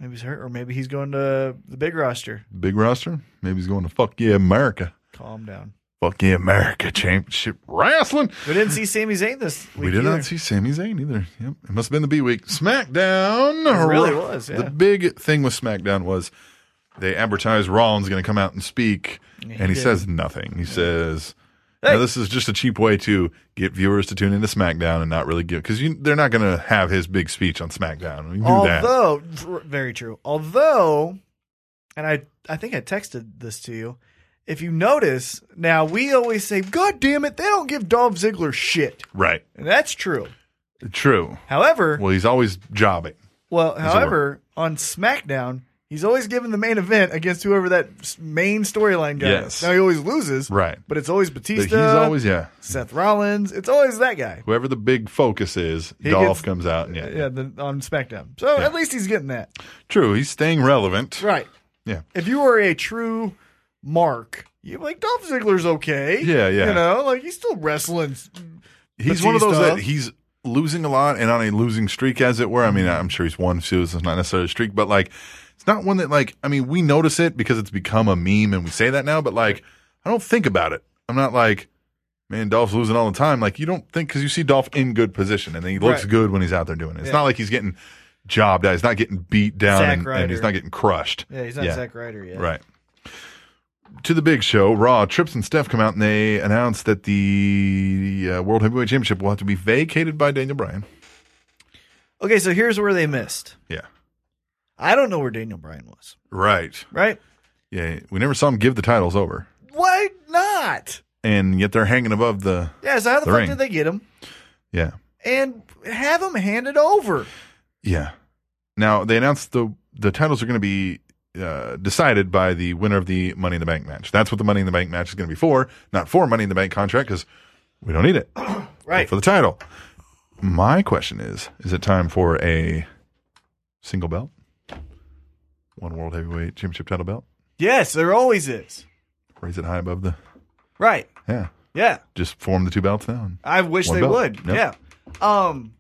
[SPEAKER 2] Maybe he's hurt, or maybe he's going to the big roster.
[SPEAKER 1] Big roster. Maybe he's going to fuck yeah America.
[SPEAKER 2] Calm down.
[SPEAKER 1] Fuck yeah America Championship Wrestling.
[SPEAKER 2] We didn't see Sami Zayn this week.
[SPEAKER 1] We did
[SPEAKER 2] either.
[SPEAKER 1] not see Sami Zayn either. Yep, it must have been the B week. SmackDown
[SPEAKER 2] It really was, yeah.
[SPEAKER 1] The big thing with SmackDown was they advertised Rollins going to come out and speak, and he
[SPEAKER 2] did.
[SPEAKER 1] says nothing. He says, "Now
[SPEAKER 2] Hey.
[SPEAKER 1] this is just a cheap way to get viewers to tune into SmackDown and not really give because they're not going to have his big speech on SmackDown. We knew that.
[SPEAKER 2] Although, v- very true. Although, and I, I think I texted this to you. If you notice, now we always say, "God damn it, they don't give Dolph Ziggler shit,"
[SPEAKER 1] Right?
[SPEAKER 2] and that's true.
[SPEAKER 1] True.
[SPEAKER 2] However,
[SPEAKER 1] Well, he's always jobbing.
[SPEAKER 2] well,
[SPEAKER 1] it
[SPEAKER 2] however, on SmackDown, he's always given the main event against whoever that s- main storyline guy.
[SPEAKER 1] Yes.
[SPEAKER 2] is. Now he always loses,
[SPEAKER 1] Right.
[SPEAKER 2] But it's always
[SPEAKER 1] But
[SPEAKER 2] Batista.
[SPEAKER 1] he's always yeah.
[SPEAKER 2] Seth Rollins. It's always that guy.
[SPEAKER 1] Whoever the big focus is,
[SPEAKER 2] He
[SPEAKER 1] Dolph
[SPEAKER 2] gets-
[SPEAKER 1] comes out. And yeah,
[SPEAKER 2] Yeah, the, on SmackDown. So
[SPEAKER 1] Yeah.
[SPEAKER 2] at least he's getting that.
[SPEAKER 1] true. He's staying relevant.
[SPEAKER 2] Right.
[SPEAKER 1] Yeah.
[SPEAKER 2] If you were a true mark, you're like Dolph Ziggler's okay.
[SPEAKER 1] Yeah, yeah.
[SPEAKER 2] You know, like he's still wrestling.
[SPEAKER 1] He's one of those
[SPEAKER 2] Batista.
[SPEAKER 1] that he's losing a lot and on a losing streak, as it were. I mean,
[SPEAKER 2] Mm-hmm.
[SPEAKER 1] I'm sure he's won few. It's not necessarily a streak, but like, it's not one that like. I mean, we notice it because it's become a meme, and we say that now. But like, I don't think about it. I'm not like, man, Dolph's losing all the time. Like, you don't think because you see Dolph in good position, and he looks
[SPEAKER 2] Right.
[SPEAKER 1] good when he's out there doing it. It's
[SPEAKER 2] Yeah.
[SPEAKER 1] not like he's getting jobbed out. He's not getting beat down,
[SPEAKER 2] Zack
[SPEAKER 1] and, and he's
[SPEAKER 2] Ryder.
[SPEAKER 1] not getting crushed.
[SPEAKER 2] Yeah, he's not Zack Ryder yet.
[SPEAKER 1] Right. To the big show, Raw, Trips and Steph come out and they announce that the uh, World Heavyweight Championship will have to be vacated by Daniel Bryan.
[SPEAKER 2] Okay, so here's where they missed.
[SPEAKER 1] Yeah.
[SPEAKER 2] I don't know where Daniel Bryan was.
[SPEAKER 1] Right.
[SPEAKER 2] Right?
[SPEAKER 1] Yeah. We never saw him give the titles over.
[SPEAKER 2] Why not?
[SPEAKER 1] And yet they're hanging above the.
[SPEAKER 2] Yeah. So how the,
[SPEAKER 1] The
[SPEAKER 2] fuck
[SPEAKER 1] ring.
[SPEAKER 2] did they get him
[SPEAKER 1] Yeah.
[SPEAKER 2] and have him handed over?
[SPEAKER 1] Yeah. Now they announced the the titles are going to be uh, decided by the winner of the Money in the Bank match. That's what the Money in the Bank match is going to be for, not for Money in the Bank contract because we don't need it.
[SPEAKER 2] Right.
[SPEAKER 1] for the title. My question is: Is it time for a single belt, one world heavyweight championship title belt?
[SPEAKER 2] Yes, there always is.
[SPEAKER 1] Raise it high above the
[SPEAKER 2] Right.
[SPEAKER 1] yeah.
[SPEAKER 2] Yeah.
[SPEAKER 1] Just form the two belts now.
[SPEAKER 2] I wish
[SPEAKER 1] One
[SPEAKER 2] they
[SPEAKER 1] belt.
[SPEAKER 2] would.
[SPEAKER 1] Yep.
[SPEAKER 2] Yeah. Um.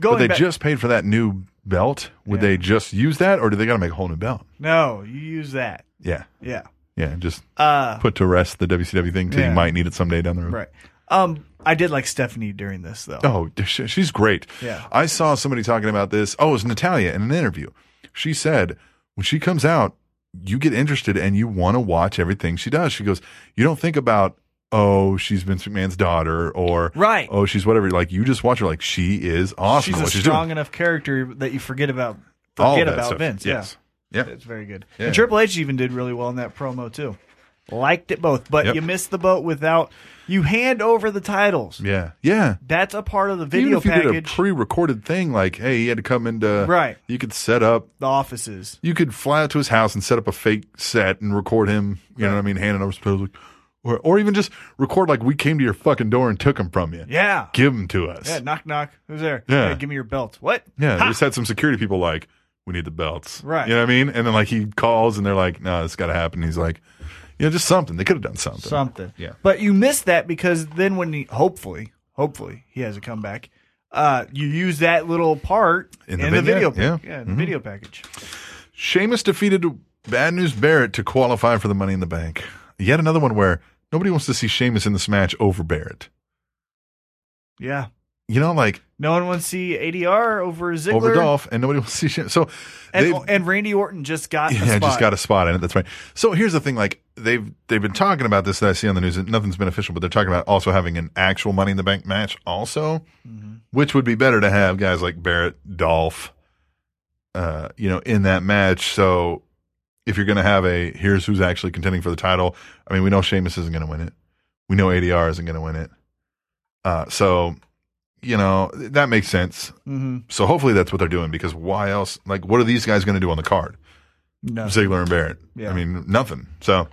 [SPEAKER 2] Going
[SPEAKER 1] But they
[SPEAKER 2] back-
[SPEAKER 1] just paid for that new belt. Would they just use that, or do they got to make a whole new belt?
[SPEAKER 2] no, you use that.
[SPEAKER 1] Yeah,
[SPEAKER 2] Yeah.
[SPEAKER 1] yeah. Just
[SPEAKER 2] Uh,
[SPEAKER 1] put to rest the WCW thing till you
[SPEAKER 2] Yeah.
[SPEAKER 1] might need it someday down the road.
[SPEAKER 2] right. Um, I did like Stephanie during this though.
[SPEAKER 1] Oh, sh- she's great.
[SPEAKER 2] Yeah.
[SPEAKER 1] I saw somebody talking about this. Oh, it was Natalia in an interview. She said, when she comes out, you get interested and you want to watch everything she does. She goes, you don't think about, oh, she's Vince McMahon's daughter or,
[SPEAKER 2] Right.
[SPEAKER 1] oh, she's whatever. Like, you just watch her like she is awesome.
[SPEAKER 2] she's
[SPEAKER 1] at
[SPEAKER 2] a
[SPEAKER 1] what she's
[SPEAKER 2] strong
[SPEAKER 1] doing.
[SPEAKER 2] enough character that you forget about
[SPEAKER 1] All
[SPEAKER 2] forget
[SPEAKER 1] that
[SPEAKER 2] about
[SPEAKER 1] stuff.
[SPEAKER 2] Vince.
[SPEAKER 1] Yes.
[SPEAKER 2] Yeah.
[SPEAKER 1] Yeah.
[SPEAKER 2] It's very good.
[SPEAKER 1] Yeah.
[SPEAKER 2] And Triple H even did really well in that promo too. Liked it both, but
[SPEAKER 1] Yep.
[SPEAKER 2] you missed the boat without you hand over the titles.
[SPEAKER 1] Yeah. Yeah.
[SPEAKER 2] That's a part of the
[SPEAKER 1] Even
[SPEAKER 2] video
[SPEAKER 1] if you did a
[SPEAKER 2] package.
[SPEAKER 1] pre-recorded thing, like, hey, he had to come into
[SPEAKER 2] Right.
[SPEAKER 1] You could set up
[SPEAKER 2] the offices.
[SPEAKER 1] you could fly out to his house and set up a fake set and record him. You know what I mean? Handing over supposed like, or or even just record like we came to your fucking door and took him from you.
[SPEAKER 2] Yeah.
[SPEAKER 1] give him to us.
[SPEAKER 2] Yeah, knock knock. Who's there?
[SPEAKER 1] Yeah.
[SPEAKER 2] Hey, give me your belt. What?
[SPEAKER 1] Yeah, they
[SPEAKER 2] Ha!
[SPEAKER 1] just had some security people like we need the belts.
[SPEAKER 2] Right.
[SPEAKER 1] You know what I mean? And then like he calls and they're like, no, this got to happen. He's like, yeah, just something. They could have done something.
[SPEAKER 2] something.
[SPEAKER 1] Yeah.
[SPEAKER 2] But you miss that because then when he hopefully, hopefully he has a comeback. Uh, you use that little part
[SPEAKER 1] In
[SPEAKER 2] in
[SPEAKER 1] the
[SPEAKER 2] the,
[SPEAKER 1] vignette,
[SPEAKER 2] video,
[SPEAKER 1] yeah. Mm-hmm.
[SPEAKER 2] yeah, in the video package.
[SPEAKER 1] Sheamus defeated Bad News Barrett to qualify for the Money in the Bank. Yet another one where nobody wants to see Sheamus in this match over Barrett.
[SPEAKER 2] Yeah,
[SPEAKER 1] You know, like
[SPEAKER 2] no one wants to see ADR over Ziggler
[SPEAKER 1] over Dolph, and nobody wants to see Sheamus. So
[SPEAKER 2] and,
[SPEAKER 1] they've-
[SPEAKER 2] and Randy Orton just
[SPEAKER 1] [laughs]
[SPEAKER 2] got
[SPEAKER 1] Yeah,
[SPEAKER 2] a spot.
[SPEAKER 1] just got a spot in it. That's right. So here's the thing: like they've they've been talking about this that I see on the news, and nothing's been official, but they're talking about also having an actual Money in the Bank match, also,
[SPEAKER 2] Mm-hmm.
[SPEAKER 1] which would be better to have guys like Barrett, Dolph, uh, you know, in that match. So if you're going to have a here's who's actually contending for the title, I mean, we know Sheamus isn't going to win it. We know ADR isn't going to win it. Uh, so you know that makes sense.
[SPEAKER 2] Mhm.
[SPEAKER 1] So hopefully that's what they're doing because why else? Like, what are these guys going to do on the card?
[SPEAKER 2] No.
[SPEAKER 1] Ziggler and Barrett.
[SPEAKER 2] Yeah.
[SPEAKER 1] I mean, nothing. So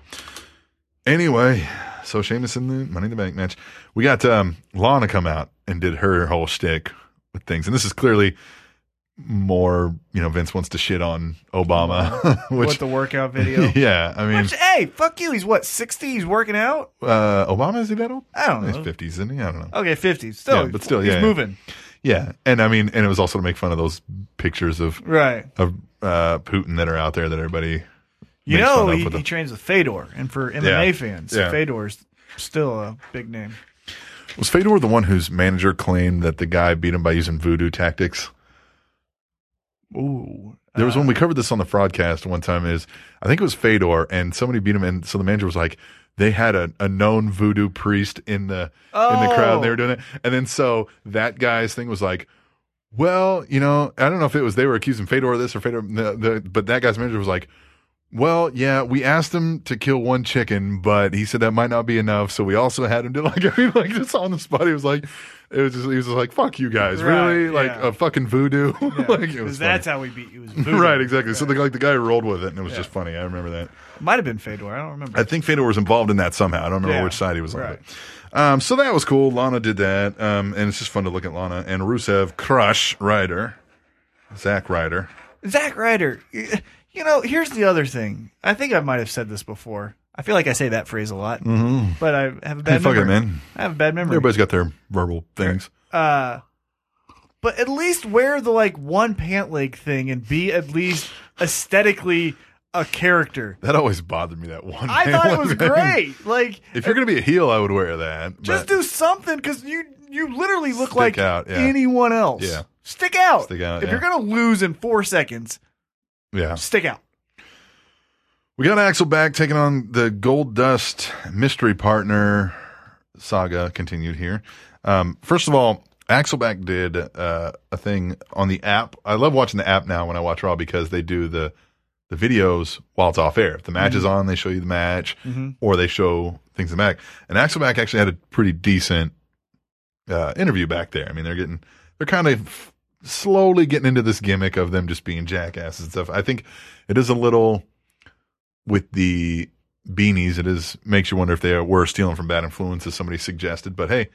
[SPEAKER 1] anyway, so Sheamus in the Money in the Bank match. We got um, Lana come out and did her whole shtick with things, and this is clearly more. You know, Vince wants to shit on Obama,
[SPEAKER 5] with
[SPEAKER 1] [laughs] which
[SPEAKER 5] the workout video.
[SPEAKER 1] [laughs] yeah, I mean,
[SPEAKER 2] Which, hey, fuck you. He's what, 60? He's working out?
[SPEAKER 1] uh, Obama is he that old?
[SPEAKER 2] I don't
[SPEAKER 1] He's
[SPEAKER 2] know.
[SPEAKER 1] fifties, isn't he? I don't know.
[SPEAKER 2] Okay, 50. Still,
[SPEAKER 1] Yeah, but still,
[SPEAKER 2] he's
[SPEAKER 1] yeah, yeah.
[SPEAKER 2] moving.
[SPEAKER 1] Yeah, and I mean, and it was also to make fun of those pictures of
[SPEAKER 2] Right.
[SPEAKER 1] of uh, Putin that are out there that everybody.
[SPEAKER 2] You
[SPEAKER 1] makes
[SPEAKER 2] know,
[SPEAKER 1] fun of
[SPEAKER 2] he,
[SPEAKER 1] with
[SPEAKER 2] he
[SPEAKER 1] the-
[SPEAKER 2] trains with Fedor. And for MMA
[SPEAKER 1] Yeah.
[SPEAKER 2] fans,
[SPEAKER 1] Yeah.
[SPEAKER 2] Fedor's still a big name.
[SPEAKER 1] Was Fedor the one whose manager claimed that the guy beat him by using voodoo tactics?
[SPEAKER 2] Ooh.
[SPEAKER 1] There was when we covered this on the broadcast one time. Is I think it was Fedor and somebody beat him, and so the manager was like, they had a, a known voodoo priest in the in the crowd.
[SPEAKER 2] Oh.
[SPEAKER 1] And they were doing it, and then so that guy's thing was like, well, you know, I don't know if it was they were accusing Fedor of this or Fedor, the, the, but that guy's manager was like. Well, yeah, we asked him to kill one chicken, but he said that might not be enough. So we also had him do like, [laughs] I mean, like just on the spot. He was like, it was just, he was just like, fuck you guys,
[SPEAKER 5] Right,
[SPEAKER 1] really? Like
[SPEAKER 5] yeah.
[SPEAKER 1] a fucking voodoo. [laughs] like, it
[SPEAKER 5] Because
[SPEAKER 1] was funny.
[SPEAKER 5] that's how we beat you.
[SPEAKER 1] [laughs]
[SPEAKER 5] Was voodoo.
[SPEAKER 1] Right, exactly. So the, like the guy rolled with it, and it was just funny. I remember that.
[SPEAKER 2] Might have been Fedor. I don't remember.
[SPEAKER 1] I think Fedor was involved in that somehow. I don't remember
[SPEAKER 5] Yeah.
[SPEAKER 1] which side he was on.
[SPEAKER 2] Right.
[SPEAKER 1] But, um, so that was cool. Lana did that, um, and it's just fun to look at Lana and Rusev crush Ryder, Zack Ryder.
[SPEAKER 2] Zack Ryder, y- you know, here's the other thing. I think I might have said this before. I feel like I say that phrase a lot, but I have a bad
[SPEAKER 1] Mm-hmm. Hey, fuck it,
[SPEAKER 2] memory.
[SPEAKER 1] man.
[SPEAKER 2] I have a bad memory.
[SPEAKER 1] Everybody's got their verbal things.
[SPEAKER 2] uh, but at least wear the like one pant leg thing and be at least aesthetically a character.
[SPEAKER 1] That always bothered me. That one. [laughs]
[SPEAKER 2] I thought it was
[SPEAKER 1] man.
[SPEAKER 2] great. Like,
[SPEAKER 1] If you're gonna be a heel, I would wear that.
[SPEAKER 2] just
[SPEAKER 1] but
[SPEAKER 2] do something because you you literally look
[SPEAKER 1] Stick
[SPEAKER 2] like
[SPEAKER 1] out, yeah.
[SPEAKER 2] anyone else.
[SPEAKER 1] Yeah.
[SPEAKER 2] stick out.
[SPEAKER 1] Stick out,
[SPEAKER 2] If
[SPEAKER 1] yeah.
[SPEAKER 2] you're gonna lose in four seconds,
[SPEAKER 1] yeah.
[SPEAKER 2] stick out.
[SPEAKER 1] We got Axel back taking on the Gold Dust mystery partner saga continued here. Um, first of all, Axel back did uh, a thing on the app. I love watching the app now when I watch Raw because they do the the videos while it's off air. If the match is on, they show you the match or they show things in the back. And Axel back actually had a pretty decent uh, interview back there. I mean, they're getting they're kind of slowly getting into this gimmick of them just being jackasses and stuff. I think it is a little with the beanies. It is makes you wonder if they were stealing from Bad Influence, as somebody suggested. But hey,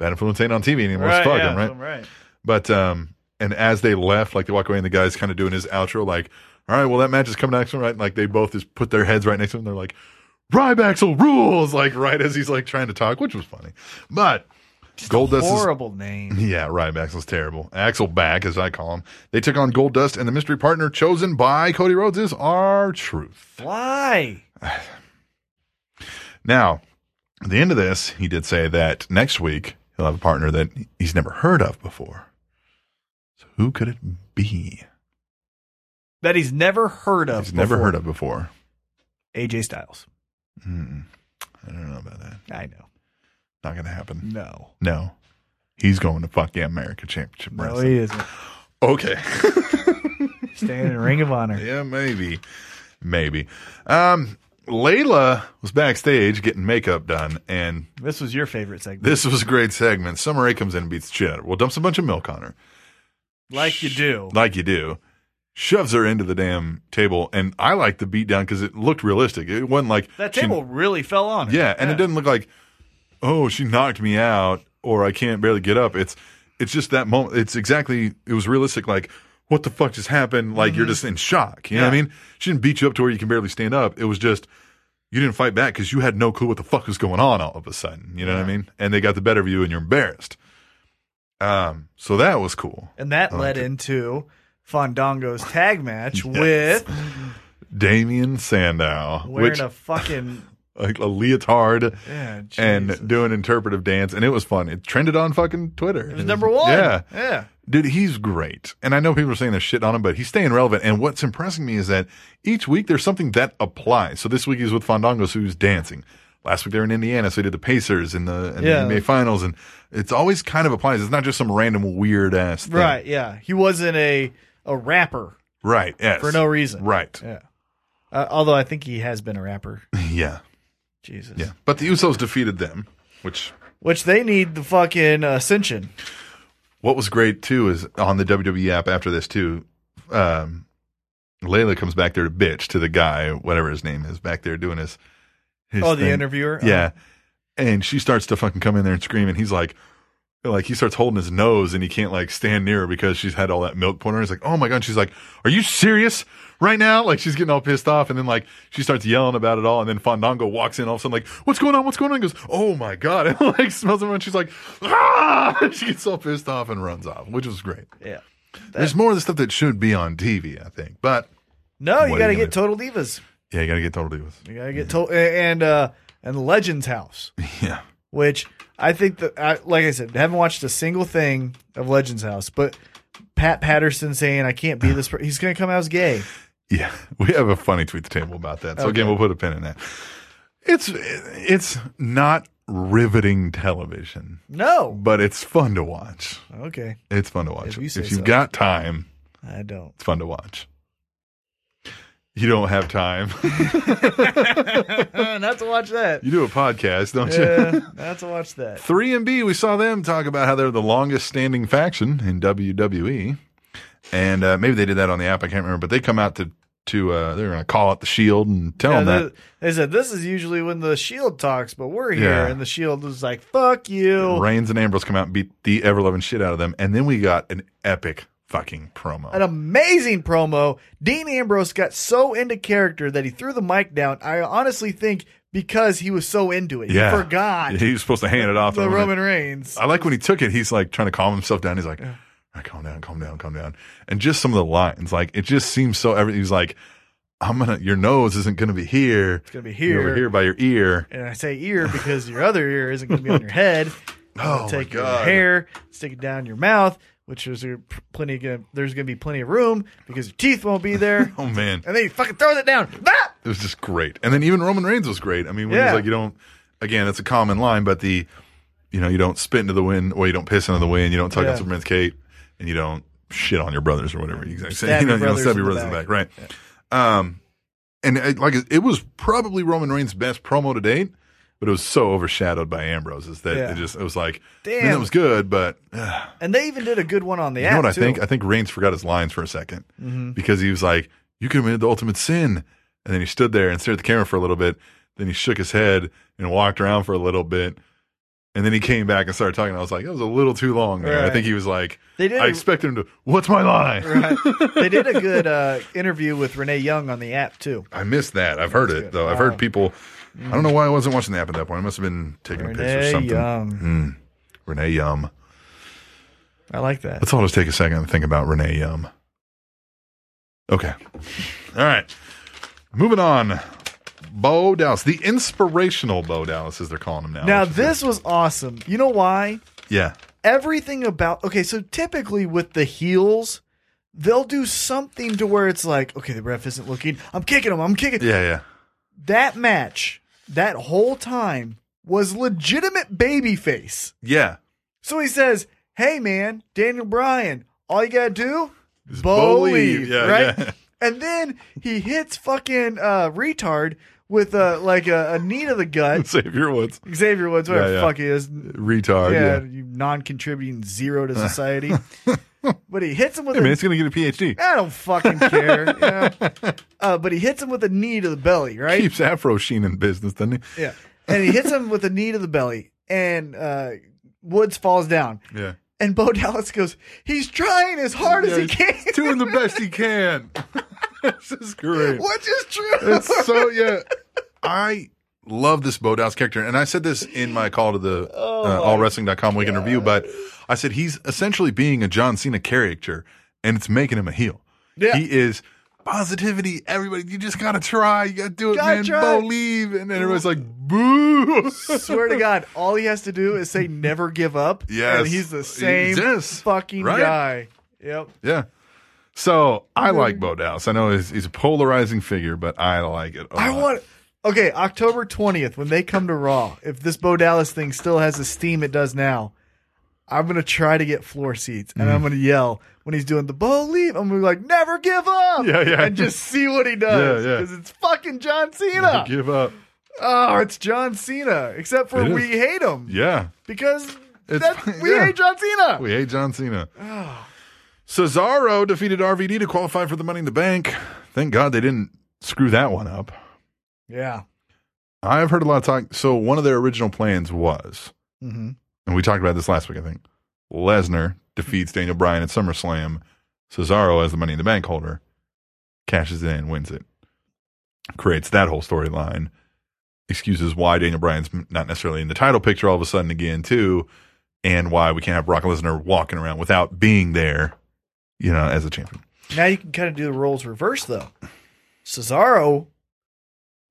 [SPEAKER 1] Bad Influence ain't on TV anymore. It's fucking
[SPEAKER 5] yeah,
[SPEAKER 1] right. But um, and as they left, like they walk away, and the guy's kind of doing his outro, like, "All right, well, that match is coming next, right?" Like they both just put their heads right next to him. They're like, "Rybacksel rules!" Like right as he's like trying to talk, which was funny. But Goldust is
[SPEAKER 2] Horrible name.
[SPEAKER 1] [laughs] yeah, Ryback was terrible. Axel back, as I call him. They took on Gold Dust, and the mystery partner chosen by Cody Rhodes is our truth.
[SPEAKER 2] Why?
[SPEAKER 1] Now, at the end of this, he did say that next week he'll have a partner that he's never heard of before. So who could it be?
[SPEAKER 2] That he's never heard of.
[SPEAKER 1] He's never
[SPEAKER 2] before.
[SPEAKER 1] heard of before.
[SPEAKER 2] AJ Styles.
[SPEAKER 1] I don't know about that.
[SPEAKER 2] I know.
[SPEAKER 1] Not going to happen.
[SPEAKER 2] No.
[SPEAKER 1] No. He's going to fuck yeah America Championship
[SPEAKER 2] No,
[SPEAKER 1] Wrestling.
[SPEAKER 2] he isn't.
[SPEAKER 1] Okay.
[SPEAKER 2] Staying in Ring of Honor.
[SPEAKER 1] [laughs] Yeah, maybe. Maybe. Um, Layla was backstage getting makeup done, and
[SPEAKER 2] This was your favorite segment.
[SPEAKER 1] this was a great segment. Summer Rae comes in and beats the shit out of her. Well, dumps a bunch of milk on her,
[SPEAKER 2] like you do.
[SPEAKER 1] like you do. Shoves her into the damn table, and I like the beat down because it looked realistic. It wasn't like
[SPEAKER 2] That
[SPEAKER 1] she-
[SPEAKER 2] table really fell on her.
[SPEAKER 1] yeah, and it didn't look like, oh, she knocked me out, or I can't barely get up. It's, it's just that moment. It's exactly. It was realistic. Like, what the fuck just happened? Like, you're just in shock. You know what I
[SPEAKER 2] Mm-hmm. Yeah.
[SPEAKER 1] mean? She didn't beat you up to where you can barely stand up. It was just you didn't fight back because you had no clue what the fuck was going on all of a sudden. You know what I mean? And they got the better of you, and you're embarrassed. Um. So that was cool.
[SPEAKER 2] And that led into Fandango's tag
[SPEAKER 1] [laughs]
[SPEAKER 2] match with
[SPEAKER 1] Damien Sandow,
[SPEAKER 2] wearing
[SPEAKER 1] which
[SPEAKER 2] a fucking
[SPEAKER 1] [laughs] a, a leotard.
[SPEAKER 2] yeah, jeez.
[SPEAKER 1] and do an interpretive dance, and it was fun. It trended on fucking Twitter. It
[SPEAKER 2] was number one.
[SPEAKER 1] Yeah,
[SPEAKER 2] Yeah.
[SPEAKER 1] dude, he's great. And I know people are saying they're shit on him, but he's staying relevant. And what's impressing me is that each week there's something that applies. So this week he's with Fandangos, who's dancing. Last week they were in Indiana, so he did the Pacers and the, and
[SPEAKER 2] Yeah.
[SPEAKER 1] the NBA Finals, and it's always kind of applies. It's not just some random weird ass thing.
[SPEAKER 2] Right, yeah. He wasn't a a rapper
[SPEAKER 1] right, yes,
[SPEAKER 2] for no reason.
[SPEAKER 1] right,
[SPEAKER 2] Yeah. Uh, although I think he has been a rapper.
[SPEAKER 1] [laughs] yeah,
[SPEAKER 2] Jesus.
[SPEAKER 1] yeah. But the Usos defeated them, which
[SPEAKER 2] Which they need the fucking uh, ascension.
[SPEAKER 1] E What was great too is on the WWE app after this too. Um, Layla comes back there to bitch to the guy, whatever his name is, back there doing his. his
[SPEAKER 2] Oh, the
[SPEAKER 1] thing.
[SPEAKER 2] interviewer?
[SPEAKER 1] Yeah, and she starts to fucking come in there and scream, and he's like, like he starts holding his nose, and he can't like stand near her because she's had all that milk poured on her. He's like, oh my god. And she's like, are you serious? Right now, like she's getting all pissed off, and then like she starts yelling about it all, and then Fandango walks in all of a sudden, like, "What's going on? What's going on?" He goes, "Oh my god!" [laughs] And like smells him, and she's like, "Ah!" [laughs] She gets all pissed off and runs off, which was great.
[SPEAKER 2] Yeah.
[SPEAKER 1] There's more of the stuff that should be on TV, I think. But
[SPEAKER 2] No,
[SPEAKER 1] What are
[SPEAKER 2] you got to
[SPEAKER 1] you
[SPEAKER 2] get Total Divas.
[SPEAKER 1] yeah, you gotta get totally with.
[SPEAKER 2] You got to get Total and uh and Legends House,
[SPEAKER 1] [laughs] Yeah,
[SPEAKER 2] which I think that I, like I said, haven't watched a single thing of Legends House, but Pat Patterson saying I can't be this per-" he's going to come out as gay.
[SPEAKER 1] yeah. [laughs] We have a funny tweet the table about that. So again, we'll put a pin in that. It's it's not riveting television,
[SPEAKER 2] No.
[SPEAKER 1] but it's fun to watch.
[SPEAKER 2] Okay.
[SPEAKER 1] It's fun to watch.
[SPEAKER 2] If you
[SPEAKER 1] If,
[SPEAKER 2] say
[SPEAKER 1] you've
[SPEAKER 2] so.
[SPEAKER 1] got time,
[SPEAKER 2] I don't.
[SPEAKER 1] it's fun to watch. You don't have time. [laughs] Uh,
[SPEAKER 2] not to watch that.
[SPEAKER 1] you do a podcast, don't [laughs] you?
[SPEAKER 2] [laughs] Yeah, not to watch that.
[SPEAKER 1] 3MB, we saw them talk about how they're the longest standing faction in WWE. And uh, maybe they did that on the app. I can't remember. But they come out to, to uh, they're going to call out the Shield and tell
[SPEAKER 2] Yeah,
[SPEAKER 1] them that.
[SPEAKER 2] they, they said this is usually when the Shield talks, but we're here,
[SPEAKER 1] Yeah.
[SPEAKER 2] and the Shield was like, "Fuck you."
[SPEAKER 1] Reigns and Ambrose come out and beat the ever loving shit out of them. And then we got an epic fucking promo.
[SPEAKER 2] An amazing promo. Dean Ambrose got so into character that he threw the mic down. I honestly think because he was so into it,
[SPEAKER 1] yeah.
[SPEAKER 2] he forgot
[SPEAKER 1] He Oh. was supposed to hand it off to
[SPEAKER 2] the
[SPEAKER 1] Roman.
[SPEAKER 2] Roman Reigns.
[SPEAKER 1] I like when he took it. He's like trying to calm himself down. He's like, "All right, calm down, calm down, calm down. And just some of the lines, like it just seems so. Everything. He's like, I'm gonna. Your nose isn't gonna be here. It's
[SPEAKER 2] gonna be
[SPEAKER 1] over
[SPEAKER 2] here.
[SPEAKER 1] here by your ear.
[SPEAKER 2] And I say ear because your other ear isn't going to be on
[SPEAKER 1] [laughs]
[SPEAKER 2] your head.
[SPEAKER 1] Oh, my
[SPEAKER 2] take your
[SPEAKER 1] God.
[SPEAKER 2] hair, stick it down your mouth, which is uh, plenty. Gonna, there's going to be plenty of room because your teeth won't
[SPEAKER 1] [laughs]
[SPEAKER 2] be there.
[SPEAKER 1] Oh man,
[SPEAKER 2] and then he fucking throws it down. Bah!
[SPEAKER 1] [laughs] it was just great. And then even Roman Reigns was great. I mean, when he's
[SPEAKER 2] Yeah.
[SPEAKER 1] like, you don't. Again, it's a common line, but the, you know, you don't spit into the wind, or you don't piss into the wind. You don't talk
[SPEAKER 2] Yeah.
[SPEAKER 1] on Superman's cape, and you don't shit on your brothers or whatever. Exactly. [laughs]
[SPEAKER 2] Stab
[SPEAKER 1] you know,
[SPEAKER 2] your
[SPEAKER 1] you don't
[SPEAKER 2] brothers
[SPEAKER 1] stab
[SPEAKER 2] in
[SPEAKER 1] your
[SPEAKER 2] the
[SPEAKER 1] brothers in the back,
[SPEAKER 2] back.
[SPEAKER 1] right? Um, and it, like it was probably Roman Reigns' best promo to date, but it was so overshadowed by Ambrose's that
[SPEAKER 2] Yeah.
[SPEAKER 1] it just it was like,
[SPEAKER 2] Damn.
[SPEAKER 1] man, that was good, but
[SPEAKER 2] And they even did a good one on the
[SPEAKER 1] you
[SPEAKER 2] app.
[SPEAKER 1] know what I
[SPEAKER 2] too. Mm-hmm.
[SPEAKER 1] think? I think Reigns forgot his lines for a 2nd because he was like, "You committed the ultimate sin," and then he stood there and stared at the camera for a little bit. Then he shook his head and walked around for a little bit, and then he came back and started talking. I was like, "That was a little too long." There, I
[SPEAKER 2] Right.
[SPEAKER 1] think he was like,
[SPEAKER 2] They did
[SPEAKER 1] I
[SPEAKER 2] a-
[SPEAKER 1] expected him to. What's my line?
[SPEAKER 2] Right. they did a good uh, interview with Renee Young on the app too.
[SPEAKER 1] I missed that. I've heard it though. I've heard people. I don't know why I wasn't watching the app at that point. I must have been taking a piss or
[SPEAKER 2] Mm. Renee
[SPEAKER 1] something.
[SPEAKER 2] Young,
[SPEAKER 1] Renee Yum.
[SPEAKER 2] I like that.
[SPEAKER 1] Let's all just take a second and think about Renee Yum. Okay. All right. Moving on. Bo Dallas, the inspirational Bo Dallas, as they're calling him now.
[SPEAKER 2] Now
[SPEAKER 1] which is-
[SPEAKER 2] this was awesome. You know why?
[SPEAKER 1] yeah,
[SPEAKER 2] Everything about okay. So typically with the heels, they'll do something to where it's like, okay, the ref isn't looking. I'm kicking him. I'm kicking.
[SPEAKER 1] yeah, yeah.
[SPEAKER 2] That match, that whole time was legitimate babyface.
[SPEAKER 1] Yeah. [laughs]
[SPEAKER 2] So he says, "Hey man, Daniel Bryan, all you gotta do,
[SPEAKER 1] believe."
[SPEAKER 2] believe,
[SPEAKER 1] Yeah,
[SPEAKER 2] right?"
[SPEAKER 1] yeah. [laughs]
[SPEAKER 2] And then he hits fucking uh, retard with a like a, a knee to
[SPEAKER 1] [laughs]
[SPEAKER 2] the gut.
[SPEAKER 1] Xavier Woods,
[SPEAKER 2] Xavier Woods, whatever
[SPEAKER 1] Yeah, yeah.
[SPEAKER 2] the fuck he is,
[SPEAKER 1] retard. Yeah.
[SPEAKER 2] yeah, you non-contributing zero
[SPEAKER 1] [laughs]
[SPEAKER 2] to society. but he hits him with
[SPEAKER 1] Hey,
[SPEAKER 2] a
[SPEAKER 1] man, it's gonna get a PhD.
[SPEAKER 2] I don't fucking care. you
[SPEAKER 1] [laughs]
[SPEAKER 2] know? uh, but he hits him with a knee to the belly, right?
[SPEAKER 1] Keeps Afro Sheen in business, doesn't he?
[SPEAKER 2] Yeah. And he hits him with a knee to the belly, and uh, Woods falls down.
[SPEAKER 1] Yeah.
[SPEAKER 2] And Bo Dallas goes, he's trying as hard as he
[SPEAKER 1] Yeah,
[SPEAKER 2] can, [laughs]
[SPEAKER 1] he's doing the best he can. [laughs] this is great.
[SPEAKER 2] which is true.
[SPEAKER 1] It's so yeah. I love this Bo Dallas character, and I said this in my call to the
[SPEAKER 2] Oh
[SPEAKER 1] uh, AllWrestling.com weekend review. But I said he's essentially being a John Cena caricature, and it's making him a heel.
[SPEAKER 2] Yeah.
[SPEAKER 1] he is positivity. Everybody, you just gotta try. You gotta do it,
[SPEAKER 2] Gotta
[SPEAKER 1] man.
[SPEAKER 2] try.
[SPEAKER 1] Believe, and then everybody's like,
[SPEAKER 2] [laughs]
[SPEAKER 1] "Boo!"
[SPEAKER 2] Swear to God, all he has to do is say never give up.
[SPEAKER 1] Yes.
[SPEAKER 2] And he's the same
[SPEAKER 1] Yes.
[SPEAKER 2] fucking
[SPEAKER 1] Right?
[SPEAKER 2] guy. Yep.
[SPEAKER 1] yeah. So I like Bo Dallas. I know he's, he's a polarizing figure, but I like it. I
[SPEAKER 2] I want. Okay, October 20th, when they come to Raw, if this Bo Dallas thing still has the steam it does now, I'm going to try to get floor seats and
[SPEAKER 1] Mm.
[SPEAKER 2] I'm going to yell when he's doing the believe. I'm going to be like, never give up.
[SPEAKER 1] Yeah, yeah.
[SPEAKER 2] And just see what he does.
[SPEAKER 1] Yeah, yeah.
[SPEAKER 2] Because it's fucking John
[SPEAKER 1] to
[SPEAKER 2] Cena.
[SPEAKER 1] give up.
[SPEAKER 2] Oh, it's John Cena. Except for
[SPEAKER 1] It is.
[SPEAKER 2] we hate him.
[SPEAKER 1] Yeah.
[SPEAKER 2] Because
[SPEAKER 1] It's- [laughs]
[SPEAKER 2] that's, we
[SPEAKER 1] yeah.
[SPEAKER 2] hate John Cena. Ah,
[SPEAKER 1] We hate John Cena. Cesaro defeated RVD to qualify for the Money in the Bank. Thank God they didn't screw that one up.
[SPEAKER 2] Yeah.
[SPEAKER 1] I've heard a lot of talk. So one of their original plans was,
[SPEAKER 2] Mm-hmm.
[SPEAKER 1] and we talked about this last week, I think. Lesnar defeats Daniel Bryan at SummerSlam. Cesaro as the Money in the Bank holder, cashes it in, wins it, creates that whole storyline. Excuses why Daniel Bryan's not necessarily in the title picture all of a sudden again too, and why we can't have Brock Lesnar walking around without being there, you know, as a champion.
[SPEAKER 2] Now you can kind of do the roles reverse though. Cesaro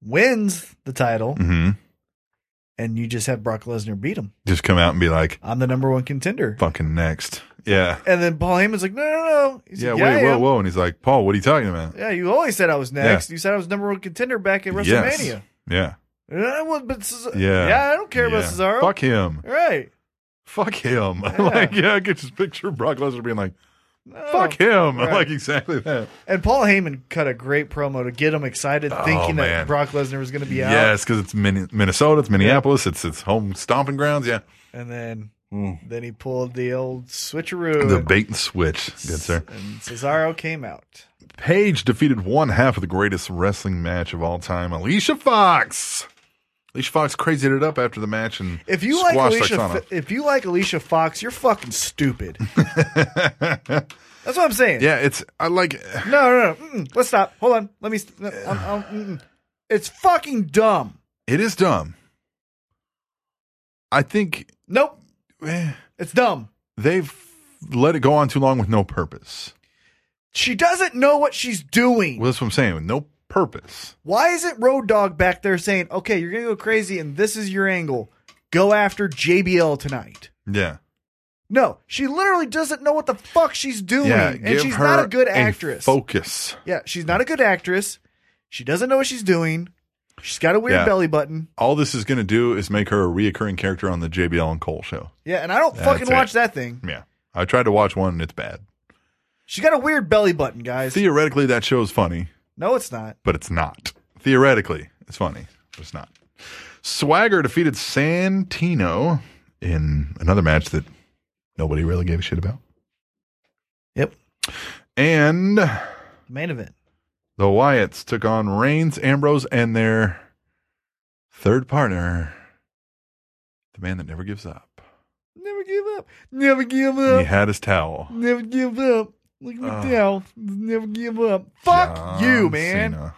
[SPEAKER 2] wins the title,
[SPEAKER 1] hmm
[SPEAKER 2] and you just have Brock Lesnar beat him.
[SPEAKER 1] Just come out and be like,
[SPEAKER 2] I'm the number one contender.
[SPEAKER 1] "Fucking next, yeah,
[SPEAKER 2] And then Paul Heyman's like, no, no, no. He's
[SPEAKER 1] yeah,
[SPEAKER 2] like,
[SPEAKER 1] wait,
[SPEAKER 2] I
[SPEAKER 1] whoa,
[SPEAKER 2] am."
[SPEAKER 1] whoa," and he's like, "Paul, what are you talking about?"
[SPEAKER 2] Yeah, you always said I was next. You said I was number one contender back at
[SPEAKER 1] Yes.
[SPEAKER 2] WrestleMania.
[SPEAKER 1] Yeah,
[SPEAKER 2] Yeah, well, but Cesaro,
[SPEAKER 1] yeah,
[SPEAKER 2] yeah. I don't care
[SPEAKER 1] Yeah.
[SPEAKER 2] about Cesaro.
[SPEAKER 1] Fuck him,
[SPEAKER 2] Right.
[SPEAKER 1] fuck him. [laughs] like, yeah, I could just picture Brock Lesnar being like,
[SPEAKER 2] No.
[SPEAKER 1] fuck him.
[SPEAKER 2] Oh,
[SPEAKER 1] [laughs]
[SPEAKER 2] right.
[SPEAKER 1] Like exactly that.
[SPEAKER 2] And Paul Heyman cut a great promo to get him excited,
[SPEAKER 1] Oh,
[SPEAKER 2] thinking
[SPEAKER 1] man.
[SPEAKER 2] that Brock Lesnar was going to be out.
[SPEAKER 1] Yes, because it's Min- Minnesota, it's Minneapolis, it's its home stomping grounds. Yeah,
[SPEAKER 2] And then then he pulled the old switcheroo.
[SPEAKER 1] Hmm. the
[SPEAKER 2] and-
[SPEAKER 1] bait and switch. Good sir.
[SPEAKER 2] And Cesaro came out.
[SPEAKER 1] Paige defeated one half of the greatest wrestling match of all time, Alicia Fox. Alicia Fox crazied it up after the match, and
[SPEAKER 2] If you like
[SPEAKER 1] squashed
[SPEAKER 2] Alicia,
[SPEAKER 1] Oksana.
[SPEAKER 2] F- if you like Alicia Fox, you're
[SPEAKER 1] [laughs]
[SPEAKER 2] fucking stupid. That's what I'm saying.
[SPEAKER 1] yeah, it's I like.
[SPEAKER 2] No, no, no. Mm-mm. Let's stop. Hold on. Let me. St- no, I'm, I'm- mm-mm. it's fucking dumb.
[SPEAKER 1] It is dumb. I think
[SPEAKER 2] Nope.
[SPEAKER 1] eh,
[SPEAKER 2] It's dumb.
[SPEAKER 1] they've let it go on too long with no purpose.
[SPEAKER 2] She doesn't know what she's doing.
[SPEAKER 1] Well, that's what I'm saying. With no purpose.
[SPEAKER 2] Why isn't Road Dog back there saying, okay, you're going to go crazy and this is your angle? Go after JBL tonight.
[SPEAKER 1] Yeah.
[SPEAKER 2] No, she literally doesn't know what the fuck she's doing.
[SPEAKER 1] Yeah,
[SPEAKER 2] and
[SPEAKER 1] give
[SPEAKER 2] she's
[SPEAKER 1] her
[SPEAKER 2] not a good
[SPEAKER 1] a
[SPEAKER 2] actress.
[SPEAKER 1] focus.
[SPEAKER 2] yeah, she's not a good actress. She doesn't know what she's doing. She's got a weird
[SPEAKER 1] Yeah.
[SPEAKER 2] belly button.
[SPEAKER 1] All this is going to do is make her a reoccurring character on the JBL and Cole show.
[SPEAKER 2] Yeah, and I don't
[SPEAKER 1] That's
[SPEAKER 2] fucking
[SPEAKER 1] it.
[SPEAKER 2] watch that thing.
[SPEAKER 1] Yeah. I tried to watch one and it's bad.
[SPEAKER 2] She got a weird belly button, guys.
[SPEAKER 1] Theoretically, that show's funny,
[SPEAKER 2] no, it's not.
[SPEAKER 1] but it's not. Theoretically, it's funny, but it's not. Swagger defeated Santino in another match that nobody really gave a shit about.
[SPEAKER 2] Yep.
[SPEAKER 1] And
[SPEAKER 2] Main event.
[SPEAKER 1] the Wyatts took on Reigns, Ambrose, and their third partner, the man that never gives up.
[SPEAKER 2] Never give up. Never give
[SPEAKER 1] He
[SPEAKER 2] up.
[SPEAKER 1] had his towel.
[SPEAKER 2] Never give up. Look at me
[SPEAKER 1] Ugh.
[SPEAKER 2] now. Never give up. Fuck you,
[SPEAKER 1] John
[SPEAKER 2] man.
[SPEAKER 1] Cena.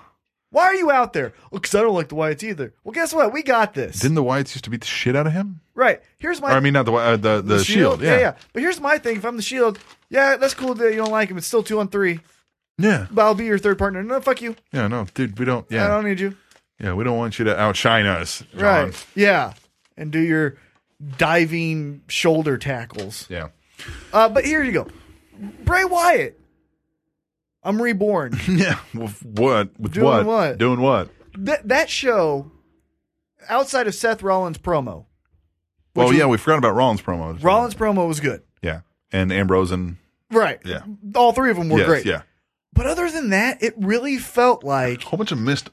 [SPEAKER 2] Why are you out there? Because I don't like the Wyatts either. Well, guess what? We got this.
[SPEAKER 1] Didn't the Whites used to beat the shit out of him?
[SPEAKER 2] right. Here's my
[SPEAKER 1] Or, I mean, not the Wy- uh, the, the, shield. Yeah.
[SPEAKER 2] yeah, But here's my thing. If I'm the Shield, yeah, that's cool that you don't like him. It's still two on three,
[SPEAKER 1] yeah,
[SPEAKER 2] but I'll be your third partner. No, fuck you.
[SPEAKER 1] Yeah, No, dude, we don't. Yeah,
[SPEAKER 2] I don't need you.
[SPEAKER 1] yeah, we don't want you to outshine us, John.
[SPEAKER 2] Um, Right. Yeah. And do your diving shoulder tackles.
[SPEAKER 1] Yeah.
[SPEAKER 2] Uh, but here you go. Bray Wyatt. I'm
[SPEAKER 1] [laughs]
[SPEAKER 2] reborn.
[SPEAKER 1] [laughs] Yeah. With what? With
[SPEAKER 2] Doing
[SPEAKER 1] what?
[SPEAKER 2] what?
[SPEAKER 1] Doing what?
[SPEAKER 2] that that show, outside of Seth Rollins promo,
[SPEAKER 1] Well,
[SPEAKER 2] was-
[SPEAKER 1] yeah, we forgot about Rollins promos.
[SPEAKER 2] Rollins promo was good.
[SPEAKER 1] Yeah, and Ambrose and
[SPEAKER 2] Right.
[SPEAKER 1] Yeah.
[SPEAKER 2] All three of them were
[SPEAKER 1] yes,
[SPEAKER 2] great.
[SPEAKER 1] yeah,
[SPEAKER 2] But other than that, it really felt like
[SPEAKER 1] whole bunch of missed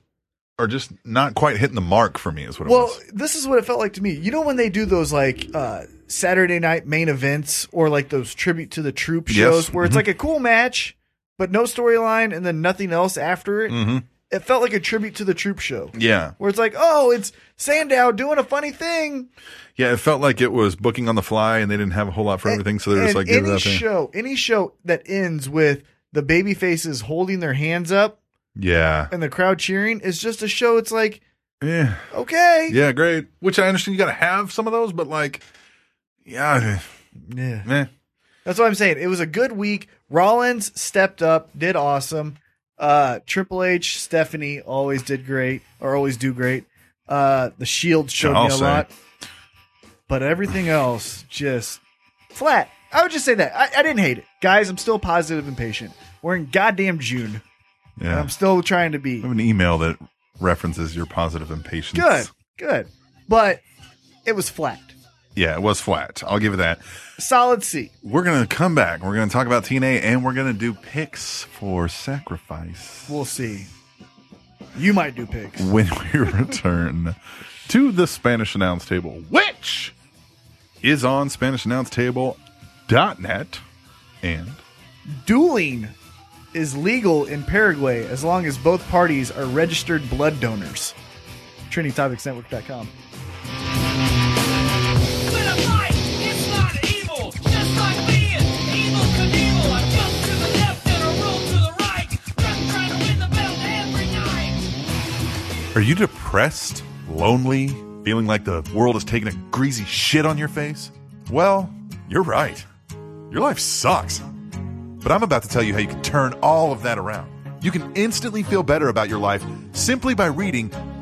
[SPEAKER 1] or just not quite hitting the mark for me is what it
[SPEAKER 2] Well,
[SPEAKER 1] was.
[SPEAKER 2] this is what it felt like to me. You know when they do those like uh, Saturday night main events or like those tribute to the troop
[SPEAKER 1] Yes. Mm-hmm.
[SPEAKER 2] shows where it's like a cool match but no storyline and then nothing else after it.
[SPEAKER 1] Mm-hmm.
[SPEAKER 2] It felt like a tribute to the troop show
[SPEAKER 1] Yeah,
[SPEAKER 2] where it's like, oh, it's Sandow doing a funny thing.
[SPEAKER 1] yeah, it felt like it was booking on the fly, and they didn't have a whole lot for everything, so they're
[SPEAKER 2] And
[SPEAKER 1] just like, give
[SPEAKER 2] any
[SPEAKER 1] that thing.
[SPEAKER 2] show, any show that ends with the baby faces holding their hands up
[SPEAKER 1] Yeah,
[SPEAKER 2] and the crowd cheering is just a show. It's like,
[SPEAKER 1] yeah.
[SPEAKER 2] okay,
[SPEAKER 1] Yeah, great. Which I understand you got to have some of those, but like, yeah,
[SPEAKER 2] yeah.
[SPEAKER 1] man.
[SPEAKER 2] That's what I'm saying. It was a good week. Rollins stepped up, did awesome. Uh, Triple H, Stephanie always did great, or always do great. Uh, the Shield showed
[SPEAKER 1] I'll
[SPEAKER 2] me a
[SPEAKER 1] say.
[SPEAKER 2] lot, but everything else just flat. I would just say that I, I didn't hate it, guys. I'm still positive and patient. We're in goddamn June, and
[SPEAKER 1] Yeah.
[SPEAKER 2] I'm still trying to
[SPEAKER 1] I
[SPEAKER 2] be
[SPEAKER 1] have an email that references your positive impatience.
[SPEAKER 2] good, good. But it was flat.
[SPEAKER 1] Yeah, it was flat. I'll give it that.
[SPEAKER 2] Solid C.
[SPEAKER 1] We're going to come back. We're going to talk about TNA and we're going to do picks for sacrifice
[SPEAKER 2] We'll see. You might do picks.
[SPEAKER 1] when we [laughs] return to the Spanish Announce Table, which is on SpanishAnnounceTable.net and
[SPEAKER 2] Dueling is legal in Paraguay as long as both parties are registered blood donors. TrinityTopicsNetwork.com.
[SPEAKER 6] But a light is not evil, just like being evil Knievel. I jump to the left and I roll to the right. Just trying to win the belt every night.
[SPEAKER 1] Are you depressed, lonely, feeling like the world is taking a greasy shit on your face? Well, you're right. Your life sucks. But I'm about to tell you how you can turn all of that around. You can instantly feel better about your life simply by reading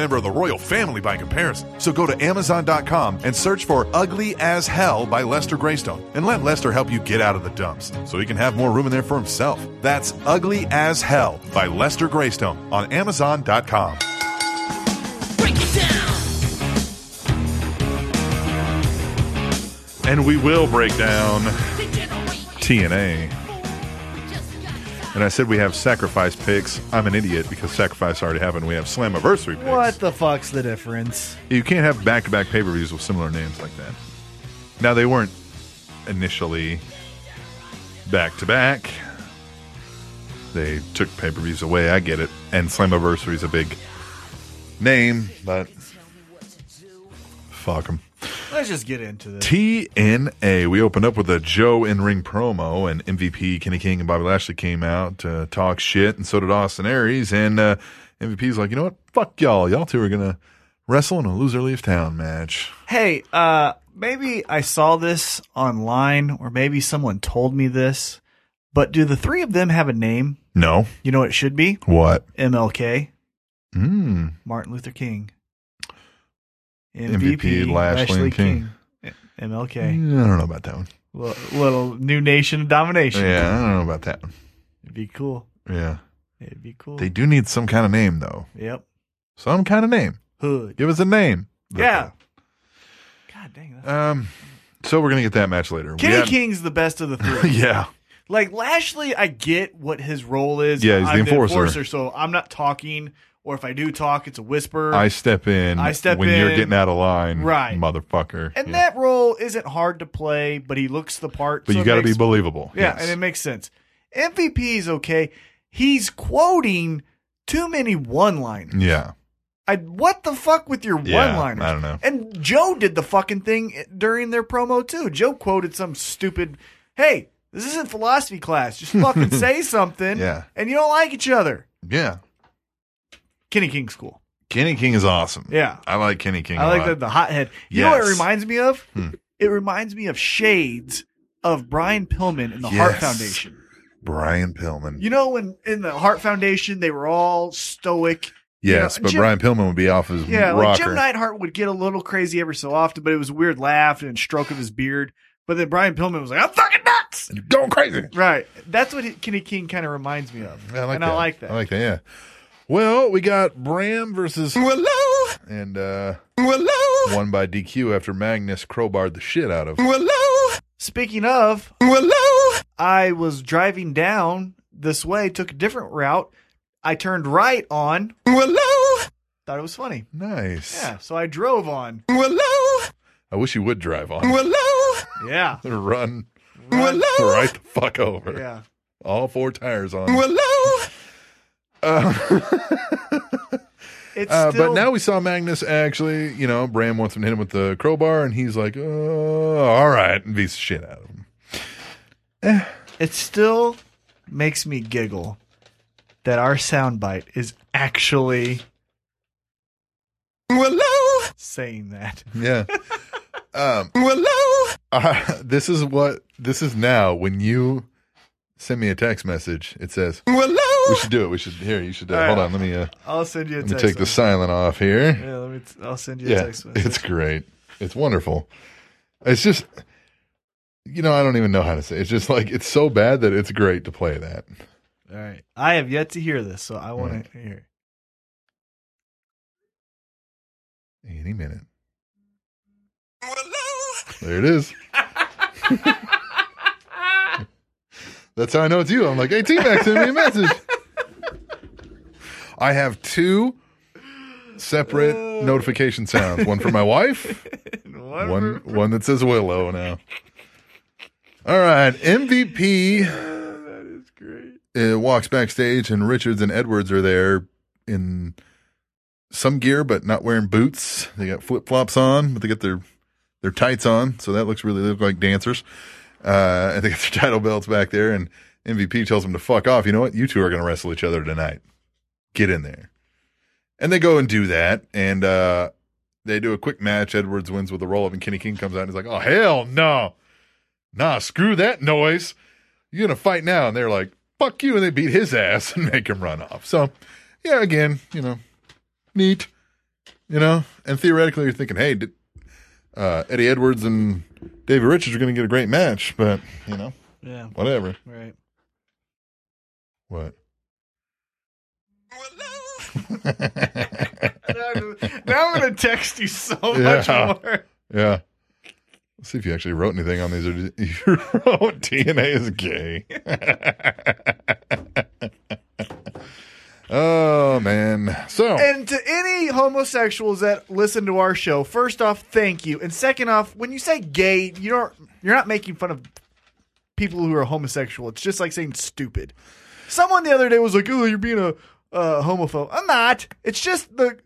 [SPEAKER 1] member of the royal family by comparison. So go to Amazon.com and search for Ugly as Hell by Lester Greystone and let Lester help you get out of the dumps so he can have more room in there for himself. That's Ugly as Hell by Lester Greystone on Amazon.com.
[SPEAKER 6] Break it down.
[SPEAKER 1] And we will break down
[SPEAKER 6] Degenerate.
[SPEAKER 1] TNA.
[SPEAKER 6] Just got
[SPEAKER 1] And I said we have sacrifice picks. I'm an idiot because sacrifice already happened. We have Slammiversary picks.
[SPEAKER 2] What the fuck's the difference?
[SPEAKER 1] You can't have back to back pay per views with similar names like that. Now, they weren't initially back to back. They took pay per views away. I get it. And Slammiversary is a big name, but fuck them.
[SPEAKER 2] Let's just get into this.
[SPEAKER 1] TNA. We opened up with a Joe in ring promo, and MVP Kenny King and Bobby Lashley came out to talk shit, and so did Austin Aries. And uh, MVP's like, you know what? Fuck y'all. Y'all two are gonna wrestle in a loser leave town match.
[SPEAKER 2] Hey, uh, maybe I saw this online, or maybe someone told me this. But do the three of them have a name?
[SPEAKER 1] No,
[SPEAKER 2] You know what it should be?
[SPEAKER 1] what?
[SPEAKER 2] MLK,
[SPEAKER 1] Mm.
[SPEAKER 2] Martin Luther King,
[SPEAKER 1] MVP, Lashley, and King.
[SPEAKER 2] King, MLK,
[SPEAKER 1] Mm, I don't know about that one.
[SPEAKER 2] L- little new nation of domination.
[SPEAKER 1] Yeah, I don't know about that one.
[SPEAKER 2] It'd be cool.
[SPEAKER 1] Yeah,
[SPEAKER 2] It'd be cool.
[SPEAKER 1] they do need some kind of name though.
[SPEAKER 2] yep.
[SPEAKER 1] Some kind of name.
[SPEAKER 2] Hood.
[SPEAKER 1] Give us a name.
[SPEAKER 2] Yeah. God dang that.
[SPEAKER 1] Um. So we're gonna get that match later. We
[SPEAKER 2] Kenny
[SPEAKER 1] had-
[SPEAKER 2] King's the best of the
[SPEAKER 1] [laughs]
[SPEAKER 2] three.
[SPEAKER 1] yeah.
[SPEAKER 2] Like Lashley, I get what his role is.
[SPEAKER 1] Yeah, he's the
[SPEAKER 2] I'm
[SPEAKER 1] enforcer.
[SPEAKER 2] so I'm not talking, or if I do talk, it's a whisper.
[SPEAKER 1] I step in.
[SPEAKER 2] I step
[SPEAKER 1] when you're
[SPEAKER 2] in.
[SPEAKER 1] getting out of line,
[SPEAKER 2] Right.
[SPEAKER 1] motherfucker.
[SPEAKER 2] and
[SPEAKER 1] Yeah.
[SPEAKER 2] that role isn't hard to play, but he looks the part.
[SPEAKER 1] but
[SPEAKER 2] so
[SPEAKER 1] you
[SPEAKER 2] it
[SPEAKER 1] got to be
[SPEAKER 2] makes-
[SPEAKER 1] believable.
[SPEAKER 2] Yeah,
[SPEAKER 1] Yes.
[SPEAKER 2] and it makes sense. MVP is okay. He's quoting too many one-liners.
[SPEAKER 1] yeah,
[SPEAKER 2] I what the fuck with your
[SPEAKER 1] Yeah,
[SPEAKER 2] one-liners?
[SPEAKER 1] I don't know.
[SPEAKER 2] And Joe did the fucking thing during their promo too. Joe quoted some stupid, "Hey, this isn't philosophy class.
[SPEAKER 1] [laughs]
[SPEAKER 2] Just fucking say something."
[SPEAKER 1] Yeah.
[SPEAKER 2] And you don't like each other.
[SPEAKER 1] yeah.
[SPEAKER 2] Kenny King's cool.
[SPEAKER 1] Kenny King is awesome.
[SPEAKER 2] Yeah.
[SPEAKER 1] I like Kenny King.
[SPEAKER 2] I like
[SPEAKER 1] a
[SPEAKER 2] the,
[SPEAKER 1] lot.
[SPEAKER 2] the hothead. You know what it
[SPEAKER 1] Yes.
[SPEAKER 2] reminds me of?
[SPEAKER 1] Hmm.
[SPEAKER 2] It reminds me of Shades of Brian Pillman and the
[SPEAKER 1] Yes.
[SPEAKER 2] Heart Foundation.
[SPEAKER 1] Brian Pillman.
[SPEAKER 2] You know when in the Heart Foundation they were all stoic.
[SPEAKER 1] yes,
[SPEAKER 2] you know,
[SPEAKER 1] but
[SPEAKER 2] Jim-
[SPEAKER 1] Brian Pillman would be off his
[SPEAKER 2] Yeah, like
[SPEAKER 1] rocker.
[SPEAKER 2] Jim Neidhart would get a little crazy every so often, but it was a weird laugh and stroke of his beard. But then Brian Pillman was like, "I'm fucking nuts."
[SPEAKER 1] You're going crazy.
[SPEAKER 2] Right. That's what he- Kenny King kind of reminds me of,
[SPEAKER 1] I like
[SPEAKER 2] and
[SPEAKER 1] that.
[SPEAKER 2] I like that.
[SPEAKER 1] I like that. Yeah. Well, we got Bram versus Willow, and uh, Willow won by DQ after Magnus crowbarred the shit out of
[SPEAKER 2] Speaking of,
[SPEAKER 1] Willow.
[SPEAKER 2] I was driving down this way, took a different route. I turned right on.
[SPEAKER 1] Willow.
[SPEAKER 2] Thought it was funny.
[SPEAKER 1] Nice.
[SPEAKER 2] Yeah. So I drove on.
[SPEAKER 1] Willow. I wish you would drive on. Willow.
[SPEAKER 2] Yeah.
[SPEAKER 1] [laughs] Run.
[SPEAKER 2] Run.
[SPEAKER 1] Right the fuck over.
[SPEAKER 2] Yeah.
[SPEAKER 1] All four tires on. Willow.
[SPEAKER 2] It's
[SPEAKER 1] Uh,
[SPEAKER 2] still,
[SPEAKER 1] but now we saw Magnus actually, you know, Bram wants him to hit him with the crowbar, and he's like, oh, all right, and beats the shit out of him.
[SPEAKER 2] it still makes me giggle that our soundbite is actually
[SPEAKER 1] Willow.
[SPEAKER 2] saying that.
[SPEAKER 1] Yeah. um, Willow. [laughs] Uh, this is what, this is now when you send me a text message, it says, Willow. We should do it. We should, here, you should, uh,
[SPEAKER 2] All right.
[SPEAKER 1] hold on, let me, uh,
[SPEAKER 2] I'll send you a
[SPEAKER 1] Let me
[SPEAKER 2] text.
[SPEAKER 1] take the
[SPEAKER 2] message.
[SPEAKER 1] silent off here.
[SPEAKER 2] Yeah, let me. T- I'll send you a
[SPEAKER 1] Yeah,
[SPEAKER 2] text. message.
[SPEAKER 1] it's great. It's wonderful. It's just, you know, I don't even know how to say. It. It's just like it's so bad that it's great to play that.
[SPEAKER 5] All right. I have yet to hear this, so I want to hear.
[SPEAKER 1] Any minute. There it is. That's how I know it's you. I'm like, hey, T Mac, send me a message. I have two separate notification sounds one for my wife, one, one that says Willow now. All right. MVP uh, walks backstage, and Richards and Edwards are there in some gear, but not wearing boots. They got flip flops on, but they got their their tights on, so that looks really they look like dancers. Uh, and they got their [laughs] title belts back there, and MVP tells them to fuck off. You know what? You two are going to wrestle each other tonight. Get in there, and they go and do that, and uh, they do a quick match. Edwards wins with a roll up, and Kenny King comes out and he's like, "Oh hell no, nah, screw that noise." you're gonna fight now and they're like fuck you and they beat his ass [laughs] and make him run off so yeah again you know neat you know and theoretically you're thinking hey did, uh, eddie edwards and david richards are gonna get a great match but you know
[SPEAKER 5] Yeah.
[SPEAKER 1] whatever
[SPEAKER 5] Right.
[SPEAKER 1] what
[SPEAKER 5] [laughs] Now I'm gonna text you so
[SPEAKER 1] [laughs] Yeah.
[SPEAKER 5] much more.
[SPEAKER 1] yeah let's see if you actually wrote anything on these or did- you [laughs] wrote dna is gay [laughs] oh man so
[SPEAKER 2] And to any homosexuals that listen to our show, first off, thank you, and second off, when you say gay, you don't you're not making fun of people who are homosexual. It's just like saying stupid. Someone the other day was like, "Oh, you're being a uh, homophobe." I'm not. It's just the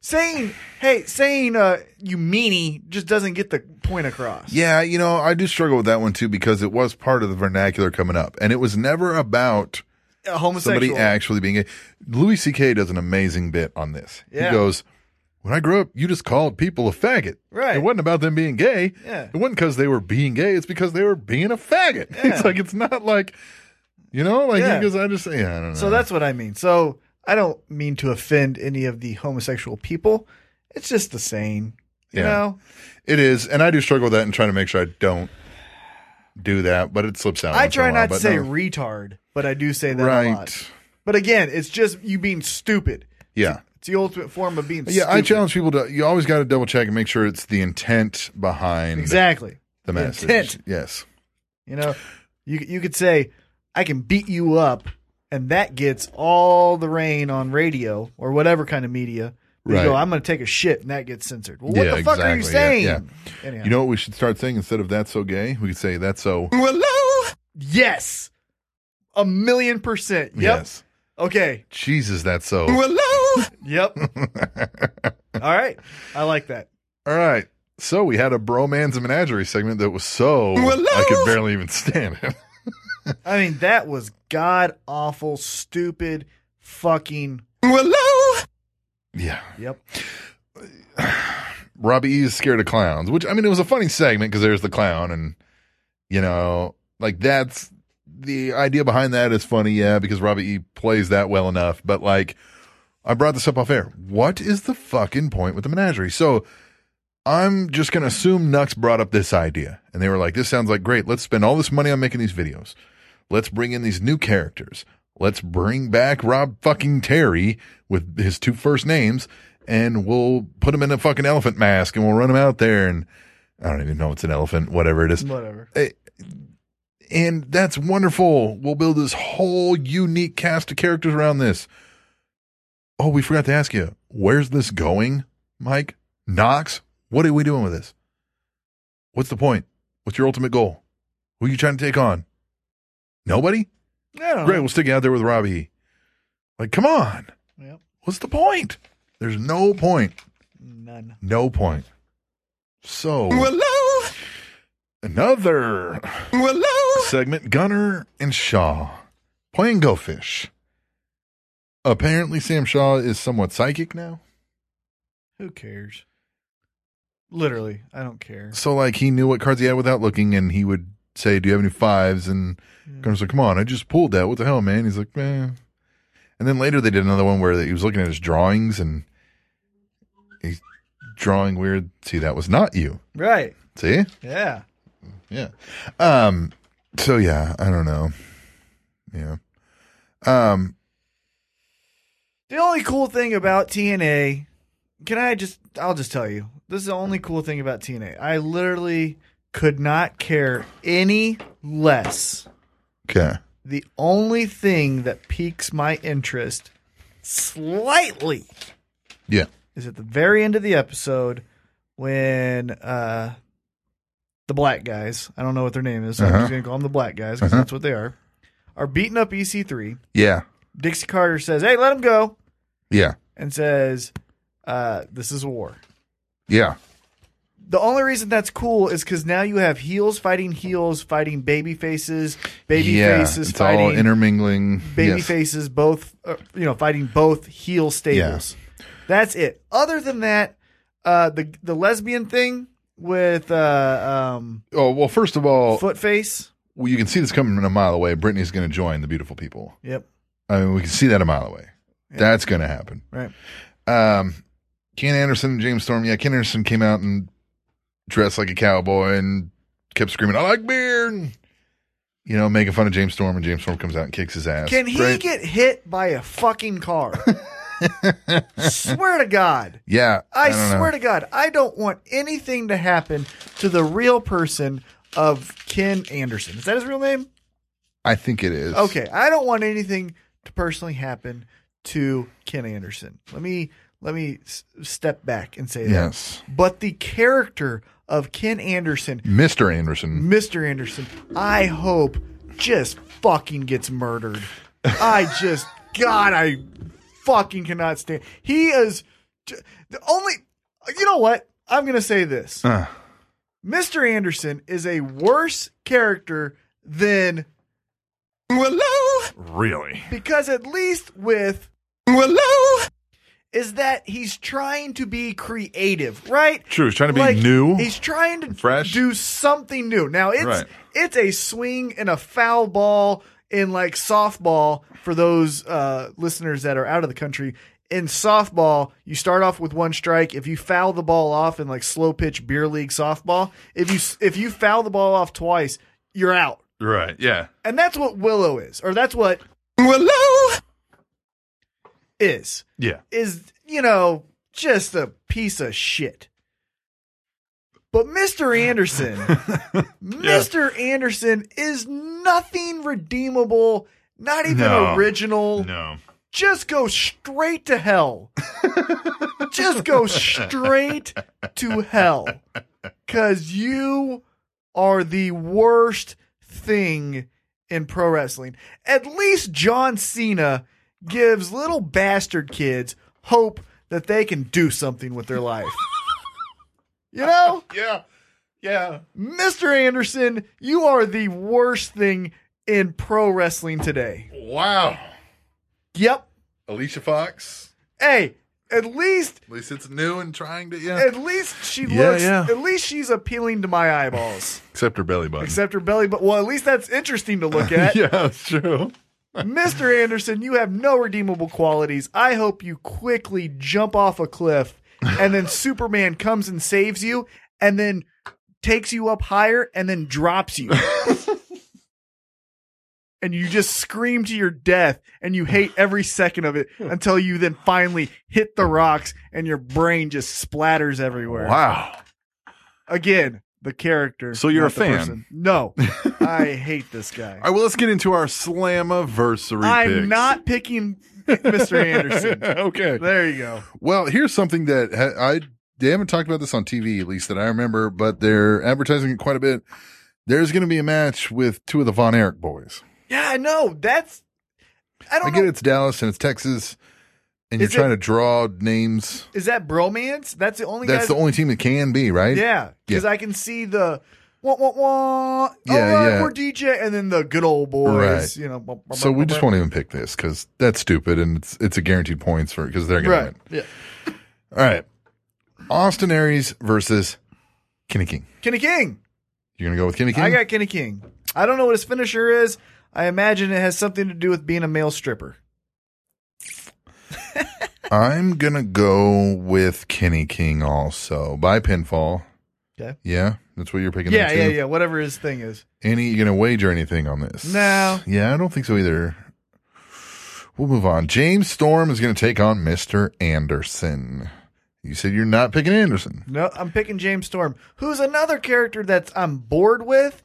[SPEAKER 2] saying, "Hey, saying uh, you meanie" just doesn't get the point across.
[SPEAKER 1] Yeah, you know, I do struggle with that one too because it was part of the vernacular coming up, and it was never about
[SPEAKER 2] A homosexual.
[SPEAKER 1] somebody actually being a. Louis C.K. does an amazing bit on this.
[SPEAKER 2] Yeah.
[SPEAKER 1] He goes, "When I grew up, you just called people a faggot.
[SPEAKER 2] Right.
[SPEAKER 1] It wasn't about them being gay.
[SPEAKER 2] Yeah.
[SPEAKER 1] It wasn't because they were being gay. It's because they were being a faggot. [laughs] It's like it's not like, you know, like
[SPEAKER 2] Yeah.
[SPEAKER 1] because I just yeah, I don't know.
[SPEAKER 2] So that's what I mean. So I don't mean to offend any of the homosexual people. It's just the saying. You
[SPEAKER 1] Yeah.
[SPEAKER 2] know?
[SPEAKER 1] it is, and I do struggle with that and trying to make sure I don't do that, but it slips out.
[SPEAKER 2] I
[SPEAKER 1] once in a
[SPEAKER 2] try
[SPEAKER 1] while,
[SPEAKER 2] not to
[SPEAKER 1] but
[SPEAKER 2] say
[SPEAKER 1] no.
[SPEAKER 2] retard, but I do say that a lot.
[SPEAKER 1] right.
[SPEAKER 2] But again, it's just you being stupid.
[SPEAKER 1] Yeah.
[SPEAKER 2] It's the ultimate form of being
[SPEAKER 1] Yeah,
[SPEAKER 2] stupid.
[SPEAKER 1] I challenge people to. You always got to double check and make sure it's the intent behind
[SPEAKER 2] Exactly.
[SPEAKER 1] the
[SPEAKER 2] The
[SPEAKER 1] message.
[SPEAKER 2] intent.
[SPEAKER 1] Yes.
[SPEAKER 2] You know, you you could say, I can beat you up, and that gets all the rain on radio or whatever kind of media. But You go,
[SPEAKER 1] Right.
[SPEAKER 2] I'm going to take a shit, and that gets censored. Well, what
[SPEAKER 1] Yeah,
[SPEAKER 2] the fuck are you
[SPEAKER 1] exactly.
[SPEAKER 2] saying?
[SPEAKER 1] Yeah,
[SPEAKER 2] Anyhow.
[SPEAKER 1] You know what we should start saying instead of "that's so gay"? We could say "that's so."
[SPEAKER 2] Yes. A million percent. Yep.
[SPEAKER 1] Yes.
[SPEAKER 2] Okay.
[SPEAKER 1] Jesus, that's so. [laughs]
[SPEAKER 2] Yep. All right. I like that.
[SPEAKER 1] All right. So we had a bromance and menagerie segment that was so I could barely even [laughs] stand it.
[SPEAKER 2] I mean, that was god awful, stupid, fucking.
[SPEAKER 1] yeah.
[SPEAKER 2] Yep.
[SPEAKER 1] Robbie E is scared of clowns, which I mean, it was a funny segment because there's the clown, and you know, like that's the idea behind that is funny, yeah, because Robbie E plays that well enough. But like, I brought this up off air. What is the fucking point with the menagerie? So I'm just gonna assume Nux brought up this idea, and they were like, "This sounds like great. Let's spend all this money on making these videos. Let's bring in these new characters. Let's bring back Rob fucking Terry with his two first names and we'll put him in a fucking elephant mask and we'll run him out there and I don't even know it's an elephant, whatever it is.
[SPEAKER 2] Whatever.
[SPEAKER 1] And that's wonderful. We'll build this whole unique cast of characters around this. Oh, we forgot to ask you, where's this going, Mike? Knox? What are we doing with this? What's the point? What's your ultimate goal? Who are you trying to take on? Nobody?
[SPEAKER 2] I don't
[SPEAKER 1] Great,
[SPEAKER 2] know.
[SPEAKER 1] we'll stick you out there with Robbie. Like, come on.
[SPEAKER 2] Yep.
[SPEAKER 1] What's the point? There's no point.
[SPEAKER 2] None.
[SPEAKER 1] No point. So another segment. Gunner and Shaw playing Go Fish. Apparently, Sam Shaw is somewhat psychic now.
[SPEAKER 2] Who cares? Literally, I don't care.
[SPEAKER 1] So, like, he knew what cards he had without looking, and he would say, "Do you have any fives? And Gunner's like, "Come on, I just pulled that. What the hell, man?" He's like, "Man." And then later they did another one where he was looking at his drawings and he's drawing weird. See, that was not you.
[SPEAKER 2] Right.
[SPEAKER 1] See,
[SPEAKER 2] Yeah.
[SPEAKER 1] Yeah. Um. So yeah, I don't know. Yeah. Um,
[SPEAKER 2] The only cool thing about TNA, can I just? I'll just tell you. This is the only cool thing about TNA. I literally could not care any less.
[SPEAKER 1] okay.
[SPEAKER 2] The only thing that piques my interest slightly
[SPEAKER 1] Yeah.
[SPEAKER 2] is at the very end of the episode when uh, the black guys, I don't know what their name is, so I'm
[SPEAKER 1] Uh-huh.
[SPEAKER 2] just going to call them the black guys because that's what they are, are beating up EC3.
[SPEAKER 1] Yeah.
[SPEAKER 2] Dixie Carter says, Hey, let him go.
[SPEAKER 1] Yeah.
[SPEAKER 2] And says, uh, This is a war.
[SPEAKER 1] Yeah.
[SPEAKER 2] The only reason that's cool is because now you have heels fighting heels fighting baby faces, baby
[SPEAKER 1] yeah.
[SPEAKER 2] faces
[SPEAKER 1] it's
[SPEAKER 2] fighting
[SPEAKER 1] all intermingling.
[SPEAKER 2] baby
[SPEAKER 1] Yes.
[SPEAKER 2] faces both uh, you know fighting both heel stables that's it other than that uh the the lesbian thing with uh um
[SPEAKER 1] Oh well, first of all,
[SPEAKER 2] foot face
[SPEAKER 1] well, you can see this coming a mile away. Brittany's going to join the beautiful people.
[SPEAKER 2] yep
[SPEAKER 1] I mean, we can see that a mile away. That's going to happen.
[SPEAKER 2] right
[SPEAKER 1] Um, Ken Anderson and James Storm. Yeah, Ken Anderson came out and dressed like a cowboy and kept screaming, "I like beer," and, you know, making fun of James Storm. And James Storm comes out and kicks his ass.
[SPEAKER 2] can he
[SPEAKER 1] Right?
[SPEAKER 2] get hit by a fucking car
[SPEAKER 1] [laughs]
[SPEAKER 2] swear to god
[SPEAKER 1] Yeah,
[SPEAKER 2] i,
[SPEAKER 1] don't know.
[SPEAKER 2] swear to god i don't want anything to happen to the real person of ken anderson is that his real name
[SPEAKER 1] I think it is.
[SPEAKER 2] Okay, I don't want anything to personally happen to Ken Anderson. Let me let me s- step back and say
[SPEAKER 1] Yes.
[SPEAKER 2] that. But the character of Ken Anderson,
[SPEAKER 1] Mr. Anderson.
[SPEAKER 2] Mr. Anderson, I hope just fucking gets murdered. I just god, I fucking cannot stand. He is j- the only You know what? I'm going to say this.
[SPEAKER 1] Uh.
[SPEAKER 2] Mr. Anderson is a worse character than
[SPEAKER 1] Really?
[SPEAKER 2] because at least with is that he's trying to be creative, right?
[SPEAKER 1] True, he's trying to be new
[SPEAKER 2] He's trying to
[SPEAKER 1] fresh.
[SPEAKER 2] do something new. Now it's
[SPEAKER 1] Right.
[SPEAKER 2] it's a swing and a foul ball in like softball for those uh, listeners that are out of the country. In softball, you start off with one strike. If you foul the ball off in like slow pitch beer league softball, if you s- if you foul the ball off twice, you're out.
[SPEAKER 1] Right. Yeah.
[SPEAKER 2] And that's what Willow is, or that's what
[SPEAKER 1] Willow.
[SPEAKER 2] is.
[SPEAKER 1] Yeah.
[SPEAKER 2] is, you know, just a piece of shit.
[SPEAKER 1] [laughs]
[SPEAKER 2] But Mr. Anderson, Mr. Anderson is nothing redeemable, not even
[SPEAKER 1] No.
[SPEAKER 2] original.
[SPEAKER 1] No.
[SPEAKER 2] Just go straight to hell. just go straight to hell. Cause you are the worst thing in pro wrestling. At least John Cena gives little bastard kids hope that they can do something with their life. you know?
[SPEAKER 1] Yeah. Yeah.
[SPEAKER 2] Mr. Anderson, you are the worst thing in pro wrestling today.
[SPEAKER 1] Wow.
[SPEAKER 2] Yep.
[SPEAKER 1] Alicia Fox.
[SPEAKER 2] Hey, at least
[SPEAKER 1] At least it's new and trying to. Yeah.
[SPEAKER 2] at least she
[SPEAKER 1] Yeah,
[SPEAKER 2] looks
[SPEAKER 1] yeah.
[SPEAKER 2] at least she's appealing to my eyeballs.
[SPEAKER 1] Except her belly button. [laughs]
[SPEAKER 2] Except her belly but well at least that's interesting to look at.
[SPEAKER 1] yeah, that's true.
[SPEAKER 2] Mr. Anderson, you have no redeemable qualities. I hope you quickly jump off a cliff and
[SPEAKER 1] [laughs]
[SPEAKER 2] then Superman comes and saves you and then takes you up higher and then
[SPEAKER 1] [laughs]
[SPEAKER 2] drops you. and you just scream to your death and you hate every
[SPEAKER 1] [laughs]
[SPEAKER 2] second of it until you then finally hit the rocks and your brain just splatters everywhere.
[SPEAKER 1] Wow.
[SPEAKER 2] Again, the character.
[SPEAKER 1] So you're
[SPEAKER 2] not
[SPEAKER 1] a
[SPEAKER 2] the
[SPEAKER 1] fan?
[SPEAKER 2] person.
[SPEAKER 1] [laughs]
[SPEAKER 2] No. I hate this guy.
[SPEAKER 1] All right, well, let's get into our Slammiversary
[SPEAKER 2] I'm
[SPEAKER 1] picks.
[SPEAKER 2] not picking Mr.
[SPEAKER 1] [laughs]
[SPEAKER 2] Anderson.
[SPEAKER 1] okay.
[SPEAKER 2] There you go.
[SPEAKER 1] Well, here's something that ha- I they haven't talked about this on TV at least that I remember, but they're advertising it quite a bit. There's going to be a match with two of the Von Erich boys.
[SPEAKER 2] Yeah, I know. That's I
[SPEAKER 1] I
[SPEAKER 2] don't
[SPEAKER 1] get
[SPEAKER 2] know.
[SPEAKER 1] it's Dallas and it's Texas, and
[SPEAKER 2] Is
[SPEAKER 1] you're trying
[SPEAKER 2] it-
[SPEAKER 1] to draw names.
[SPEAKER 2] Is that bromance? That's the only
[SPEAKER 1] That's
[SPEAKER 2] guys.
[SPEAKER 1] the only team that can be right.
[SPEAKER 2] yeah, because
[SPEAKER 1] Yeah.
[SPEAKER 2] I can see the wah wah wah.
[SPEAKER 1] Yeah,
[SPEAKER 2] All right,
[SPEAKER 1] yeah.
[SPEAKER 2] we're DJ, and then the good old
[SPEAKER 1] Right.
[SPEAKER 2] boys. You know. bum, bum,
[SPEAKER 1] So
[SPEAKER 2] bum,
[SPEAKER 1] we
[SPEAKER 2] bum,
[SPEAKER 1] just
[SPEAKER 2] bum.
[SPEAKER 1] won't even pick this because that's stupid, and it's it's a guaranteed points for because they're going
[SPEAKER 2] Right.
[SPEAKER 1] to
[SPEAKER 2] Yeah.
[SPEAKER 1] win. All right, Austin Aries versus Kenny King.
[SPEAKER 2] Kenny King.
[SPEAKER 1] You're going to go with Kenny King.
[SPEAKER 2] I got Kenny King. I don't know what his finisher is. I imagine it has something to do with being a male stripper.
[SPEAKER 1] I'm gonna go with Kenny King also by pinfall.
[SPEAKER 2] Okay.
[SPEAKER 1] Yeah, that's what you're picking.
[SPEAKER 2] Yeah,
[SPEAKER 1] there
[SPEAKER 2] yeah,
[SPEAKER 1] too?
[SPEAKER 2] yeah. Whatever his thing is.
[SPEAKER 1] Any you gonna wager anything on this?
[SPEAKER 2] No.
[SPEAKER 1] Yeah, I don't think so either. We'll move on. James Storm is going to take on Mr. Anderson. You said you're not picking Anderson.
[SPEAKER 2] No, I'm picking James Storm, who's another character that's I'm bored with.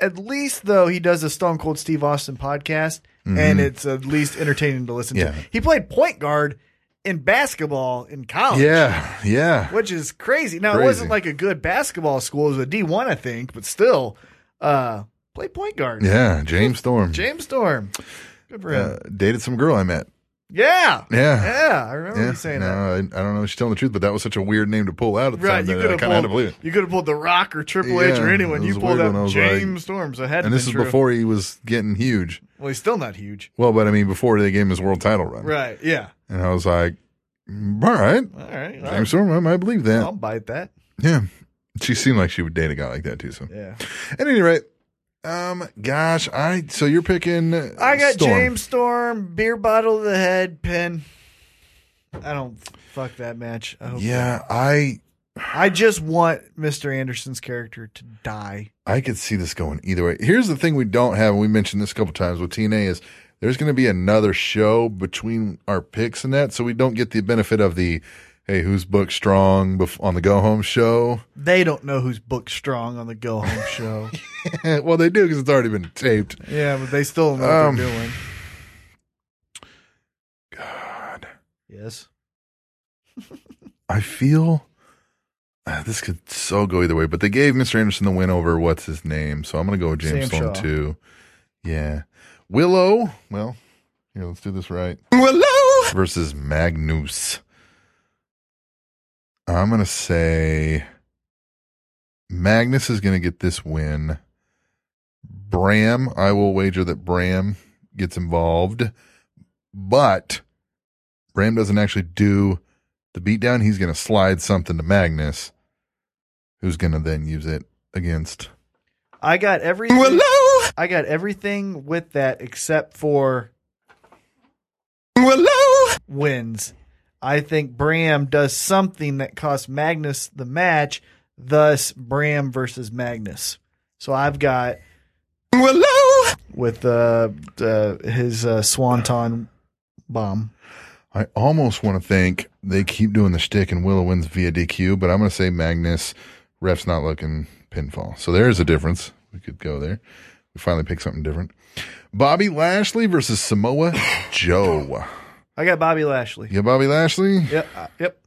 [SPEAKER 2] At least though he does a Stone Cold Steve Austin podcast, and it's at least entertaining to listen
[SPEAKER 1] Mm-hmm. Yeah.
[SPEAKER 2] to. He played point guard in basketball in college.
[SPEAKER 1] Yeah, yeah.
[SPEAKER 2] Which is crazy. Now it
[SPEAKER 1] Crazy.
[SPEAKER 2] wasn't like a good basketball school. It was a D one, I think, but still, uh play point guard.
[SPEAKER 1] Yeah, James Storm.
[SPEAKER 2] James Storm. Good for him.
[SPEAKER 1] Uh, dated some girl I met.
[SPEAKER 2] yeah.
[SPEAKER 1] Yeah.
[SPEAKER 2] Yeah. I remember
[SPEAKER 1] Yeah.
[SPEAKER 2] you saying
[SPEAKER 1] no,
[SPEAKER 2] that.
[SPEAKER 1] I, I don't know if she's telling the truth, but that was such a weird name to pull out at the
[SPEAKER 2] Right,
[SPEAKER 1] time
[SPEAKER 2] you
[SPEAKER 1] that
[SPEAKER 2] could
[SPEAKER 1] I
[SPEAKER 2] have
[SPEAKER 1] kind of had to believe
[SPEAKER 2] pulled.
[SPEAKER 1] it.
[SPEAKER 2] You could have pulled The Rock or Triple H or
[SPEAKER 1] Yeah,
[SPEAKER 2] anyone.
[SPEAKER 1] it
[SPEAKER 2] You
[SPEAKER 1] was
[SPEAKER 2] pulled
[SPEAKER 1] weird when I
[SPEAKER 2] out
[SPEAKER 1] was like-
[SPEAKER 2] James Storm, so it had to
[SPEAKER 1] And this
[SPEAKER 2] been
[SPEAKER 1] is
[SPEAKER 2] true.
[SPEAKER 1] before he was getting huge.
[SPEAKER 2] Well, he's still not huge.
[SPEAKER 1] Well, but I mean, before they gave him his world title run.
[SPEAKER 2] Right. Yeah.
[SPEAKER 1] And I was like, "Mm, all right,
[SPEAKER 2] All right. all
[SPEAKER 1] James Storm, I might believe
[SPEAKER 2] right.
[SPEAKER 1] that.
[SPEAKER 2] I'll bite that.
[SPEAKER 1] yeah. She seemed like she would date a guy like that too. So,
[SPEAKER 2] Yeah.
[SPEAKER 1] at any rate, um, gosh, I so you're picking. uh,
[SPEAKER 2] I got
[SPEAKER 1] Storm.
[SPEAKER 2] James Storm, beer bottle to the head, pin. I don't fuck that match. I hope
[SPEAKER 1] Yeah, I
[SPEAKER 2] I just want Mr. Anderson's character to die.
[SPEAKER 1] I could see this going either way. Here's the thing we don't have, and we mentioned this a couple times with TNA is there's going to be another show between our picks and that, so we don't get the benefit of the hey, who's booked strong bef- on the go home show. [laughs]
[SPEAKER 2] They don't know who's booked strong on the Go Home show.
[SPEAKER 1] well, they do because it's already been taped.
[SPEAKER 2] yeah, but they still know
[SPEAKER 1] Um,
[SPEAKER 2] what they're doing.
[SPEAKER 1] God,
[SPEAKER 2] Yes.
[SPEAKER 1] I feel ah, this could so go either way, but they gave Mr. Anderson the win over what's his name, so I'm going to go with James
[SPEAKER 2] Sam
[SPEAKER 1] Storm
[SPEAKER 2] Shaw.
[SPEAKER 1] too. Yeah, Willow. Well, here, let's do this right.
[SPEAKER 7] Willow!
[SPEAKER 1] versus Magnus. I'm going to say Magnus is going to get this win. Bram, I will wager that Bram gets involved, but Bram doesn't actually do the beatdown. He's going to slide something to Magnus, who's going to then use it against.
[SPEAKER 2] I got everything.
[SPEAKER 7] Willow!
[SPEAKER 2] I got everything with that except for
[SPEAKER 7] Willow!
[SPEAKER 2] wins. I think Bram does something that costs Magnus the match, thus Bram versus Magnus. So I've got
[SPEAKER 7] Willow!
[SPEAKER 2] with uh, uh his uh, swanton bomb.
[SPEAKER 1] I almost want to think they keep doing the shtick and Willow wins via DQ, but I'm going to say Magnus. Ref's not looking pinfall. So there's a difference. We could go there. We finally picked something different. Bobby Lashley versus Samoa Joe.
[SPEAKER 2] I got Bobby Lashley.
[SPEAKER 1] Yeah, Bobby Lashley.
[SPEAKER 2] Yep, uh, yep.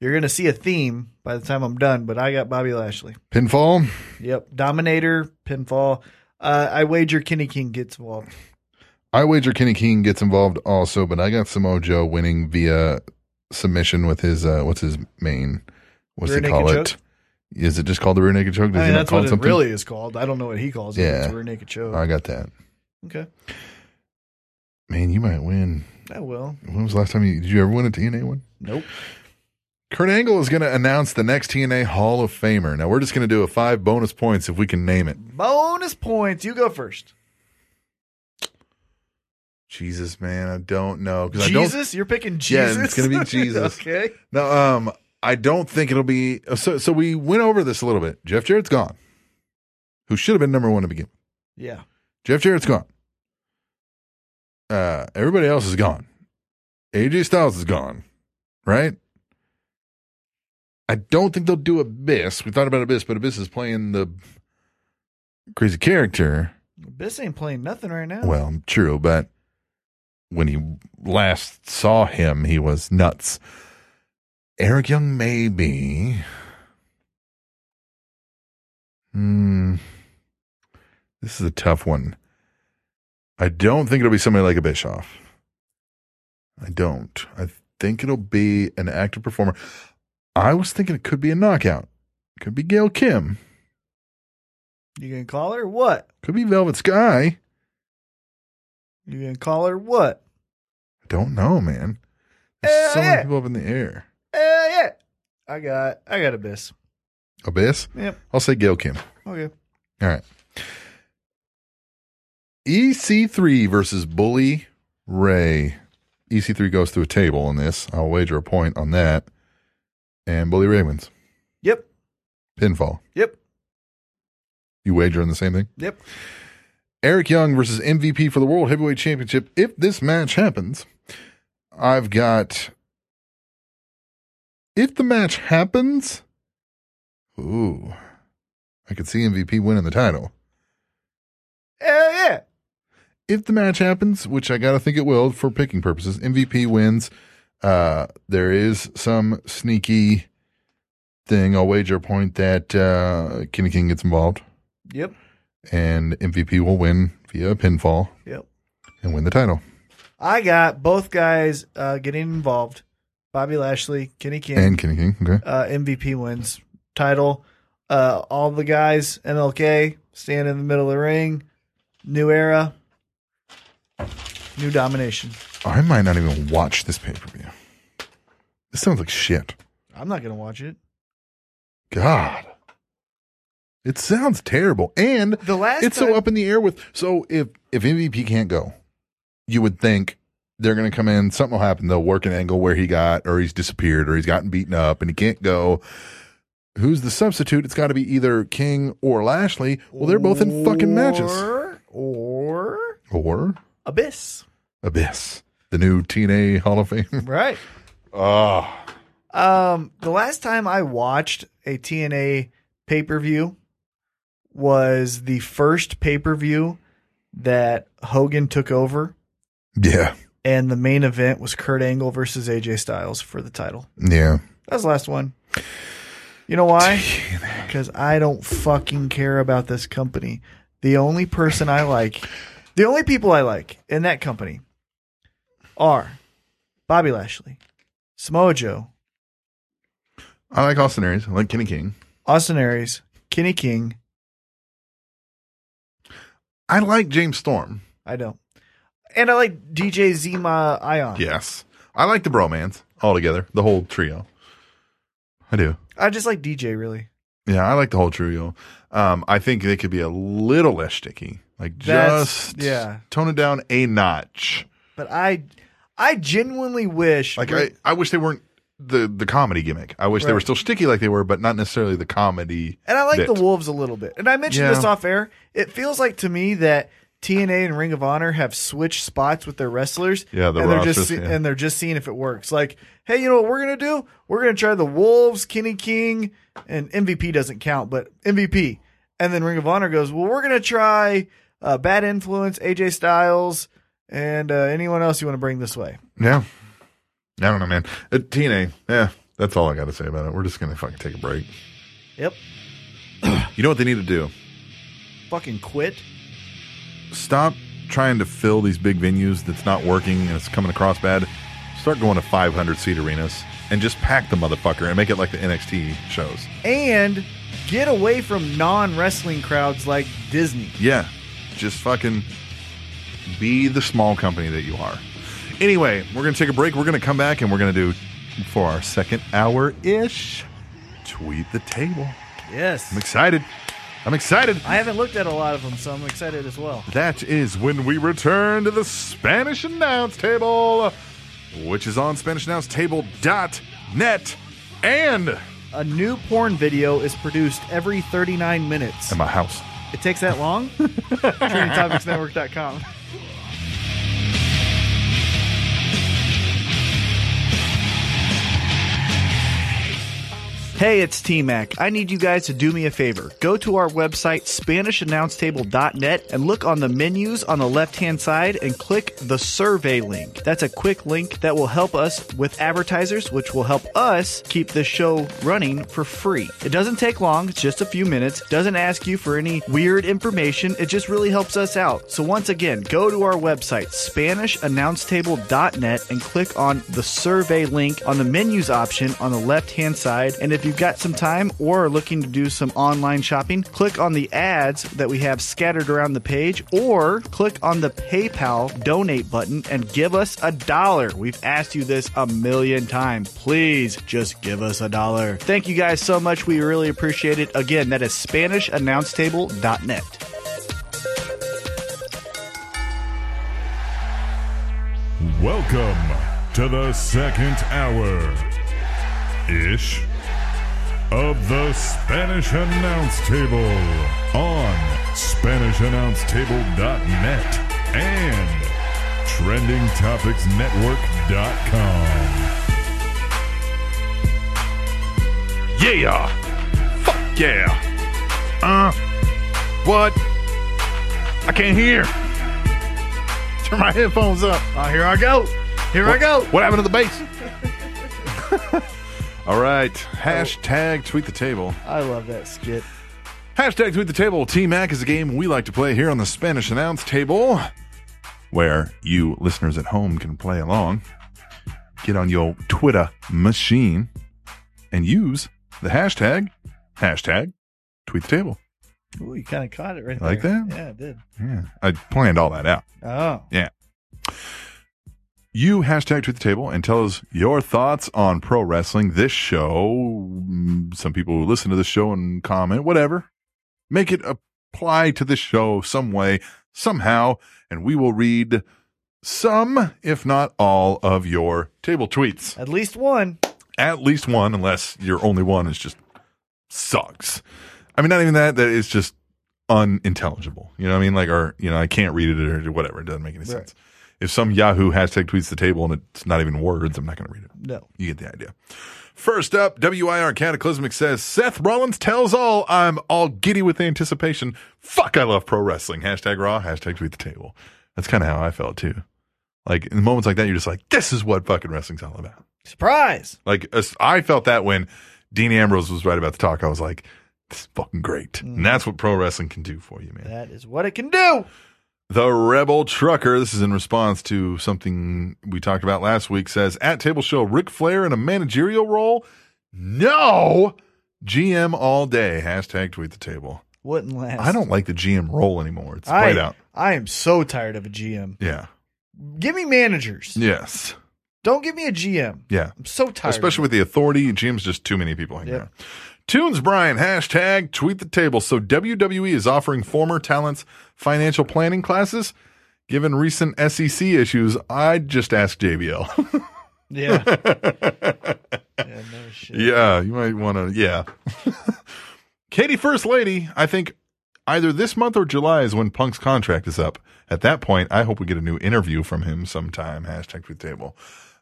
[SPEAKER 2] You're gonna see a theme by the time I'm done, but I got Bobby Lashley.
[SPEAKER 1] Pinfall.
[SPEAKER 2] Yep, Dominator pinfall. Uh, I wager Kenny King gets involved.
[SPEAKER 1] I wager Kenny King gets involved also, but I got Samoa Joe winning via submission with his, uh, what's his main? What's
[SPEAKER 2] Rear
[SPEAKER 1] he
[SPEAKER 2] naked
[SPEAKER 1] call it? Is
[SPEAKER 2] choke?
[SPEAKER 1] it just called the rear naked choke? Does
[SPEAKER 2] I
[SPEAKER 1] he
[SPEAKER 2] mean,
[SPEAKER 1] not
[SPEAKER 2] that's
[SPEAKER 1] call
[SPEAKER 2] what
[SPEAKER 1] it
[SPEAKER 2] it
[SPEAKER 1] something?
[SPEAKER 2] really is called. I don't know what he calls it.
[SPEAKER 1] Yeah.
[SPEAKER 2] It's rear naked choke.
[SPEAKER 1] I got that.
[SPEAKER 2] Okay,
[SPEAKER 1] Man, you might win.
[SPEAKER 2] I will.
[SPEAKER 1] When was the last time you did you ever win a TNA one?
[SPEAKER 2] Nope.
[SPEAKER 1] Kurt Angle is going to announce the next TNA Hall of Famer. Now we're just going to do a five bonus points if we can name it.
[SPEAKER 2] Bonus points. You go first.
[SPEAKER 1] Jesus, man, I don't know 'cause I don't.
[SPEAKER 2] Jesus? You're picking
[SPEAKER 1] Yeah,
[SPEAKER 2] Jesus?
[SPEAKER 1] it's gonna
[SPEAKER 2] [laughs]
[SPEAKER 1] be Jesus.
[SPEAKER 2] okay.
[SPEAKER 1] No, um, I don't think it'll be. So, so we went over this a little bit. Jeff Jarrett's gone, who should have been number one to begin.
[SPEAKER 2] Yeah.
[SPEAKER 1] Jeff Jarrett's gone. Uh, everybody else is gone. AJ Styles is gone, right? I don't think they'll do Abyss. We thought about Abyss, but Abyss is playing the crazy character.
[SPEAKER 2] This ain't playing nothing right now.
[SPEAKER 1] Well, true, but when he last saw him, he was nuts. Eric Young, maybe. Hmm. This is a tough one. I don't think it'll be somebody like a Bischoff. I don't. I think it'll be an active performer. I was thinking it could be a knockout. Could be Gail Kim.
[SPEAKER 2] You gonna call her what?
[SPEAKER 1] Could be Velvet Sky.
[SPEAKER 2] You gonna call her what?
[SPEAKER 1] I don't know, man. There's so many
[SPEAKER 2] Eh.
[SPEAKER 1] people up in the air.
[SPEAKER 2] Uh, yeah. I got I got Abyss.
[SPEAKER 1] Abyss?
[SPEAKER 2] Yep.
[SPEAKER 1] I'll say Gail Kim.
[SPEAKER 2] Okay.
[SPEAKER 1] All right. EC3 E versus Bully Ray. EC3 goes through a table on this. I'll wager a point on that. And Bully Ray wins.
[SPEAKER 2] Yep.
[SPEAKER 1] Pinfall.
[SPEAKER 2] Yep.
[SPEAKER 1] You wager on the same thing?
[SPEAKER 2] Yep.
[SPEAKER 1] Eric Young versus MVP for the World Heavyweight Championship. If this match happens, I've got. If the match happens, ooh, I could see MVP winning the title.
[SPEAKER 2] Hell Uh, yeah.
[SPEAKER 1] If the match happens, which I gotta think it will for picking purposes, MVP wins. Uh, there is some sneaky thing. I'll wager a point that uh, Kenny King gets involved.
[SPEAKER 2] Yep.
[SPEAKER 1] and MVP will win via a pinfall
[SPEAKER 2] Yep.
[SPEAKER 1] and win the title.
[SPEAKER 2] I got both guys uh, getting involved. Bobby Lashley, Kenny King,
[SPEAKER 1] And Kenny King, okay.
[SPEAKER 2] uh, MVP wins title. Uh, all the guys, MLK, stand in the middle of the ring. New era, new domination.
[SPEAKER 1] I might not even watch this pay per view. This sounds like shit.
[SPEAKER 2] I'm not gonna watch it.
[SPEAKER 1] God, it sounds terrible. And
[SPEAKER 2] The last
[SPEAKER 1] it's
[SPEAKER 2] time-
[SPEAKER 1] so up in the air with. So if if MVP can't go, you would think they're going to come in. Something will happen. They'll work an angle where he got or he's disappeared or he's gotten beaten up and he can't go. Who's the substitute? It's got to be either King or Lashley. Well, they're both in fucking matches.
[SPEAKER 2] Or, or
[SPEAKER 1] Or
[SPEAKER 2] Abyss.
[SPEAKER 1] Abyss, the new TNA Hall of
[SPEAKER 2] [laughs]
[SPEAKER 1] Fame.
[SPEAKER 2] Right.
[SPEAKER 1] Ah,
[SPEAKER 2] Um, the last time I watched a TNA pay per view was the first pay per view that Hogan took over,
[SPEAKER 1] yeah,
[SPEAKER 2] and the main event was Kurt Angle versus AJ Styles for the title.
[SPEAKER 1] yeah.
[SPEAKER 2] That was the last one. You
[SPEAKER 1] [laughs]
[SPEAKER 2] know why? Because I don't fucking care about this company. The only person I like, the only people I like in that company are Bobby Lashley, Samoa Joe,
[SPEAKER 1] I like Austin Aries. I like Kenny King.
[SPEAKER 2] Austin Aries, Kenny King.
[SPEAKER 1] I like James Storm.
[SPEAKER 2] I don't. And I like DJ Zima Ion.
[SPEAKER 1] Yes. I like the bromance altogether, the whole trio. I do.
[SPEAKER 2] I just like DJ really.
[SPEAKER 1] Yeah, I like the whole trio. Um, I think they could be a little less sticky. Like
[SPEAKER 2] That's-
[SPEAKER 1] just
[SPEAKER 2] yeah.
[SPEAKER 1] tone it down a notch.
[SPEAKER 2] But I I genuinely wish
[SPEAKER 1] Like I, I wish they weren't the, the comedy gimmick. I wish they were
[SPEAKER 2] Right.
[SPEAKER 1] still sticky like they were, but not necessarily the comedy.
[SPEAKER 2] And I like the
[SPEAKER 1] bit.
[SPEAKER 2] Wolves a little bit. And I mentioned
[SPEAKER 1] Yeah.
[SPEAKER 2] this off air. It feels like to me that TNA and Ring of Honor have switched spots with their wrestlers.
[SPEAKER 1] Yeah, the
[SPEAKER 2] and they're just
[SPEAKER 1] rosters,
[SPEAKER 2] see-
[SPEAKER 1] yeah.
[SPEAKER 2] and they're just seeing if it works. Like, hey, you know what we're gonna do? We're gonna try the Wolves, Kenny King, and MVP doesn't count, but MVP. And then Ring of Honor goes, well, we're gonna try uh, Bad Influence, AJ Styles, and uh, anyone else you want to bring this way.
[SPEAKER 1] Yeah. I don't know, man. Uh, TNA, yeah, that's all I got to say about it. We're just going to fucking take a break.
[SPEAKER 2] Yep,
[SPEAKER 1] You know what they need to do?
[SPEAKER 2] fucking quit.
[SPEAKER 1] stop trying to fill these big venues that's not working and it's coming across bad. Start going to 500 seat arenas and just pack the motherfucker and make it like the NXT shows.
[SPEAKER 2] And get away from non wrestling crowds like Disney.
[SPEAKER 1] Yeah, just fucking be the small company that you are. Anyway, we're going to take a break. We're going to come back and we're going to do for our second hour ish tweet the table.
[SPEAKER 2] Yes.
[SPEAKER 1] I'm excited. I'm excited.
[SPEAKER 2] I haven't looked at a lot of them, so I'm excited as well.
[SPEAKER 1] That is when we return to the Spanish Announce Table, which is on SpanishAnnounceTable.net and at
[SPEAKER 2] A new porn video is produced every 39 minutes.
[SPEAKER 1] my house.
[SPEAKER 2] It takes that long? TrainingTopicsNetwork.com. Hey, it's T Mac. I need you guys to do me a favor. Go to our website, SpanishAnnounceTable.net, and look on the menus on the left hand side and click the survey link. That's a quick link that will help us with advertisers, which will help us keep the show running for free. It doesn't take long, it's just a few minutes, doesn't ask you for any weird information. It just really helps us out. So, once again, go to our website, SpanishAnnounceTable.net, and click on the survey link on the menus option on the left hand side. And if you've got some time or are looking to do some online shopping, click on the ads that we have scattered around the page or click on the PayPal donate button and give us a dollar. We've asked you this a million times. Please just give us a dollar. Thank you guys so much. We really appreciate it. Again, that is SpanishAnnounceTable.net.
[SPEAKER 8] Welcome to the second hour ish of the Spanish Announce Table on SpanishAnnounceTable.net, and TrendingTopicsNetwork.com.
[SPEAKER 1] Yeah. Fuck yeah. Uh. What? I can't hear. Turn my headphones up. Uh,
[SPEAKER 2] Oh, here I go. Here I go.
[SPEAKER 1] What happened to the bass? [laughs] Oh. All right. Hashtag tweet the table.
[SPEAKER 2] I love that skit.
[SPEAKER 1] Hashtag tweet the table. T Mac is a game we like to play here on the Spanish announce table, where you listeners at home can play along. Get on your Twitter machine and use the hashtag hashtag tweet the table.
[SPEAKER 2] Ooh, you kind of caught it right there.
[SPEAKER 1] Like that?
[SPEAKER 2] Yeah, it did.
[SPEAKER 1] Yeah, I planned all that out.
[SPEAKER 2] Oh.
[SPEAKER 1] Yeah. You hashtag tweet the table and tell us your thoughts on pro wrestling, this show, mm, some people who listen to this show and comment, whatever. Make it apply to this show some way, somehow, and we will read some, if not all, of your table tweets.
[SPEAKER 2] At least one.
[SPEAKER 1] At least one, unless your only one is just sucks. I mean, not even that, that it's just unintelligible. You know what I mean? Like, or, you know, I can't read it or whatever. It doesn't make any sense. If some Yahoo hashtag tweets the table and it's not even words, I'm not going to read it.
[SPEAKER 2] No.
[SPEAKER 1] You get the idea. First up, WIR Cataclysmic says Seth Rollins tells all I'm all giddy with anticipation. Fuck, I love pro wrestling. Hashtag raw, hashtag tweet the table. That's kind of how I felt too. Like in moments like that, you're just like, this is what fucking wrestling's all about.
[SPEAKER 2] Surprise.
[SPEAKER 1] Like as- I felt that when Dean Ambrose was right about the talk, I was like, this is fucking great. And that's what pro wrestling can do for you, man.
[SPEAKER 2] That is what it can do.
[SPEAKER 1] The Rebel Trucker, this is in response to something we talked about last week, says at table show Ric Flair in a managerial role? No. GM all day. Hashtag tweet the table.
[SPEAKER 2] Wouldn't last.
[SPEAKER 1] I don't like the GM role anymore. It's
[SPEAKER 2] I,
[SPEAKER 1] played out.
[SPEAKER 2] I am so tired of a GM.
[SPEAKER 1] Yeah.
[SPEAKER 2] Give me managers.
[SPEAKER 1] Yes.
[SPEAKER 2] Don't give me a GM.
[SPEAKER 1] Yeah.
[SPEAKER 2] I'm so tired.
[SPEAKER 1] Especially with the authority, GM's just too many people hanging
[SPEAKER 2] Yep.
[SPEAKER 1] around. Tunes Brian, hashtag tweet the table. So WWE is offering former talents financial planning classes. Given recent SEC issues, I'd just ask JBL.
[SPEAKER 2] [laughs]
[SPEAKER 1] [laughs]
[SPEAKER 2] Yeah. yeah, no shit.
[SPEAKER 1] yeah, you might want to. Yeah. [laughs] Katie First Lady, I think either this month or July is when Punk's contract is up. At that point, I hope we get a new interview from him sometime. Hashtag tweet the table.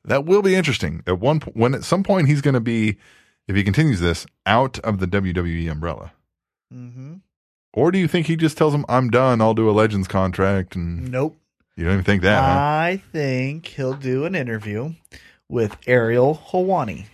[SPEAKER 1] That will be interesting. At one po- when at some point he's going to be, if he continues this, out of the WWE umbrella.
[SPEAKER 2] Mm-hmm.
[SPEAKER 1] Or do you think he just tells him, "I'm done. I'll do a Legends contract," and
[SPEAKER 2] Nope.
[SPEAKER 1] you don't even think that? huh?
[SPEAKER 2] I think he'll do an interview with Ariel Hawani.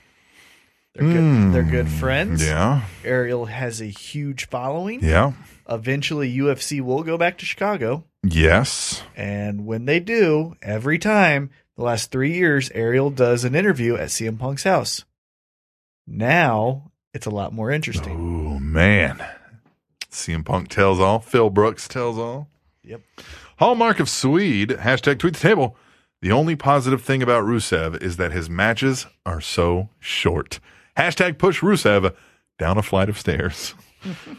[SPEAKER 2] They're good. They're good friends.
[SPEAKER 1] Hmm. Yeah,
[SPEAKER 2] Ariel has a huge following.
[SPEAKER 1] yeah,
[SPEAKER 2] Eventually, UFC will go back to Chicago,
[SPEAKER 1] yes.
[SPEAKER 2] and when they do, every time the last three years, Ariel does an interview at CM Punk's house. Now it's a lot more interesting.
[SPEAKER 1] Oh man, CM Punk tells all. Phil Brooks tells all.
[SPEAKER 2] Yep.
[SPEAKER 1] Hallmark of Swede, hashtag tweet the table. The only positive thing about Rusev is that his matches are so short. Hashtag push Rusev down a flight of stairs.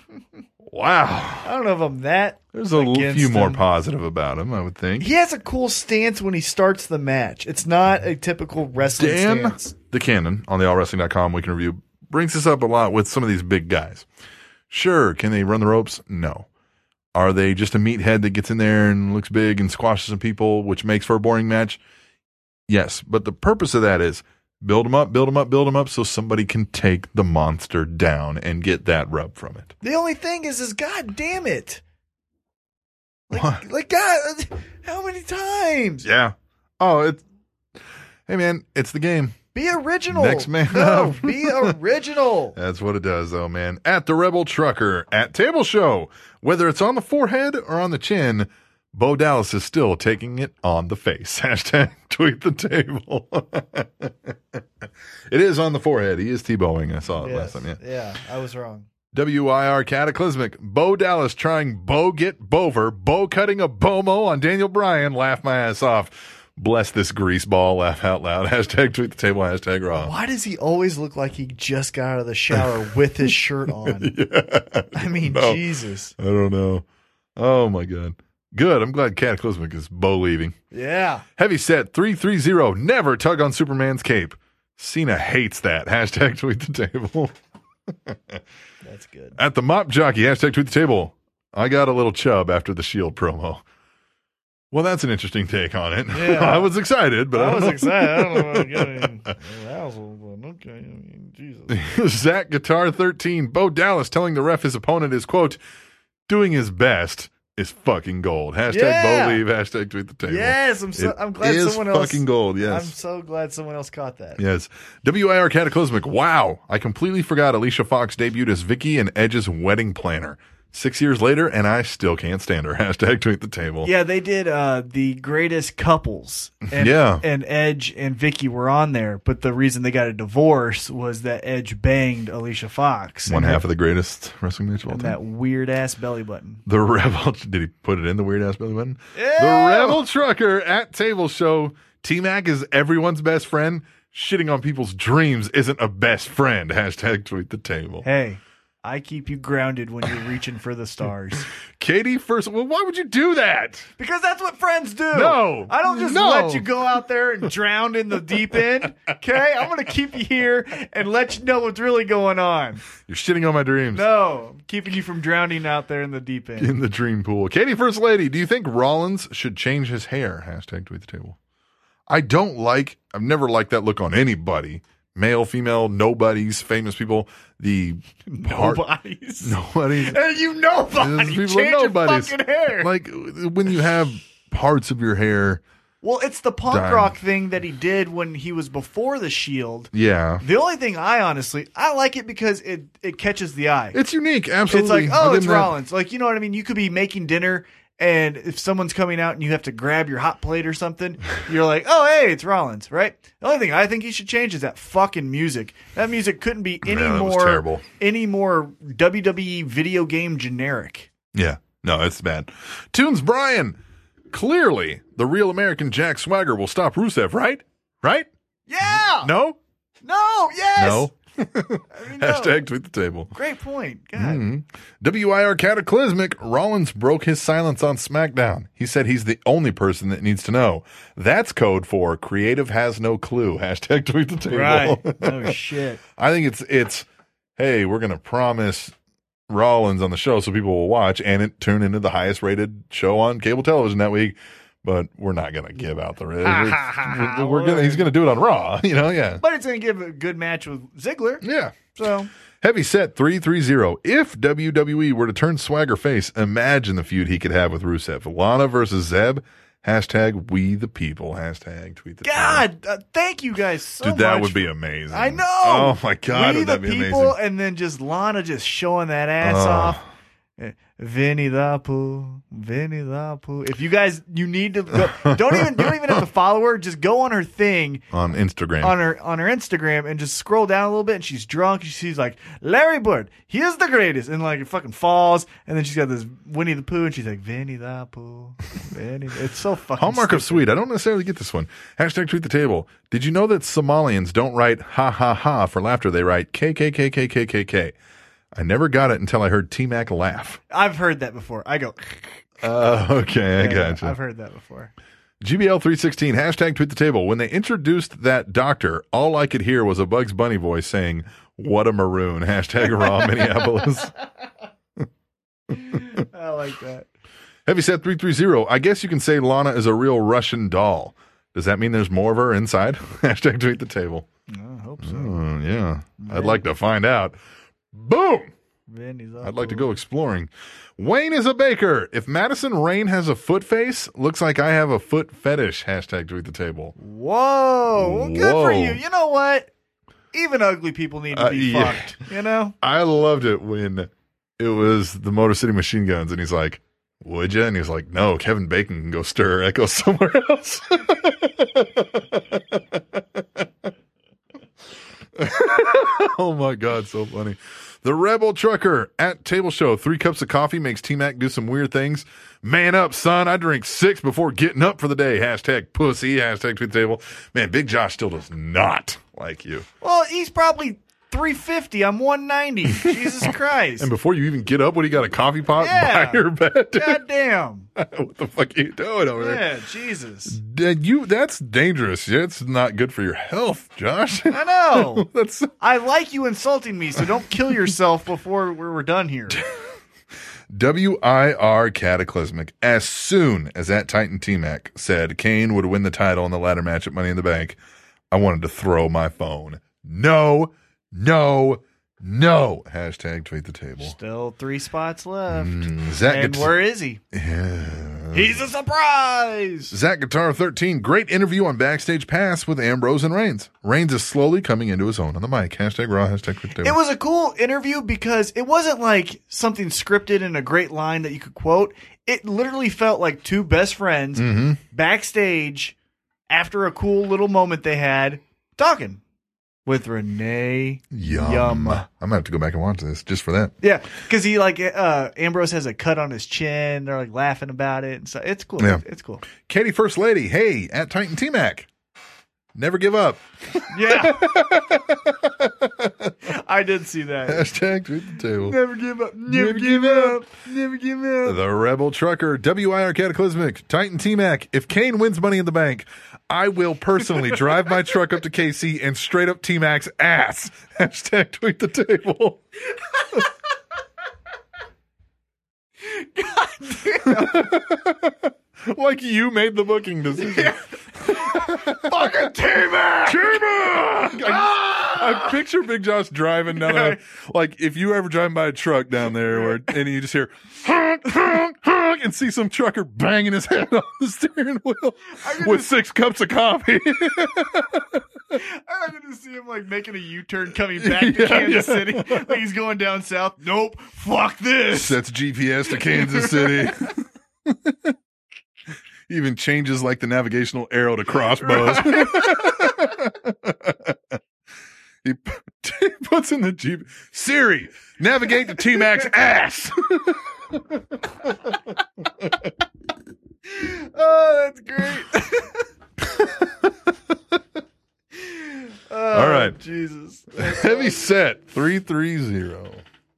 [SPEAKER 1] [laughs] wow.
[SPEAKER 2] I don't know if I'm that.
[SPEAKER 1] There's a l-
[SPEAKER 2] against
[SPEAKER 1] few more
[SPEAKER 2] him.
[SPEAKER 1] positive about him, I would think.
[SPEAKER 2] He has a cool stance when he starts the match. It's not a typical wrestling
[SPEAKER 1] Dan,
[SPEAKER 2] stance.
[SPEAKER 1] the canon on the allwrestling.com week in review, brings this up a lot with some of these big guys. Sure, can they run the ropes? No. Are they just a meathead that gets in there and looks big and squashes some people, which makes for a boring match? Yes, but the purpose of that is build them up, build them up, build them up so somebody can take the monster down and get that rub from it.
[SPEAKER 2] The only thing is, is God damn it!
[SPEAKER 1] What?
[SPEAKER 2] Like, like God, how many times?
[SPEAKER 1] Yeah. Oh, it's Hey man, it's the game.
[SPEAKER 2] Be original.
[SPEAKER 1] Next man
[SPEAKER 2] No,
[SPEAKER 1] up. [laughs]
[SPEAKER 2] be original.
[SPEAKER 1] That's what it does, though, man. At the Rebel Trucker, at Table Show, whether it's on the forehead or on the chin, Bo Dallas is still taking it on the face. [laughs] Hashtag tweet the table. [laughs] it is on the forehead. He is T-bowing. I saw it
[SPEAKER 2] Yes.
[SPEAKER 1] last time. Yeah.
[SPEAKER 2] yeah, I was wrong.
[SPEAKER 1] WIR Cataclysmic. Bo Dallas trying Bo get Bover. Bo cutting a Bomo on Daniel Bryan. Laugh my ass off. Bless this grease ball. Laugh out loud. [laughs] Hashtag tweet the table. Hashtag raw.
[SPEAKER 2] Why does he always look like he just got out of
[SPEAKER 1] [laughs]
[SPEAKER 2] the shower with his shirt on? I mean,
[SPEAKER 1] No.
[SPEAKER 2] Jesus.
[SPEAKER 1] I don't know. Oh my god. Good. I'm glad Cataclysmic is bow leaving.
[SPEAKER 2] Yeah.
[SPEAKER 1] Heavy set 330. Never tug on Superman's cape. Cena hates that. [laughs] Hashtag tweet the table.
[SPEAKER 2] That's good.
[SPEAKER 1] At the mop jockey. Hashtag tweet the table. I got a little chub after the Shield promo. Well, that's an interesting take on it. [laughs] I was excited, but I,
[SPEAKER 2] I
[SPEAKER 1] don't
[SPEAKER 2] was
[SPEAKER 1] know.
[SPEAKER 2] excited. I don't know if I'm
[SPEAKER 1] [laughs]
[SPEAKER 2] getting arousal, but okay. I mean, Jesus.
[SPEAKER 1] Zach Guitar 13, Bo Dallas telling the ref his opponent is, quote, doing his best is fucking gold. Hashtag
[SPEAKER 9] Yeah.
[SPEAKER 1] Bo leave, hashtag tweet the table.
[SPEAKER 9] Yes, I'm so-
[SPEAKER 1] It
[SPEAKER 9] I'm glad
[SPEAKER 1] is
[SPEAKER 9] someone else-
[SPEAKER 1] fucking gold,
[SPEAKER 9] I'm
[SPEAKER 1] yes.
[SPEAKER 9] so glad someone else caught that.
[SPEAKER 1] Yes. WIR Cataclysmic. Wow. I completely forgot Alicia Fox debuted as Vicky in Edge's wedding planner. Six years later, and I still can't stand her. [laughs] Hashtag tweet the table.
[SPEAKER 2] Yeah, they did uh, the greatest couples. And,
[SPEAKER 1] Yeah.
[SPEAKER 2] And Edge and Vicky were on there, but the reason they got a divorce was that Edge banged Alicia Fox.
[SPEAKER 1] One
[SPEAKER 2] and
[SPEAKER 1] half of the greatest wrestling match of all
[SPEAKER 2] and
[SPEAKER 1] time.
[SPEAKER 2] that weird ass belly button.
[SPEAKER 1] The [laughs] Rebel did he put it in the weird ass belly button? The Rebel Trucker at Table Show. T Mac is everyone's best friend. Shitting on people's dreams isn't a best friend. Hashtag tweet the table.
[SPEAKER 2] Hey, I keep you grounded when you're reaching for
[SPEAKER 1] [laughs]
[SPEAKER 2] the stars.
[SPEAKER 1] Katie first. Well, why would you do that?
[SPEAKER 9] Because that's what friends do.
[SPEAKER 1] No.
[SPEAKER 9] I don't just
[SPEAKER 1] No.
[SPEAKER 9] let you go out there and drown in the deep end. Okay? I'm going to keep you here and let you know what's really going on.
[SPEAKER 1] You're shitting on my dreams.
[SPEAKER 9] No, I'm keeping you from drowning out there in the deep end.
[SPEAKER 1] In the dream pool. Katie First Lady, do you think Rollins should change his hair? Hashtag tweet the table. I don't like, I've never liked that look on anybody. Male, female, nobodies, famous people. The part-
[SPEAKER 9] Bodies.
[SPEAKER 1] [laughs] nobodies.
[SPEAKER 9] And you nobody. Change
[SPEAKER 1] These people are
[SPEAKER 9] your
[SPEAKER 1] nobodies.
[SPEAKER 9] fucking hair.
[SPEAKER 1] Like when you have parts of your hair,
[SPEAKER 2] well, it's the punk
[SPEAKER 1] Darn.
[SPEAKER 2] rock thing that he did when he was before the Shield.
[SPEAKER 1] yeah,
[SPEAKER 2] The only thing I honestly I like it because it it catches the eye.
[SPEAKER 1] it's unique.
[SPEAKER 2] It's
[SPEAKER 1] Absolutely,
[SPEAKER 2] like,
[SPEAKER 1] I
[SPEAKER 2] oh,
[SPEAKER 1] didn't
[SPEAKER 2] it's
[SPEAKER 1] know-
[SPEAKER 2] Rollins. Like, you know what I mean? You could be making dinner, and if someone's coming out and you have to grab your hot plate or something, you're like, oh, hey, it's Rollins, right? The only thing I think you should change is that fucking music. That music couldn't be any
[SPEAKER 1] Yeah, that was
[SPEAKER 2] more
[SPEAKER 1] terrible.
[SPEAKER 2] any more WWE video game generic.
[SPEAKER 1] Yeah, no, it's bad. Tunes Brian, clearly the real American Jack Swagger will stop Rusev, right? Right?
[SPEAKER 2] Yeah.
[SPEAKER 1] No,
[SPEAKER 2] No. Yes.
[SPEAKER 1] no.
[SPEAKER 2] I mean, no.
[SPEAKER 1] Hashtag Mm-hmm. tweet the table.
[SPEAKER 2] Great point. God.
[SPEAKER 1] WIR Cataclysmic, Rollins broke his silence on SmackDown. He said he's the only person that needs to know. That's code for creative has no clue. Hashtag tweet the table. [laughs]
[SPEAKER 2] oh shit.
[SPEAKER 1] I think it's it's hey, we're gonna promise Rollins on the show so people will watch and it tune into the highest rated show on cable television that week. But we're not gonna give out the
[SPEAKER 2] [laughs]
[SPEAKER 1] rating. we're, we're gonna he's gonna do it on Raw, [laughs] you know, yeah.
[SPEAKER 2] But it's gonna give a good match with Ziggler.
[SPEAKER 1] Yeah.
[SPEAKER 2] So
[SPEAKER 1] Heavy set 330. If WWE were to turn swagger face, imagine the feud he could have with Rusev. Lana versus Zeb. Hashtag we the people. Hashtag tweet the
[SPEAKER 2] God, uh, thank you guys so
[SPEAKER 1] Dude, that
[SPEAKER 2] much
[SPEAKER 1] would be amazing.
[SPEAKER 2] I know.
[SPEAKER 1] Oh my God,
[SPEAKER 2] we
[SPEAKER 1] would
[SPEAKER 2] the
[SPEAKER 1] that be
[SPEAKER 2] people,
[SPEAKER 1] amazing?
[SPEAKER 2] and then just Lana just showing that ass
[SPEAKER 1] Oh.
[SPEAKER 2] off. Eh, Vinny the Pooh, Vinny the Pooh. If you guys, you need to go,
[SPEAKER 1] [laughs]
[SPEAKER 2] don't even you don't even have to follow her. Just go on her thing
[SPEAKER 1] On Instagram.
[SPEAKER 2] on her on her Instagram and just scroll down a little bit. And she's drunk. And she's like Larry Bird. He is the greatest. And like it fucking falls. And then she's got this Winnie the Pooh, and she's like Vinny the Pooh. Vinny. the-"
[SPEAKER 1] [laughs]
[SPEAKER 2] It's so fucking.
[SPEAKER 1] Hallmark
[SPEAKER 2] stupid.
[SPEAKER 1] of Sweet. I don't necessarily get this one. Hashtag tweet the table. Did you know that Somalians don't write ha ha ha for laughter? They write KKKKKKK. I never got it until I heard T Mac laugh.
[SPEAKER 2] I've heard that before. I go. [laughs]
[SPEAKER 1] Uh, [laughs] okay, I gotcha.
[SPEAKER 2] I've heard that before.
[SPEAKER 1] GBL316, hashtag tweet the table. When they introduced that doctor, all I could hear was a Bugs Bunny voice saying, What a maroon. Hashtag raw [laughs] Minneapolis.
[SPEAKER 2] I like that.
[SPEAKER 1] Heavyset 330, I guess you can say Lana is a real Russian doll. Does that mean there's more of her inside? [laughs] hashtag tweet the table.
[SPEAKER 2] I hope so.
[SPEAKER 1] Oh, yeah. I'd like to find out. Boom!
[SPEAKER 2] Vinny's
[SPEAKER 1] I'd like to go exploring. Wayne is a baker. If Madison Rain has a foot face, looks like I have a foot fetish. Hashtag tweet the table.
[SPEAKER 2] Whoa. Well, good
[SPEAKER 1] Whoa.
[SPEAKER 2] for you. You know what? Even ugly people need to
[SPEAKER 1] Uh,
[SPEAKER 2] be
[SPEAKER 1] yeah.
[SPEAKER 2] fucked. You know?
[SPEAKER 1] I loved it when it was the Motor City Machine Guns, and he's like, "Would you?" And he's like, "No, Kevin Bacon can go stir echo [laughs] somewhere else." oh my god, so funny! The Rebel Trucker at Table Show. Three cups of coffee makes T Mac do some weird things. Man up, son! I drink six before getting up for the day. Hashtag pussy. Hashtag tweet the table. Man, Big Josh still does not like you.
[SPEAKER 2] Well, he's probably 350.
[SPEAKER 1] [laughs]
[SPEAKER 2] I'm 190. Jesus Christ.
[SPEAKER 1] And [laughs] before you even get up, what do you got? A coffee pot
[SPEAKER 2] Yeah.
[SPEAKER 1] by [laughs] your bed?
[SPEAKER 2] God damn.
[SPEAKER 1] what the fuck are you doing over there?
[SPEAKER 2] Yeah, Jesus.
[SPEAKER 1] Dad, you that's dangerous. Yeah, it's not good for your health, Josh. [laughs]
[SPEAKER 2] I know.
[SPEAKER 1] that's
[SPEAKER 2] I like you insulting me, so don't kill yourself before we're, we're done here.
[SPEAKER 1] WIR Cataclysmic. As soon as that Titan T Mac said Kane would win the title in the ladder match at Money in the Bank, I wanted to throw my phone. No, no, no. Hashtag tweet the table.
[SPEAKER 2] Still three spots left.
[SPEAKER 1] Zach,
[SPEAKER 2] And
[SPEAKER 1] Gat-
[SPEAKER 2] where is he? He's a surprise.
[SPEAKER 1] Zach Guitar 13. Great interview on Backstage Pass with Ambrose and Reigns. Reigns is slowly coming into his own on the mic. Hashtag Raw. Hashtag tweet the table.
[SPEAKER 2] It was a cool interview because it wasn't like something scripted and a great line that you could quote. It literally felt like two best friends backstage after a cool little moment they had talking with Renee.
[SPEAKER 1] Yum.
[SPEAKER 2] Yum.
[SPEAKER 1] I'm gonna have to go back and watch this just for that.
[SPEAKER 2] Yeah, because he like uh, Ambrose has a cut on his chin. They're like laughing about it, and so it's cool.
[SPEAKER 1] Yeah.
[SPEAKER 2] It's cool.
[SPEAKER 1] Katie, first lady. Hey, at Titan T Mac. Never give up. [laughs]
[SPEAKER 2] [laughs] Yeah, I did see that. [laughs]
[SPEAKER 1] Hashtag tweet the table.
[SPEAKER 2] Never give up. Never, give up. Never give up.
[SPEAKER 1] The Rebel Trucker, WIR Cataclysmic, Titan T Mac. If Kane wins Money in the Bank, I will personally drive my truck up to KC and straight up T Mac's ass. [laughs] Hashtag tweet the table. [laughs] [laughs] like you made the booking decision. Fucking T Mac! T [laughs] Mac! I picture Big Josh driving down the like if you ever driving by a truck down there where, and you just hear honk, honk, honk, and see some trucker banging his head [laughs] on the steering wheel with six cups of coffee. [laughs]
[SPEAKER 2] I'm going to see him like making a
[SPEAKER 1] [laughs]
[SPEAKER 2] U-turn coming back to
[SPEAKER 1] Yeah,
[SPEAKER 2] Kansas
[SPEAKER 1] yeah.
[SPEAKER 2] City. Like he's going down south. Nope. Fuck this.
[SPEAKER 1] Sets GPS to Kansas City. Even changes like the navigational arrow to crossbows. [laughs] he, p- [laughs] he puts in the Jeep. Siri, navigate to T Mac's ass.
[SPEAKER 2] Oh, that's great. oh,
[SPEAKER 1] [laughs] All right. [laughs]
[SPEAKER 2] Jesus.
[SPEAKER 1] Heavy set 330.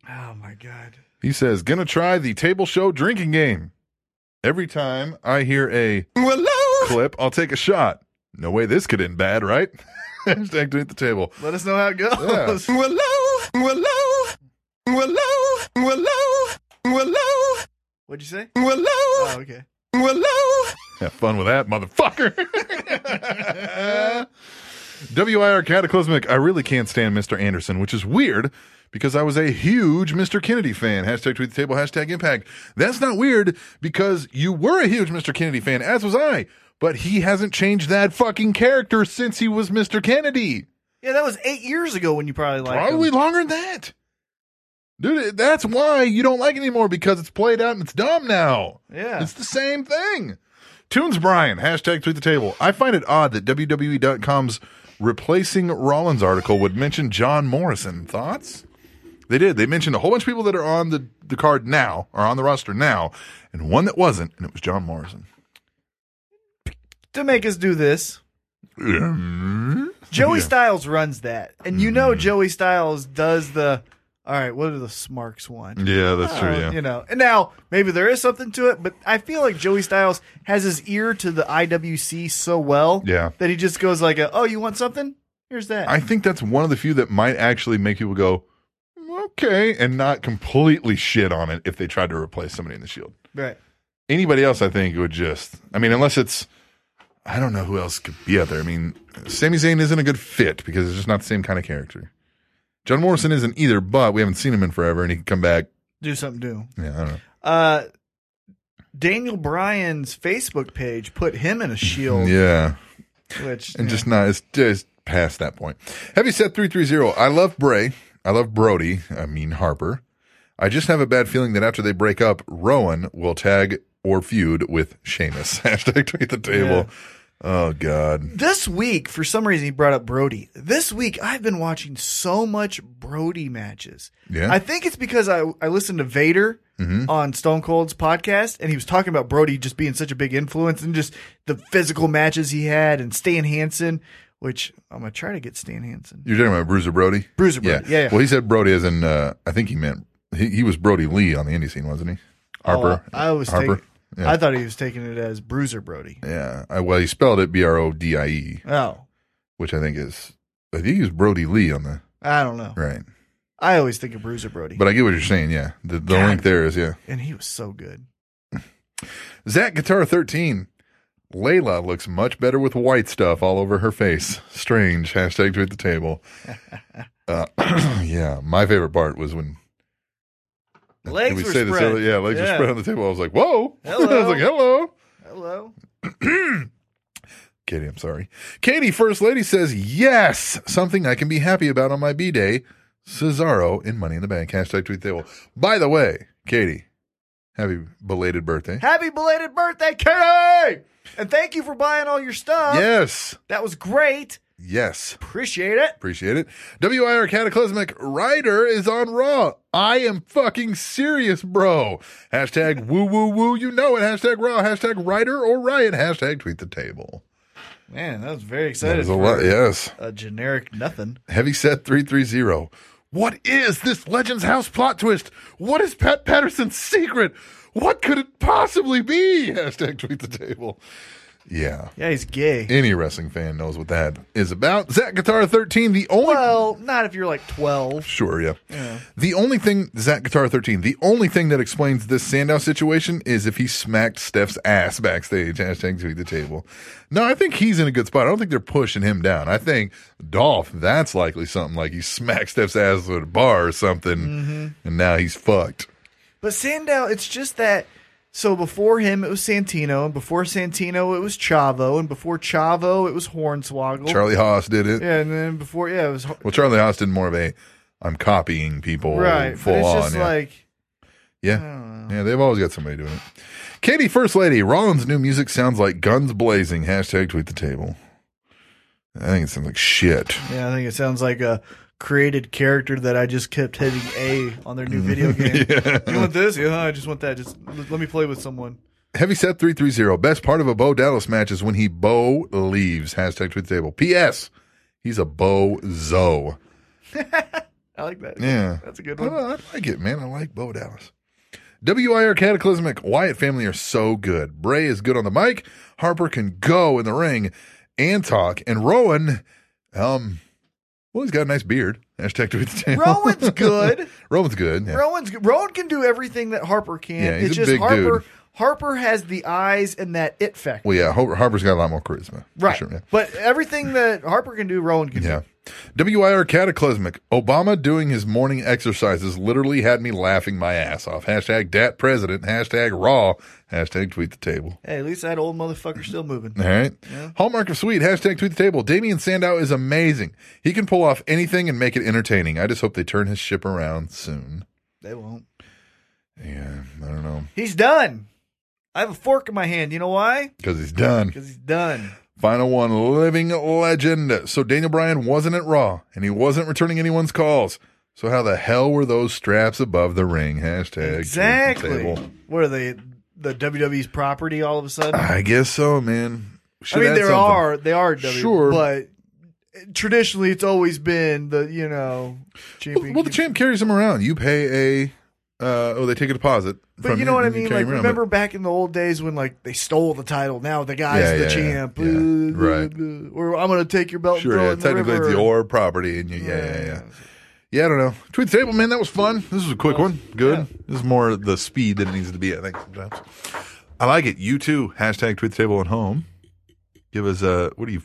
[SPEAKER 2] Oh my God.
[SPEAKER 1] He says, Gonna try the table show drinking game. Every time I hear a clip, I'll take a shot. No way this could end bad, right? [laughs] Hashtag tweet the table.
[SPEAKER 2] Let us know how it goes.
[SPEAKER 1] Yeah.
[SPEAKER 2] What'd you say? Willow. Oh, okay.
[SPEAKER 1] Have fun with that, motherfucker. [laughs] WIR Cataclysmic. I really can't stand Mr. Anderson, which is weird because I was a huge Mr. Kennedy fan. Hashtag tweet the table, hashtag impact. That's not weird because you were a huge Mr. Kennedy fan, as was I, but he hasn't changed that fucking character since he was Mr. Kennedy.
[SPEAKER 2] Yeah, that was eight years ago when you probably liked him.
[SPEAKER 1] Probably longer than that. Dude, that's why you don't like it anymore because it's played out and it's dumb now.
[SPEAKER 2] Yeah.
[SPEAKER 1] It's the same thing. Tunes Brian, hashtag tweet the table. I find it odd that WWE.com's replacing Rollins article would mention John Morrison. Thoughts? They did. They mentioned a whole bunch of people that are on the, the card now, or on the roster now, and one that wasn't, and it was John Morrison.
[SPEAKER 10] to make us do this.
[SPEAKER 2] Joey Styles runs that. And you
[SPEAKER 1] Mm-hmm.
[SPEAKER 2] know Joey Styles does the all right, what do the smarks want?
[SPEAKER 1] Yeah, that's true.
[SPEAKER 2] Uh, You know. And now maybe there is something to it, but I feel like Joey Styles has his ear to the IWC so well
[SPEAKER 1] Yeah.
[SPEAKER 2] that he just goes like, a, "Oh, you want something? Here's that."
[SPEAKER 1] I think that's one of the few that might actually make people go, okay, and not completely shit on it if they tried to replace somebody in the Shield.
[SPEAKER 2] right.
[SPEAKER 1] Anybody else, I think, would just, I mean, unless it's, I don't know who else could be out there. I mean, Sami Zayn isn't a good fit because it's just not the same kind of character. John Morrison isn't either, but we haven't seen him in forever and he can come back.
[SPEAKER 2] Do something new.
[SPEAKER 1] Yeah, I don't know.
[SPEAKER 2] Uh Daniel Bryan's Facebook page put him in a shield,
[SPEAKER 1] Mm-hmm. Yeah.
[SPEAKER 2] which
[SPEAKER 1] and just not it's just past that point. Heavy set three three zero. I love Bray. I love Brody. I mean Harper. I just have a bad feeling that after they break up, Rowan will tag or feud with Sheamus. [laughs] Hashtag tweet the table. Oh God.
[SPEAKER 2] This week, for some reason, he brought up Brody. This week, I've been watching so much Brody matches.
[SPEAKER 1] Yeah. Mm-hmm.
[SPEAKER 2] I think it's because I, I listened to Vader on Stone Cold's podcast, and he was talking about Brody just being such a big influence and just the physical matches he had and Stan Hansen, which I'm going to try to get Stan Hansen.
[SPEAKER 1] You're talking about Bruiser Brody?
[SPEAKER 2] Bruiser Brody. Yeah, yeah.
[SPEAKER 1] Well he said Brody as in uh, I think he meant he, he was Brody Lee on the indie scene, wasn't he? Harper.
[SPEAKER 2] Oh, I, I was
[SPEAKER 1] Harper.
[SPEAKER 2] taking-
[SPEAKER 1] Yeah.
[SPEAKER 2] I thought he was taking it as Bruiser Brody.
[SPEAKER 1] yeah. I, well he spelled it B R O D I E,
[SPEAKER 2] Oh,
[SPEAKER 1] which I think is I think he was Brody Lee on the
[SPEAKER 2] I don't know.
[SPEAKER 1] right.
[SPEAKER 2] I always think of Bruiser Brody,
[SPEAKER 1] But I get what you're saying. Yeah, the, the link there is yeah.
[SPEAKER 2] and he was so good.
[SPEAKER 1] Zach Guitar 13. Layla looks much better with white stuff all over her face. Strange. Hashtag tweet the
[SPEAKER 2] [laughs]
[SPEAKER 1] table. Uh, [clears throat] yeah, my favorite part was when
[SPEAKER 2] Legs
[SPEAKER 1] we
[SPEAKER 2] were
[SPEAKER 1] say
[SPEAKER 2] spread.
[SPEAKER 1] this other- yeah, legs were
[SPEAKER 2] Yeah.
[SPEAKER 1] spread on the table. I was like, whoa. [laughs] I was
[SPEAKER 2] Hello.
[SPEAKER 1] like, hello.
[SPEAKER 2] Hello.
[SPEAKER 1] Katie, I'm sorry. Katie, first lady, says, yes, something I can be happy about on my B day. Cesaro in Money in the Bank. Hashtag tweet the table. By the way, Katie, happy belated birthday.
[SPEAKER 2] Happy belated birthday, Katie! And thank you for buying all your stuff.
[SPEAKER 1] Yes.
[SPEAKER 2] That was great.
[SPEAKER 1] Yes.
[SPEAKER 2] Appreciate it.
[SPEAKER 1] Appreciate it. WIR Cataclysmic Rider is on Raw. I am fucking serious, bro. [laughs] Hashtag woo woo woo. You know it. Hashtag Raw. Hashtag Rider or Riot. Hashtag tweet the table.
[SPEAKER 2] Man, that was very
[SPEAKER 1] That
[SPEAKER 2] excited.
[SPEAKER 1] is a lot. Yes.
[SPEAKER 2] A generic nothing.
[SPEAKER 1] Heavy set 330. What is this Legends House plot twist? What is Pat Patterson's secret? What could it possibly be? Hashtag tweet the table. Yeah.
[SPEAKER 2] Yeah, he's gay.
[SPEAKER 1] Any wrestling fan knows what that is about. Zach Guitar 13, the only.
[SPEAKER 2] Well, not if you're like 12.
[SPEAKER 1] Sure, yeah. The only thing, Zach Guitar 13, the only thing that explains this Sandow situation is if he smacked Steph's ass backstage. [laughs] Hashtag tweet the table. No, I think he's in a good spot. I don't think they're pushing him down. I think Dolph, that's likely something like he smacked Steph's ass with a bar or something,
[SPEAKER 2] Mm-hmm.
[SPEAKER 1] and now he's fucked.
[SPEAKER 2] But Sandow, it's just that. So before him, it was Santino, and before Santino, it was Chavo, and before Chavo, it was Hornswoggle.
[SPEAKER 1] Charlie Haas did it.
[SPEAKER 2] Yeah, and then before, yeah, it was.
[SPEAKER 1] Well, Charlie Haas did more of a I'm copying people
[SPEAKER 2] Right.
[SPEAKER 1] Oh, full
[SPEAKER 2] but it's
[SPEAKER 1] on.
[SPEAKER 2] just
[SPEAKER 1] yeah.
[SPEAKER 2] like.
[SPEAKER 1] Yeah. Yeah, they've always got somebody doing it. Katie First Lady, Rollins' new music sounds like guns blazing. Hashtag tweet the table. I think it sounds like shit.
[SPEAKER 2] Yeah, I think it sounds like a created character that I just kept hitting A on their
[SPEAKER 1] Mm-hmm. [laughs]
[SPEAKER 2] new video game. You want this? Yeah, I just want that. Just l- let me play with someone.
[SPEAKER 1] Heavy set 330. Best part of a Bo Dallas match is when he Bo leaves. Hashtag tweet the table. P.S. He's a bozo.
[SPEAKER 2] I like that.
[SPEAKER 1] Yeah.
[SPEAKER 2] That's a good
[SPEAKER 1] I, [laughs]
[SPEAKER 2] one.
[SPEAKER 1] I like it, man. I like Bo Dallas. WIR Cataclysmic Wyatt family are so good. Bray is good on the mic. Harper can go in the ring and talk. And Rowan, um, well, he's got a nice beard. Hashtag tweet the table. [laughs]
[SPEAKER 2] Rowan's good.
[SPEAKER 1] Rowan's good. Yeah.
[SPEAKER 2] Rowan's good. Rowan can do everything that Harper can.
[SPEAKER 1] Yeah, he's
[SPEAKER 2] it's
[SPEAKER 1] a
[SPEAKER 2] just
[SPEAKER 1] big
[SPEAKER 2] Harper.
[SPEAKER 1] dude.
[SPEAKER 2] Harper has the eyes and that it factor.
[SPEAKER 1] well, yeah, Har- Harper's got a lot more charisma. for
[SPEAKER 2] right.
[SPEAKER 1] sure, yeah.
[SPEAKER 2] But everything that Harper can do, Rowan can
[SPEAKER 1] Yeah. WIR Cataclysmic. Obama doing his morning exercises literally had me laughing my ass off. Hashtag dat president. Hashtag raw. Hashtag tweet the table.
[SPEAKER 2] do. Hey, at least that old motherfucker's still moving.
[SPEAKER 1] All right. Hallmark of Sweet, hashtag tweet the table. Damian Sandow is amazing. He can pull off anything and make it entertaining. I just hope they turn his ship around soon.
[SPEAKER 2] They won't.
[SPEAKER 1] Yeah, I don't know.
[SPEAKER 2] He's done. I have a fork in my hand. You know why?
[SPEAKER 1] Because he's done.
[SPEAKER 2] Because he's done.
[SPEAKER 1] Final one, living legend. So Daniel Bryan wasn't at Raw, and he wasn't returning anyone's calls. So how the hell were those straps above the ring? Hashtag tweet the
[SPEAKER 2] Exactly.
[SPEAKER 1] table.
[SPEAKER 2] What are they? The WWE's property all of a sudden?
[SPEAKER 1] I guess so, man.
[SPEAKER 2] I
[SPEAKER 1] Should
[SPEAKER 2] mean,
[SPEAKER 1] add
[SPEAKER 2] there
[SPEAKER 1] something.
[SPEAKER 2] are they are WWE,
[SPEAKER 1] Sure.
[SPEAKER 2] but traditionally it's always been the you
[SPEAKER 1] Well,
[SPEAKER 2] know champion.
[SPEAKER 1] well, the champ carries him around. You pay a. Uh, oh, they take a deposit.
[SPEAKER 2] but
[SPEAKER 1] from
[SPEAKER 2] you know what I
[SPEAKER 1] and
[SPEAKER 2] mean.
[SPEAKER 1] carry
[SPEAKER 2] Like
[SPEAKER 1] him around, but-
[SPEAKER 2] remember back in the old days when like they stole the title. Now the guy's
[SPEAKER 1] Yeah,
[SPEAKER 2] the
[SPEAKER 1] yeah, yeah,
[SPEAKER 2] champ.
[SPEAKER 1] yeah.
[SPEAKER 2] Blah,
[SPEAKER 1] Right.
[SPEAKER 2] blah, blah. Or I'm gonna take your belt.
[SPEAKER 1] Sure,
[SPEAKER 2] and throw it
[SPEAKER 1] yeah.
[SPEAKER 2] in
[SPEAKER 1] Technically,
[SPEAKER 2] the
[SPEAKER 1] it's
[SPEAKER 2] river.
[SPEAKER 1] your property, and you, yeah, yeah, yeah. Yeah, I don't know. Tweet the table, man. That was fun. This was a quick one. Good. This is more the speed than it needs to be. I think sometimes. I like it. You too. Hashtag tweet the table at home. Give us a what are you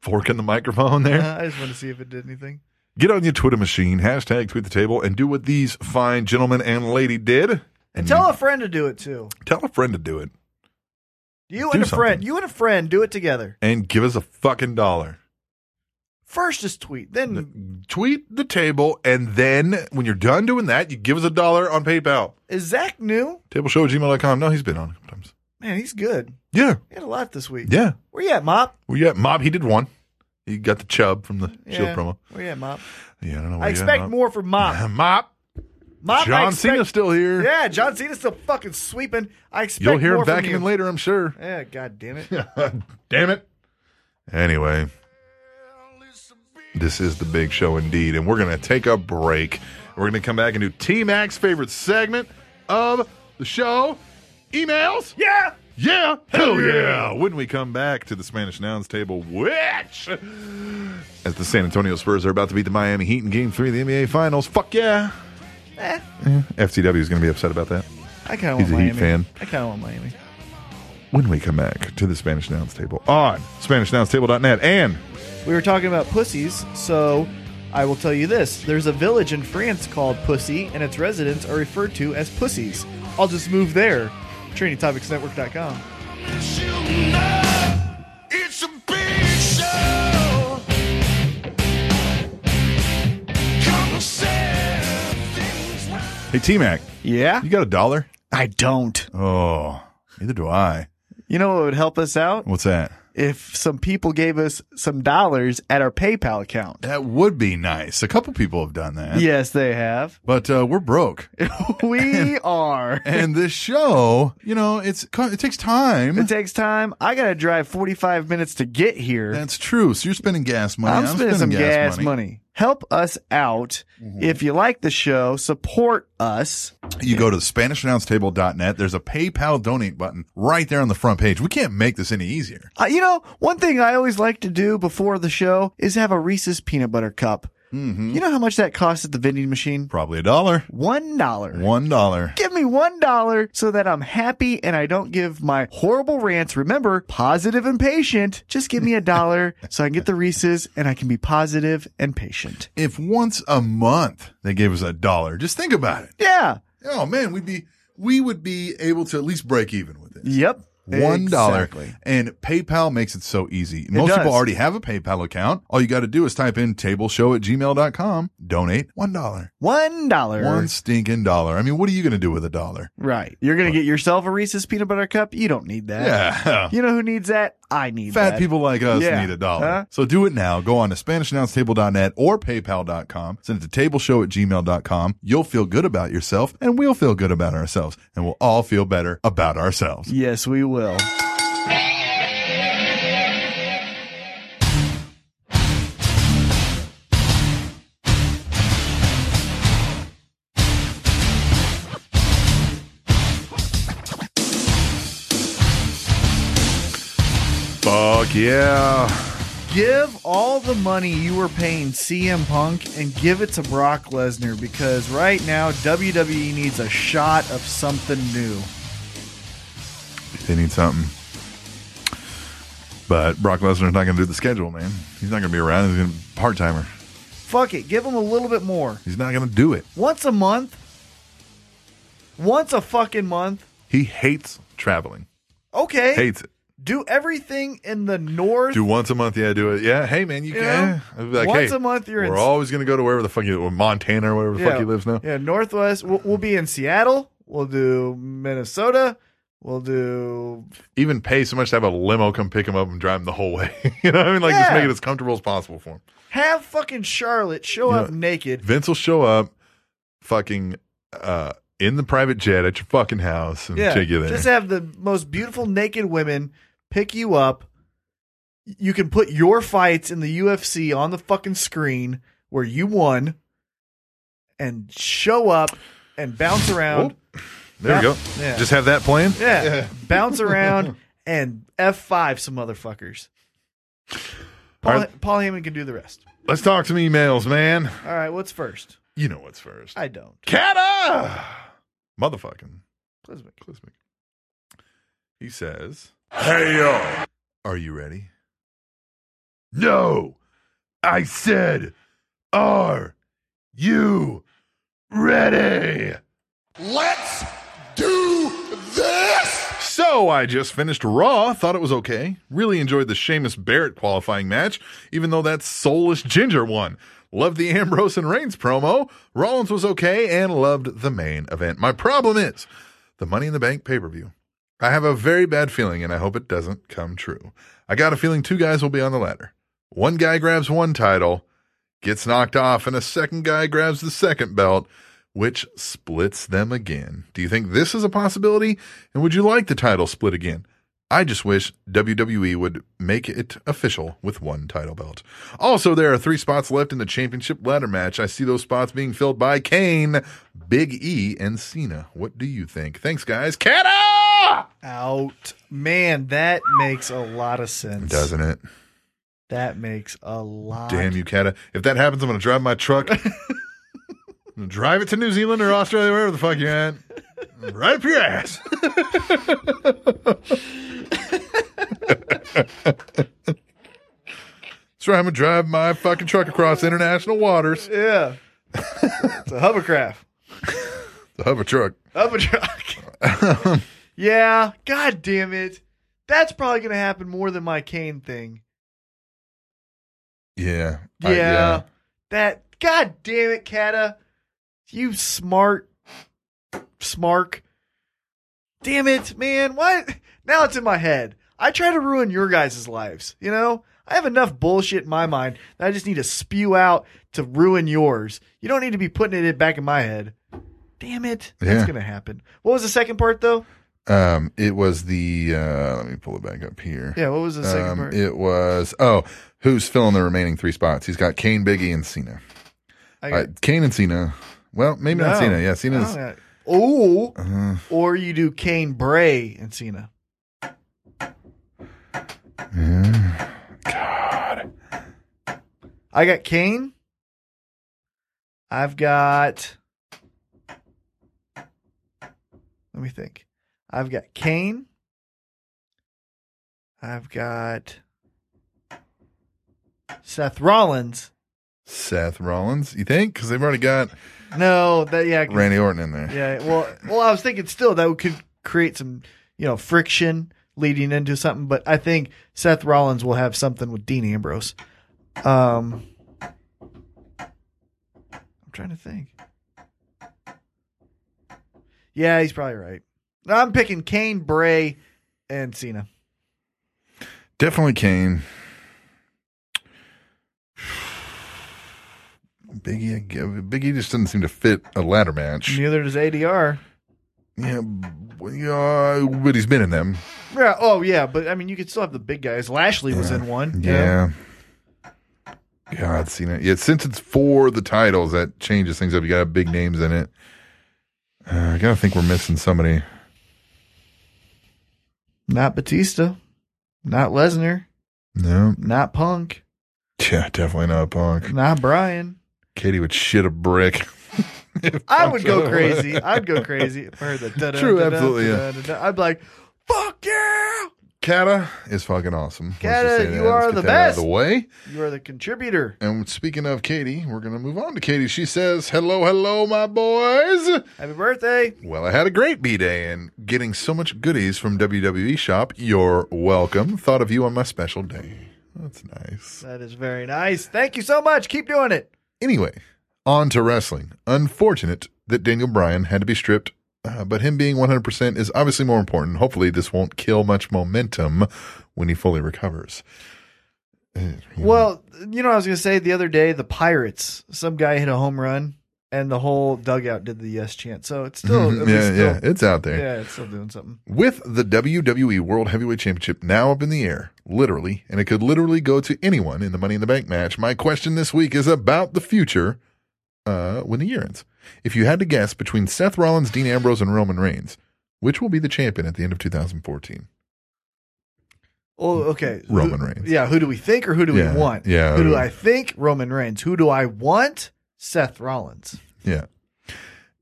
[SPEAKER 1] forking the microphone there?
[SPEAKER 2] Uh, [laughs] I just want to see if it did anything.
[SPEAKER 1] Get on your Twitter machine. Hashtag tweet the table and do what these fine gentlemen and lady did. And
[SPEAKER 2] Tell
[SPEAKER 1] you-
[SPEAKER 2] a friend to do it too.
[SPEAKER 1] tell a friend to do it
[SPEAKER 2] You
[SPEAKER 1] Do
[SPEAKER 2] and a friend.
[SPEAKER 1] something.
[SPEAKER 2] You and a friend do it together.
[SPEAKER 1] and give us a fucking dollar.
[SPEAKER 2] First is tweet, then
[SPEAKER 1] Tweet the table, and then when you're done doing that, you give us a dollar on PayPal.
[SPEAKER 2] is Zach new?
[SPEAKER 1] Tableshow at gmail.com. No, he's been on a couple times.
[SPEAKER 2] Man, he's good.
[SPEAKER 1] Yeah.
[SPEAKER 2] He had a lot this week.
[SPEAKER 1] Yeah.
[SPEAKER 2] Where you at, Mop?
[SPEAKER 1] Well, yeah, Mob, he did one. He got the chub from the Shield
[SPEAKER 2] Yeah.
[SPEAKER 1] promo.
[SPEAKER 2] Where you at, Mop?
[SPEAKER 1] Yeah, I don't know.
[SPEAKER 2] I
[SPEAKER 1] where you at,
[SPEAKER 2] expect
[SPEAKER 1] Mop.
[SPEAKER 2] more from Mop.
[SPEAKER 1] Mop.
[SPEAKER 2] Mop I
[SPEAKER 1] John
[SPEAKER 2] expect-
[SPEAKER 1] Cena's still here.
[SPEAKER 2] Yeah, John Cena's still fucking sweeping. I expect
[SPEAKER 1] You'll hear him
[SPEAKER 2] more from you.
[SPEAKER 1] vacuuming later, I'm sure.
[SPEAKER 2] Yeah, god
[SPEAKER 1] [laughs]
[SPEAKER 2] damn it.
[SPEAKER 1] Damn it. Anyway, this is the big show indeed, and we're going to take a break. We're going to come back and do T Mac's favorite segment of the show emails.
[SPEAKER 2] yeah.
[SPEAKER 1] Yeah, hell yeah. When we come back to the Spanish Nouns Table, which, as the San Antonio Spurs are about to beat the Miami Heat in Game 3 of the NBA Finals, fuck yeah. Eh, FTW is going to be upset about that.
[SPEAKER 2] I kind of want
[SPEAKER 1] He's a
[SPEAKER 2] Miami.
[SPEAKER 1] Heat fan.
[SPEAKER 2] I kind of want Miami.
[SPEAKER 1] When we come back to the Spanish Nouns Table on SpanishNounsTable.net and
[SPEAKER 2] We were talking about pussies, so I will tell you this. There's a village in France called Pussy, and its residents are referred to as pussies. I'll just move there. TrainingTopicsNetwork.com.
[SPEAKER 7] It's a big show. Come set things right.
[SPEAKER 1] Hey, T Mac,
[SPEAKER 2] Yeah?
[SPEAKER 1] you got a dollar?
[SPEAKER 2] I don't.
[SPEAKER 1] Oh, neither do I.
[SPEAKER 2] You know what would help us out?
[SPEAKER 1] What's that?
[SPEAKER 2] If some people gave us some dollars at our PayPal account.
[SPEAKER 1] That would be nice. A couple people have done that.
[SPEAKER 2] Yes, they have. [laughs]
[SPEAKER 1] But uh, we're [laughs] broke. [laughs]
[SPEAKER 2] we are.
[SPEAKER 1] and this show, you know, it's it takes time.
[SPEAKER 2] It takes time. I got to drive 45 minutes to get here.
[SPEAKER 1] That's true. So you're spending gas money.
[SPEAKER 2] I'm spending, some gas, money. Mm-hmm. Help us out. If you like the show, support us.
[SPEAKER 1] You go to SpanishAnnounceTable.net. There's a PayPal donate button right there on the front page. We can't make this any easier.
[SPEAKER 2] Uh, you know, one thing I always like to do before the show is have a Reese's peanut butter cup. You know how much that costs at the vending machine?
[SPEAKER 1] Probably a dollar.
[SPEAKER 2] One dollar.
[SPEAKER 1] One dollar.
[SPEAKER 2] Give me one dollar so that I'm happy and I don't give my horrible rants. Remember, positive and patient. Just give me a [laughs] dollar so I can get the Reese's and I can be positive and patient.
[SPEAKER 1] If once a month they gave us a dollar, just think about it.
[SPEAKER 2] Yeah.
[SPEAKER 1] Oh man, we'd be we would be able to at least break even with it.
[SPEAKER 2] Yep.
[SPEAKER 1] One dollar.
[SPEAKER 2] Exactly.
[SPEAKER 1] And PayPal makes it so easy. Most
[SPEAKER 2] does.
[SPEAKER 1] people already have a PayPal account. All you got to do is type in tableshow at gmail.com, donate one dollar.
[SPEAKER 2] One dollar.
[SPEAKER 1] One stinking dollar. I mean, what are you going to do with a dollar?
[SPEAKER 2] Right. You're going to get yourself a Reese's peanut butter cup. You don't need that.
[SPEAKER 1] Yeah.
[SPEAKER 2] You know who needs that? I
[SPEAKER 1] [laughs]
[SPEAKER 2] need
[SPEAKER 1] Fat
[SPEAKER 2] that.
[SPEAKER 1] people like us
[SPEAKER 2] Yeah.
[SPEAKER 1] need a dollar.
[SPEAKER 2] Huh?
[SPEAKER 1] So do it now. Go on to SpanishAnnounceTable.net or PayPal.com. Send it to tableshow at gmail.com. You'll feel good about yourself and we'll feel good about ourselves and we'll all feel better about ourselves.
[SPEAKER 2] Yes, we will.
[SPEAKER 1] Fuck yeah.
[SPEAKER 2] Give all the money you were paying CM Punk and give it to Brock Lesnar because right now WWE needs a shot of something new.
[SPEAKER 1] They need something. But Brock Lesnar's not going to do the schedule, man. He's not going to be around. He's going to part timer.
[SPEAKER 2] Fuck it, give them a little bit more.
[SPEAKER 1] He's not going to do it.
[SPEAKER 2] Once a month. Once a fucking month.
[SPEAKER 1] He hates traveling.
[SPEAKER 2] Okay.
[SPEAKER 1] Hates it.
[SPEAKER 2] Do everything in the north.
[SPEAKER 1] Do once a month, yeah, do it. Yeah, hey man, you
[SPEAKER 2] Yeah.
[SPEAKER 1] can. I'd be like,
[SPEAKER 2] Once
[SPEAKER 1] hey,
[SPEAKER 2] a month, you're in-
[SPEAKER 1] We're always gonna go to wherever the fuck you, Montana or wherever the fuck he lives now.
[SPEAKER 2] Yeah, Northwest. We'll, we'll be in Seattle. We'll do Minnesota. We'll do.
[SPEAKER 1] Even pay so much to have a limo come pick him up and drive him the whole way. [laughs] you know what I mean? Like just
[SPEAKER 2] Yeah.
[SPEAKER 1] make it as comfortable as possible for him.
[SPEAKER 2] Have fucking Charlotte show
[SPEAKER 1] You
[SPEAKER 2] up
[SPEAKER 1] know- [laughs]
[SPEAKER 2] naked.
[SPEAKER 1] Vince will show up, fucking uh, in the private jet at your fucking house and
[SPEAKER 2] Yeah.
[SPEAKER 1] take you there.
[SPEAKER 2] Just have the most beautiful naked women pick you up. You can put your fights in the UFC on the fucking screen where you won and show up and
[SPEAKER 1] [laughs]
[SPEAKER 2] bounce around.
[SPEAKER 1] Oh. there we go.
[SPEAKER 2] Yeah.
[SPEAKER 1] Just have that plan.
[SPEAKER 2] Yeah.
[SPEAKER 1] [laughs]
[SPEAKER 2] Bounce around and F5 some motherfuckers. Paul,
[SPEAKER 1] All right.
[SPEAKER 2] Paul Heyman can do the rest.
[SPEAKER 1] Let's talk some emails, man.
[SPEAKER 2] All right, what's first?
[SPEAKER 1] You know what's first.
[SPEAKER 2] I don't.
[SPEAKER 1] Kata! Motherfucking.
[SPEAKER 2] Plismic.
[SPEAKER 1] Klismic. He says, Hey, yo. Are you ready? No. I said, Are you ready?
[SPEAKER 7] Let's do this!
[SPEAKER 1] So I just finished Raw, thought it was okay. Really enjoyed the Sheamus Barrett qualifying match, even though that soulless ginger won. Loved the Ambrose and Reigns promo. Rollins was okay and loved the main event. My problem is the Money in the Bank pay per view. I have a very bad feeling and I hope it doesn't come true. I got a feeling two guys will be on the ladder. One guy grabs one title, gets knocked off, and a second guy grabs the second belt, which splits them again. Do you think this is a possibility? And would you like the title split again? I just wish WWE would make it official with one title belt. Also, there are three spots left in the championship ladder match. I see those spots being filled by Kane, Big E, and Cena. What do you think? Thanks, guys. Kata!
[SPEAKER 2] out. Man, that makes a lot of sense.
[SPEAKER 1] Doesn't it?
[SPEAKER 2] That makes a lot.
[SPEAKER 1] Damn you, Kata. If that happens, I'm going to drive my
[SPEAKER 2] [laughs]
[SPEAKER 1] truck. drive it to New Zealand or Australia, wherever the fuck you're at. Right up your ass. That's right. I'm going to drive my fucking truck across international waters.
[SPEAKER 2] Yeah. it's a hovercraft.
[SPEAKER 1] The hover truck.
[SPEAKER 2] Up a truck.
[SPEAKER 1] [laughs]
[SPEAKER 2] yeah. God damn it. That's probably going to happen more than my cane thing.
[SPEAKER 1] Yeah.
[SPEAKER 2] Uh, Yeah. That. God damn it, Kata. You smart. Smark. Damn it, man. What? Now it's in my head. I try to ruin your guys' lives, you know? I have enough bullshit in my mind that I just need to spew out to ruin yours. You don't need to be putting it back in my head. Damn it.
[SPEAKER 1] Yeah.
[SPEAKER 2] That's going to happen. What was the second part, though?
[SPEAKER 1] Um, it was the. Uh, let me pull it back up here.
[SPEAKER 2] Yeah, what was the second
[SPEAKER 1] Um,
[SPEAKER 2] part?
[SPEAKER 1] it was. Oh, who's filling the remaining three spots? He's got Kane, Biggie, and Cena.
[SPEAKER 2] I
[SPEAKER 1] Uh, Kane and Cena. Well, maybe not Cena. Yeah, Cena's. uh,
[SPEAKER 2] Oh, Oh, or you do Kane Bray and Cena. God. I got Kane. I've got. Let me think. I've got Kane. I've got Seth Rollins.
[SPEAKER 1] Seth Rollins. You think? Because they've already got
[SPEAKER 2] No, that yeah, 'cause-
[SPEAKER 1] Randy Orton in there.
[SPEAKER 2] Yeah, well, well, I was thinking still that could create some, you know, friction leading into something. But I think Seth Rollins will have something with Dean Ambrose. Um, I'm trying to think. Yeah, he's probably right. No, I'm picking Kane, Bray, and Cena.
[SPEAKER 1] Definitely Kane. Biggie, I give- Biggie just doesn't seem to fit a ladder match.
[SPEAKER 2] Neither does ADR.
[SPEAKER 1] Yeah, b- yeah, but he's been in them.
[SPEAKER 2] Yeah. Oh, yeah. But I mean, you could still have the big guys. Lashley was in one. you know?
[SPEAKER 1] Yeah. God, Cena. Yeah, since it's for the titles, that changes things up. You got big names in it. Uh, I gotta think we're missing somebody.
[SPEAKER 2] Not Batista. Not Lesnar.
[SPEAKER 1] No,
[SPEAKER 2] Not Punk.
[SPEAKER 1] yeah, definitely not Punk.
[SPEAKER 2] Not Brian.
[SPEAKER 1] Katie would shit a brick.
[SPEAKER 2] [laughs] I
[SPEAKER 1] [laughs]
[SPEAKER 2] would go crazy. I'd go crazy. If I heard the da-dum,
[SPEAKER 1] True,
[SPEAKER 2] da-dum,
[SPEAKER 1] absolutely, yeah.
[SPEAKER 2] da-dum, I'd be like, "Fuck yeah!
[SPEAKER 1] Kata is fucking awesome. Let's just
[SPEAKER 2] Kata,
[SPEAKER 1] say that.
[SPEAKER 2] you
[SPEAKER 1] Let's
[SPEAKER 2] are
[SPEAKER 1] get
[SPEAKER 2] the
[SPEAKER 1] that out of
[SPEAKER 2] best.
[SPEAKER 1] the way.
[SPEAKER 2] You are the contributor."
[SPEAKER 1] And speaking of Katie, we're going to move on to Katie. She says, Hello, hello, my boys.
[SPEAKER 2] Happy birthday!
[SPEAKER 1] Well, I had a great B day and getting so much goodies from WWE Shop. You're welcome. Thought of you on my special day. That's nice.
[SPEAKER 2] That is very nice. Thank you so much. Keep doing it.
[SPEAKER 1] Anyway, on to wrestling. Unfortunate that Daniel Bryan had to be stripped, uh, but him being 100% is obviously more important. Hopefully, this won't kill much momentum when he fully recovers.
[SPEAKER 2] Well, you know, I was gonna say the other day, the Pirates. Some guy hit a home run, and the whole dugout did the yes chant. So
[SPEAKER 1] [laughs]
[SPEAKER 2] it's still, at
[SPEAKER 1] Mm-hmm. yeah,
[SPEAKER 2] least
[SPEAKER 1] yeah,
[SPEAKER 2] Oh, still
[SPEAKER 1] it's out there.
[SPEAKER 2] yeah, it's still doing something.
[SPEAKER 1] With the WWE World Heavyweight Championship now up in the air, literally, and it could literally go to anyone in the Money in the Bank match, my question this week is about the future uh, when the year ends. If you had to guess between Seth Rollins, Dean Ambrose, and Roman Reigns, which will be the champion at the end of 2014?
[SPEAKER 2] Oh, okay. Who-
[SPEAKER 1] Roman Reigns.
[SPEAKER 2] Yeah, who do we think or who do
[SPEAKER 1] Yeah,
[SPEAKER 2] we want?
[SPEAKER 1] yeah.
[SPEAKER 2] Who do I think? Roman Reigns. Who do I want? Seth Rollins.
[SPEAKER 1] Yeah.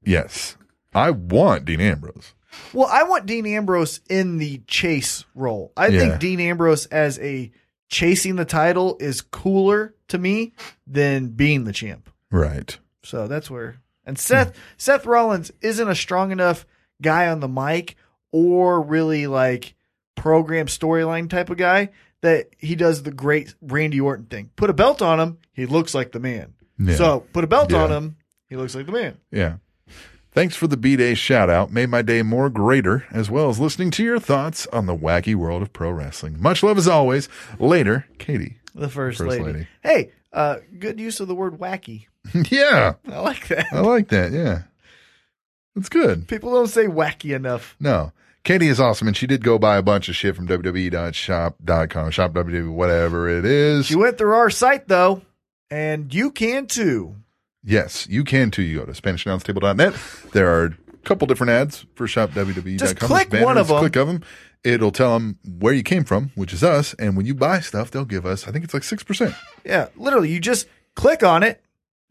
[SPEAKER 1] Yes. I want Dean Ambrose.
[SPEAKER 2] Well, I want Dean Ambrose in the chase role. I
[SPEAKER 1] Yeah.
[SPEAKER 2] think Dean Ambrose as a chasing the title is cooler to me than being the champ.
[SPEAKER 1] Right.
[SPEAKER 2] So that's where and
[SPEAKER 1] Hmm.
[SPEAKER 2] Seth Seth Rollins isn't a strong enough guy on the mic or really like program storyline type of guy that he does the great Randy Orton thing. Put a belt on him, he looks like the man.
[SPEAKER 1] Yeah.
[SPEAKER 2] So put a belt on
[SPEAKER 1] Yeah.
[SPEAKER 2] him, he looks like the man.
[SPEAKER 1] Yeah. Thanks for the B Day shout out. Made my day more greater, as well as listening to your thoughts on the wacky world of pro wrestling. Much love as always. Later, Katie. [laughs]
[SPEAKER 2] The first,
[SPEAKER 1] First
[SPEAKER 2] lady.
[SPEAKER 1] lady.
[SPEAKER 2] Hey, uh, good use of the word wacky.
[SPEAKER 1] yeah.
[SPEAKER 2] [laughs] I like that.
[SPEAKER 1] I like that. Yeah. That's good.
[SPEAKER 2] People don't say wacky enough.
[SPEAKER 1] No. Katie is awesome, and she did go buy a bunch of shit from WWE.shop.com, shop WWE, whatever it is.
[SPEAKER 2] She went through our site though, and you can too.
[SPEAKER 1] Yes, you can too. You go to SpanishAnnounceTable.net. There are couple different ads for shopwwe.com.
[SPEAKER 2] Just click one of 'em.
[SPEAKER 1] Click of them. It'll tell them where you came from, which is us. And when you buy stuff, they'll give us, I think it's like 6%.
[SPEAKER 2] Yeah, literally, you just click on it.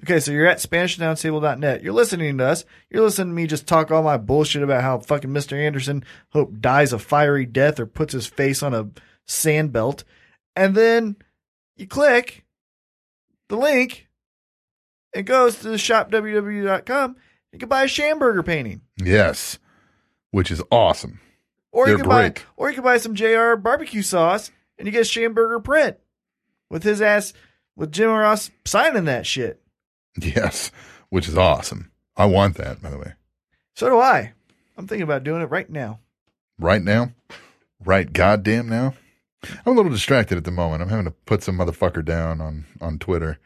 [SPEAKER 2] Okay, so you're at SpanishAnnounceTable.net. You're listening to us. You're listening to me just talk all my bullshit about how fucking Mr. Anderson hope dies a fiery death or puts his face on a sand belt. And then you click the link. It goes to shopww.com. You can buy a Shamburger painting.
[SPEAKER 1] Yes. Which is awesome.
[SPEAKER 2] Or you
[SPEAKER 1] They're
[SPEAKER 2] can buy
[SPEAKER 1] great.
[SPEAKER 2] or you can buy some JR barbecue sauce and you get a Shamburger print with his ass with Jim Ross signing that shit.
[SPEAKER 1] Yes. Which is awesome. I want that, by the way.
[SPEAKER 2] So do I. I'm thinking about doing it right now.
[SPEAKER 1] Right now. Right goddamn now. I'm a little distracted at the moment. I'm having to put some motherfucker down on, on Twitter.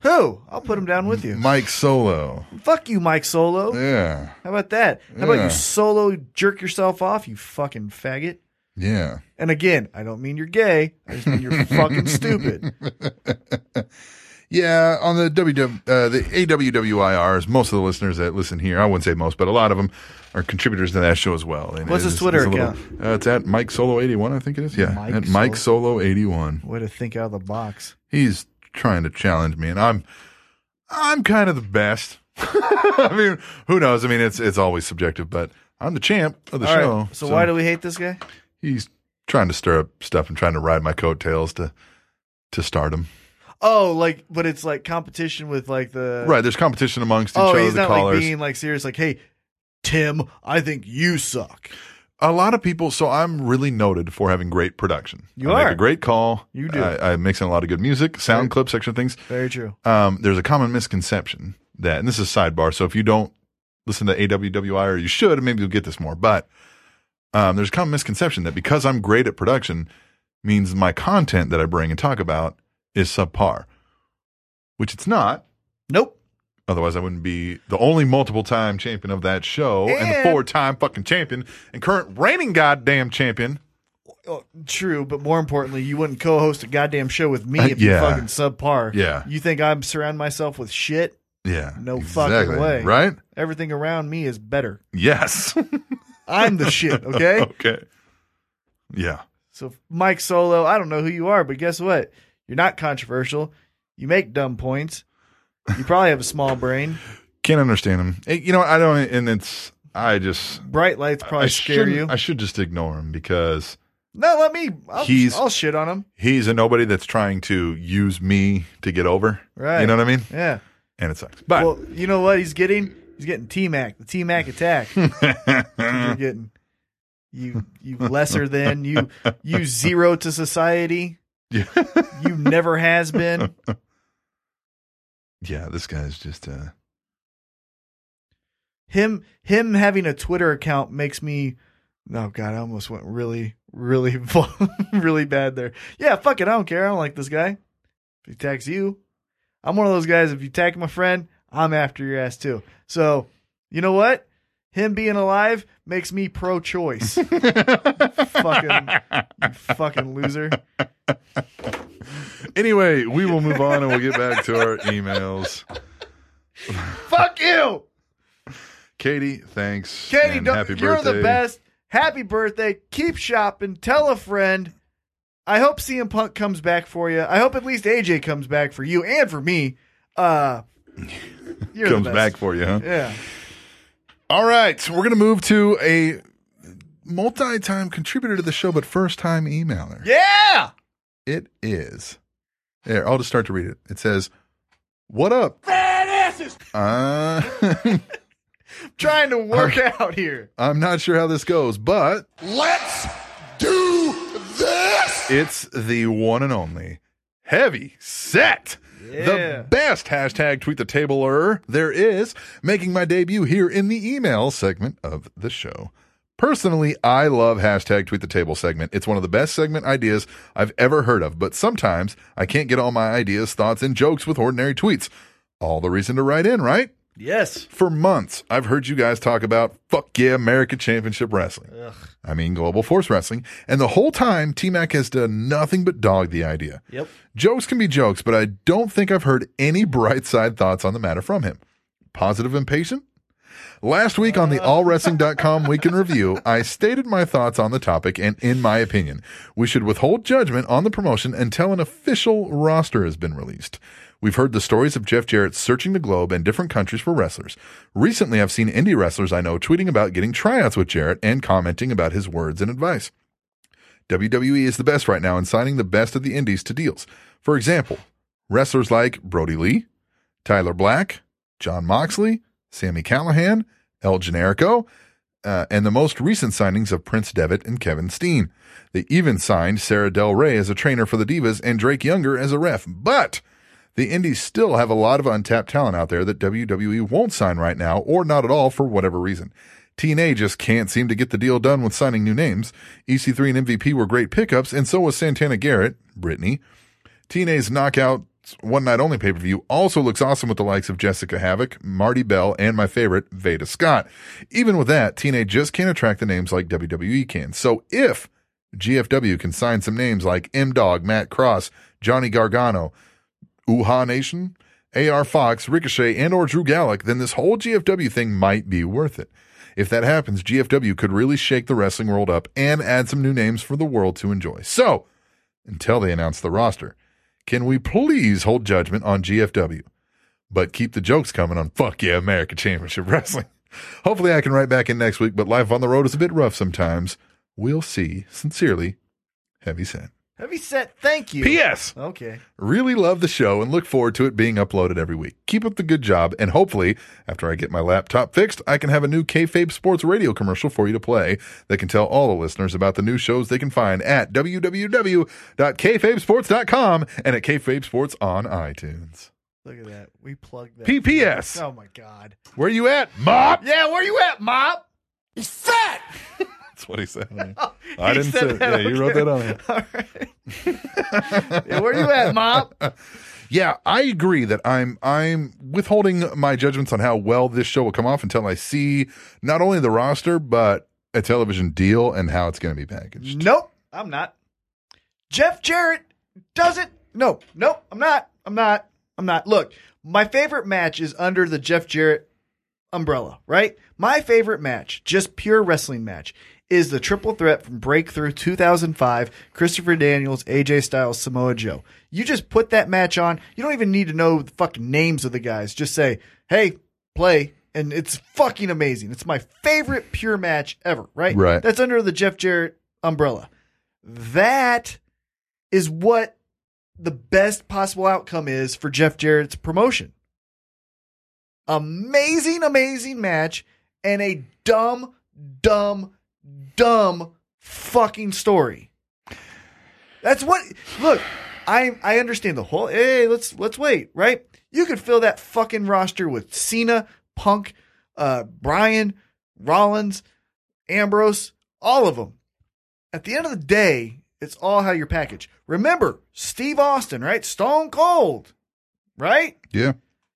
[SPEAKER 2] Who? I'll put him down with you.
[SPEAKER 1] Mike Solo.
[SPEAKER 2] Fuck you, Mike Solo.
[SPEAKER 1] Yeah.
[SPEAKER 2] How about that? How about
[SPEAKER 1] Yeah.
[SPEAKER 2] you solo jerk yourself off, you fucking faggot?
[SPEAKER 1] Yeah.
[SPEAKER 2] And again, I don't mean you're gay. I just mean you're fucking stupid.
[SPEAKER 1] Yeah, on the WW, uh, the AWWIRs, most of the listeners that listen here, I wouldn't say most, but a lot of them are contributors to that show as well. And
[SPEAKER 2] What's
[SPEAKER 1] it
[SPEAKER 2] his
[SPEAKER 1] is-
[SPEAKER 2] Twitter
[SPEAKER 1] it's a little-
[SPEAKER 2] account?
[SPEAKER 1] uh, it's at Mike Solo eighty one, I think it is. Yeah,
[SPEAKER 2] Mike
[SPEAKER 1] at Mike
[SPEAKER 2] Sol-
[SPEAKER 1] Solo eighty one.
[SPEAKER 2] Way to think out of the box.
[SPEAKER 1] He's trying to challenge me, and I'm, I'm kind of the best. [laughs] I mean, who knows? I mean, it's it's always subjective, but I'm the champ of the
[SPEAKER 2] All
[SPEAKER 1] show.
[SPEAKER 2] right. so, why do we hate this guy?
[SPEAKER 1] he's trying to stir up stuff and trying to ride my coattails to to stardom?
[SPEAKER 2] Oh, like, but it's like competition with like the
[SPEAKER 1] right, there's competition amongst each
[SPEAKER 2] Oh,
[SPEAKER 1] other.
[SPEAKER 2] he's
[SPEAKER 1] The
[SPEAKER 2] not
[SPEAKER 1] callers.
[SPEAKER 2] like being like serious. Like, hey, Tim, I think you suck.
[SPEAKER 1] a lot of people. So I'm really noted for having great production.
[SPEAKER 2] You
[SPEAKER 1] I
[SPEAKER 2] are.
[SPEAKER 1] make a great call.
[SPEAKER 2] You do.
[SPEAKER 1] I, I mix in a lot of good music, sound clips, extra things.
[SPEAKER 2] Very true.
[SPEAKER 1] Um, there's a common misconception that, and this is sidebar. So if you don't listen to AWWI, or you should, maybe you'll get this more. But um, there's a common misconception that because I'm great at production, means my content that I bring and talk about is subpar, which it's not.
[SPEAKER 2] Nope.
[SPEAKER 1] Otherwise, I wouldn't be the only multiple time champion of that show and, the
[SPEAKER 2] And-
[SPEAKER 1] four time fucking champion and current reigning goddamn champion.
[SPEAKER 2] Oh, true, but more importantly, you wouldn't co-host a goddamn show with me
[SPEAKER 1] Uh,
[SPEAKER 2] if
[SPEAKER 1] yeah.
[SPEAKER 2] you fucking subpar.
[SPEAKER 1] Yeah.
[SPEAKER 2] You think I'm surround myself with shit?
[SPEAKER 1] Yeah.
[SPEAKER 2] No fucking way.
[SPEAKER 1] Right?
[SPEAKER 2] Everything around me is better.
[SPEAKER 1] Yes. [laughs]
[SPEAKER 2] I'm the shit, okay?
[SPEAKER 1] okay. Yeah.
[SPEAKER 2] So Mike Solo, I don't know who you are, but guess what? You're not controversial. You make dumb points. You probably have a small brain.
[SPEAKER 1] Can't understand him. Eh, you know, I don't, and it's, I just,
[SPEAKER 2] Bright lights probably
[SPEAKER 1] I
[SPEAKER 2] scare
[SPEAKER 1] shouldn't-
[SPEAKER 2] you.
[SPEAKER 1] I should just ignore him because
[SPEAKER 2] no, let me. I'll,
[SPEAKER 1] He's-
[SPEAKER 2] I'll shit on him.
[SPEAKER 1] he's a nobody that's trying to use me to get over.
[SPEAKER 2] Right.
[SPEAKER 1] You know what I mean?
[SPEAKER 2] Yeah.
[SPEAKER 1] And it sucks. But
[SPEAKER 2] Well, you know what he's getting? He's getting T Mac, the T Mac attack. you're getting you you lesser than you you zero to society.
[SPEAKER 1] [laughs] Yeah. [laughs]
[SPEAKER 2] You never has been.
[SPEAKER 1] yeah, this guy's just, uh,
[SPEAKER 2] Him him having a Twitter account makes me oh god, I almost went really, really [laughs] really bad there. Yeah, fuck it, I don't care. I don't like this guy. If he attacks you. I'm one of those guys, if you attack my friend, I'm after your ass too. So you know what? Him being alive makes me pro [laughs] choice. fucking you fucking loser.
[SPEAKER 1] anyway, we will move on and we'll get back to [laughs] our emails.
[SPEAKER 2] Fuck you.
[SPEAKER 1] Katie, thanks.
[SPEAKER 2] Katie,
[SPEAKER 1] and
[SPEAKER 2] don't,
[SPEAKER 1] happy
[SPEAKER 2] you're
[SPEAKER 1] birthday.
[SPEAKER 2] the best. Happy birthday. Keep shopping. Tell a friend. I hope CM Punk comes back for you. I hope at least AJ comes back for you and for me. Uh, you're
[SPEAKER 1] Comes
[SPEAKER 2] the
[SPEAKER 1] back
[SPEAKER 2] best.
[SPEAKER 1] for you, huh?
[SPEAKER 2] Yeah.
[SPEAKER 1] All right, we're going to move to a multi-time contributor to the show, but first-time emailer.
[SPEAKER 2] Yeah.
[SPEAKER 1] It is. There, I'll just start to read it. It says, "What [laughs] up?" Uh, [laughs]
[SPEAKER 2] Trying to work out here.
[SPEAKER 1] I'm not sure how this goes, but
[SPEAKER 3] Let's do this!
[SPEAKER 1] it's the one and only heavy set. The best hashtag tweet the tabler there is, making my debut here in the email segment of the show. Personally, I love hashtag tweet the table segment. It's one of the best segment ideas I've ever heard of, but sometimes I can't get all my ideas, thoughts, and jokes with ordinary tweets. All the reason to write in, right?
[SPEAKER 2] Yes.
[SPEAKER 1] For months, I've heard you guys talk about fuck yeah, American Championship Wrestling. I mean, Global Force Wrestling. And the whole time, T Mac has done nothing but dog the idea.
[SPEAKER 2] Yep.
[SPEAKER 1] Jokes can be jokes, but I don't think I've heard any bright side thoughts on the matter from him. Positive and patient? Last week on the allwrestling.com week in review, I stated my thoughts on the topic and in my opinion, we should withhold judgment on the promotion until an official roster has been released. We've heard the stories of Jeff Jarrett searching the globe and different countries for wrestlers. Recently, I've seen indie wrestlers I know tweeting about getting tryouts with Jarrett and commenting about his words and advice. WWE is the best right now in signing the best of the indies to deals. For example, wrestlers like Brody Lee, Tyler Black, John Moxley, Sammy Callahan, El Generico, uh, and the most recent signings of Prince Devitt and Kevin Steen. They even signed Sarah Del Rey as a trainer for the Divas and Drake Younger as a ref. But the Indies still have a lot of untapped talent out there that WWE won't sign right now or not at all for whatever reason. TNA just can't seem to get the deal done with signing new names. EC3 and MVP were great pickups, and so was Santana Garrett, Brittany. TNA's knockout one night only pay per view also looks awesome with the likes of Jessica Havoc, Marty Bell, and my favorite, Veda Scott. Even with that, TNA just can't attract the names like WWE can. So if GFW can sign some names like M Dog, Matt Cross, Johnny Gargano, Uha Nation, AR Fox, Ricochet, and or Drew Gallic, then this whole GFW thing might be worth it. If that happens, GFW could really shake the wrestling world up and add some new names for the world to enjoy. So, until they announce the roster, can we please hold judgment on GFW, but keep the jokes coming on Fuck Yeah America Championship [laughs] Wrestling? Hopefully, I can write back in next week, but life on the road is a bit rough sometimes. We'll see. Sincerely, Heavy Set.
[SPEAKER 2] Heavy set, thank you.
[SPEAKER 1] P.S.
[SPEAKER 2] Okay.
[SPEAKER 1] Really love the show and look forward to it being uploaded every week. Keep up the good job, and hopefully, after I get my laptop fixed, I can have a new kayfabe sports radio commercial for you to play that can tell all the listeners about the new shows they can find at www.kayfabesports.com and at kayfabe sports on iTunes.
[SPEAKER 2] Look at that. We plugged that.
[SPEAKER 1] PPS.
[SPEAKER 2] Oh my god.
[SPEAKER 1] Where you at, Mop?
[SPEAKER 2] Yeah, where you at, Mop? You fat!
[SPEAKER 1] That's what he said.
[SPEAKER 2] [laughs]
[SPEAKER 1] I didn't say it. Yeah, you wrote that on here.
[SPEAKER 2] All right. [laughs] yeah, where you at, Mop?
[SPEAKER 1] Yeah, I agree that I'm I'm withholding my judgments on how well this show will come off until I see not only the roster but a television deal and how it's going to be packaged.
[SPEAKER 2] Nope, I'm not. Jeff Jarrett doesn't. No, nope, I'm not. I'm not. I'm not. Look, my favorite match is under the Jeff Jarrett umbrella, right? My favorite match, just pure wrestling match, is the triple threat from Breakthrough 2005 Christopher Daniels, AJ Styles, Samoa Joe. You just put that match on. You don't even need to know the fucking names of the guys. Just say, hey, play. And it's fucking amazing. It's my favorite pure match ever, right?
[SPEAKER 1] Right.
[SPEAKER 2] That's under the Jeff Jarrett umbrella. That is what the best possible outcome is for Jeff Jarrett's promotion. Amazing, amazing match and a dumb, dumb, dumb fucking story. That's what look, I I understand the whole hey, let's let's wait, right? You could fill that fucking roster with Cena, Punk, uh Brian, Rollins, Ambrose, all of them. At the end of the day, it's all how you're packaged. Remember, Steve Austin, right? Stone Cold. Right?
[SPEAKER 1] Yeah.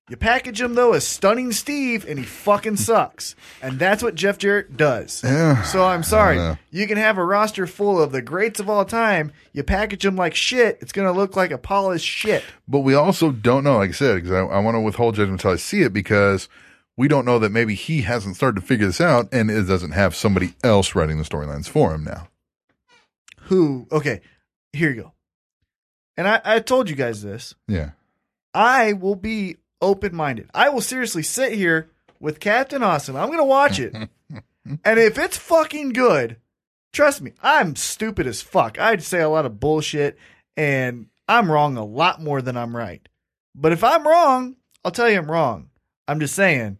[SPEAKER 2] You package him though as stunning Steve, and he fucking sucks. And that's what Jeff Jarrett does.
[SPEAKER 1] Yeah,
[SPEAKER 2] so I'm
[SPEAKER 1] I don't know.
[SPEAKER 2] sorry. You can have a roster full of the greats of all time. You package them like shit. It's gonna look like a polished shit.
[SPEAKER 1] But we also don't know, like I said, because I, I want to withhold judgment until I see it because we don't know that maybe he hasn't started to figure this out and it doesn't have somebody else writing the storylines for him now.
[SPEAKER 2] Who? Okay, here you go. And I, I told you guys this.
[SPEAKER 1] Yeah.
[SPEAKER 2] I will be open minded. I will seriously sit here with Captain Awesome. I'm going to watch it. and if it's fucking good, trust me, I'm stupid as fuck. I'd say a lot of bullshit and I'm wrong a lot more than I'm right. But if I'm wrong, I'll tell you I'm wrong. I'm just saying,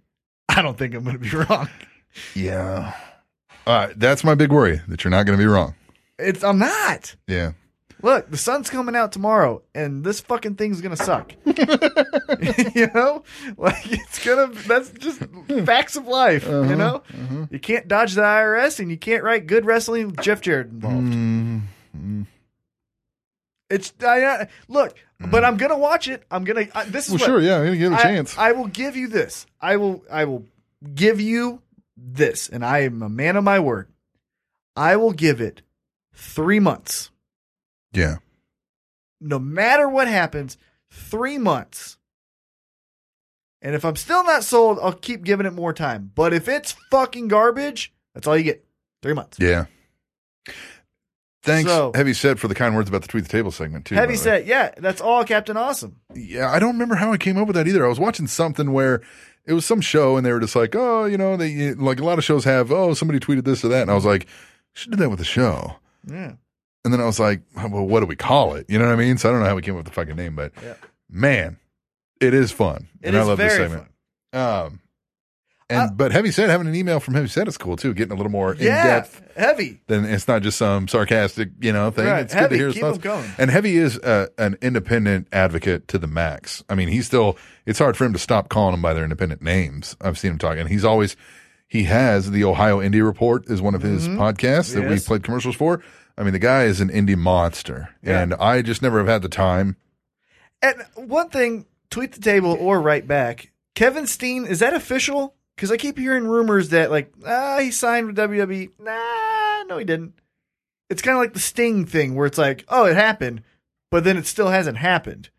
[SPEAKER 2] I don't think I'm going to be [laughs] wrong.
[SPEAKER 1] Yeah. Uh, that's my big worry that you're not going to be wrong.
[SPEAKER 2] It's I'm not.
[SPEAKER 1] Yeah.
[SPEAKER 2] Look, the sun's coming out tomorrow, and this fucking thing's
[SPEAKER 1] [laughs]
[SPEAKER 2] gonna suck. [laughs] you know, like it's gonna. That's just facts of life.
[SPEAKER 1] Uh-huh,
[SPEAKER 2] You know, you can't dodge the IRS, and you can't write good wrestling with Jeff Jarrett involved.
[SPEAKER 1] Mm-hmm.
[SPEAKER 2] It's I, I- look, but I'm gonna watch it. I'm gonna. I, this is
[SPEAKER 1] Mm. Well,
[SPEAKER 2] what-
[SPEAKER 1] sure. Yeah, I'm gonna give him a
[SPEAKER 2] I-
[SPEAKER 1] chance.
[SPEAKER 2] I, will give you this. I will. I will give you this, and I am a man of my word. I will give it three months.
[SPEAKER 1] yeah.
[SPEAKER 2] no matter what happens, three months. And if I'm still not sold, I'll keep giving it more time. But if it's fucking garbage, that's all you get. Three months.
[SPEAKER 1] Yeah. Thanks,
[SPEAKER 2] So-
[SPEAKER 1] Heavy Set, for the kind words about the Tweet the Table segment, too.
[SPEAKER 2] Heavy
[SPEAKER 1] by the way.
[SPEAKER 2] set, yeah. That's all Captain Awesome.
[SPEAKER 1] Yeah, I don't remember how I came up with that either. I was watching something where it was some show and they were just like, oh, you know, they like a lot of shows have, oh, somebody tweeted this or that. And I was like, should do that with the show.
[SPEAKER 2] Yeah.
[SPEAKER 1] And then I was like, well, what do we call it? You know what I mean? So I don't know how we came up with the fucking name, but man, it is fun.
[SPEAKER 2] It
[SPEAKER 1] and I
[SPEAKER 2] is
[SPEAKER 1] love this
[SPEAKER 2] very
[SPEAKER 1] segment. Um, and
[SPEAKER 2] Uh,
[SPEAKER 1] but heavy said having an email from heavy said is cool too. Getting a little more in
[SPEAKER 2] yeah.
[SPEAKER 1] depth.
[SPEAKER 2] Heavy.
[SPEAKER 1] Then it's not just some sarcastic, you know, thing.
[SPEAKER 2] Right.
[SPEAKER 1] It's good to
[SPEAKER 2] Heavy,
[SPEAKER 1] hear his
[SPEAKER 2] keep
[SPEAKER 1] thoughts.
[SPEAKER 2] him going.
[SPEAKER 1] And heavy is uh, an independent advocate to the max. I mean, he's still. It's hard for him to stop calling them by their independent names. I've seen him talking. He's always. He has the Ohio Indie Report is one of his podcasts that we
[SPEAKER 2] Mm-hmm. Yes.
[SPEAKER 1] played commercials for. I mean, the guy is an indie monster,
[SPEAKER 2] Yeah.
[SPEAKER 1] and I just never have had the time. [laughs]
[SPEAKER 2] And one thing, tweet the table or write back. Kevin Steen, is that official? Because I keep hearing rumors that like, ah, he signed with WWE. Nah, no, he didn't. It's kind of like the Sting thing where it's like, oh, it happened, but then it still hasn't happened.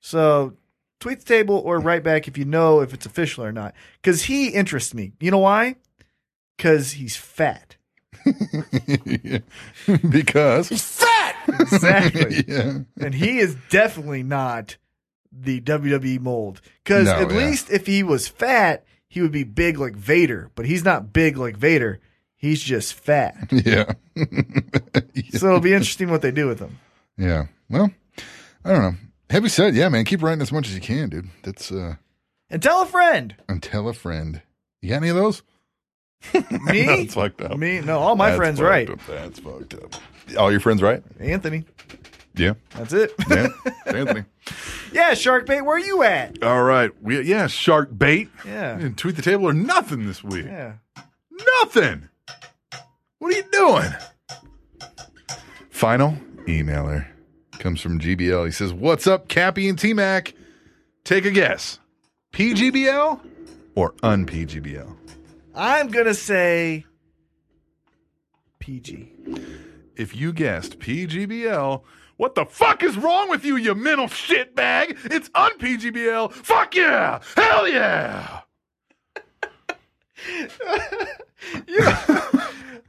[SPEAKER 2] So tweet the table or write back if you know if it's official or not. Because he interests me. You know why? Because he's fat.
[SPEAKER 1] because [laughs]
[SPEAKER 2] Exactly.
[SPEAKER 1] yeah.
[SPEAKER 2] and he is definitely not the WWE mold. Because
[SPEAKER 1] No,
[SPEAKER 2] at
[SPEAKER 1] yeah.
[SPEAKER 2] least if he was fat, he would be big like Vader. But he's not big like Vader. He's just fat.
[SPEAKER 1] Yeah. [laughs]
[SPEAKER 2] so it'll be interesting what they do with him.
[SPEAKER 1] Yeah. Well, I don't know. Heavy said, yeah, man, keep writing as much as you can, dude. That's uh
[SPEAKER 2] And tell
[SPEAKER 1] [laughs]
[SPEAKER 2] a friend.
[SPEAKER 1] and tell a friend. You got any of those?
[SPEAKER 2] Me?
[SPEAKER 1] [laughs] That's fucked up.
[SPEAKER 2] Me? No, all my
[SPEAKER 1] That's
[SPEAKER 2] friends
[SPEAKER 1] fucked
[SPEAKER 2] right.
[SPEAKER 1] up. That's fucked up. All your friends right?
[SPEAKER 2] Anthony.
[SPEAKER 1] Yeah.
[SPEAKER 2] That's it.
[SPEAKER 1] Yeah. Anthony.
[SPEAKER 2] [laughs] yeah, Sharkbait, where you at?
[SPEAKER 1] All right. We yeah, shark bait.
[SPEAKER 2] Yeah.
[SPEAKER 1] And tweet the table or nothing this week.
[SPEAKER 2] Yeah.
[SPEAKER 1] Nothing. What are you doing? Final emailer comes from GBL. He says, What's up, Cappy and T Mac? Take a guess. PGBL or unPGBL?
[SPEAKER 2] I'm going to say PG.
[SPEAKER 1] If you guessed PGBL, what the fuck is wrong with you, you mental shitbag? It's unPGBL. Fuck yeah. Hell yeah.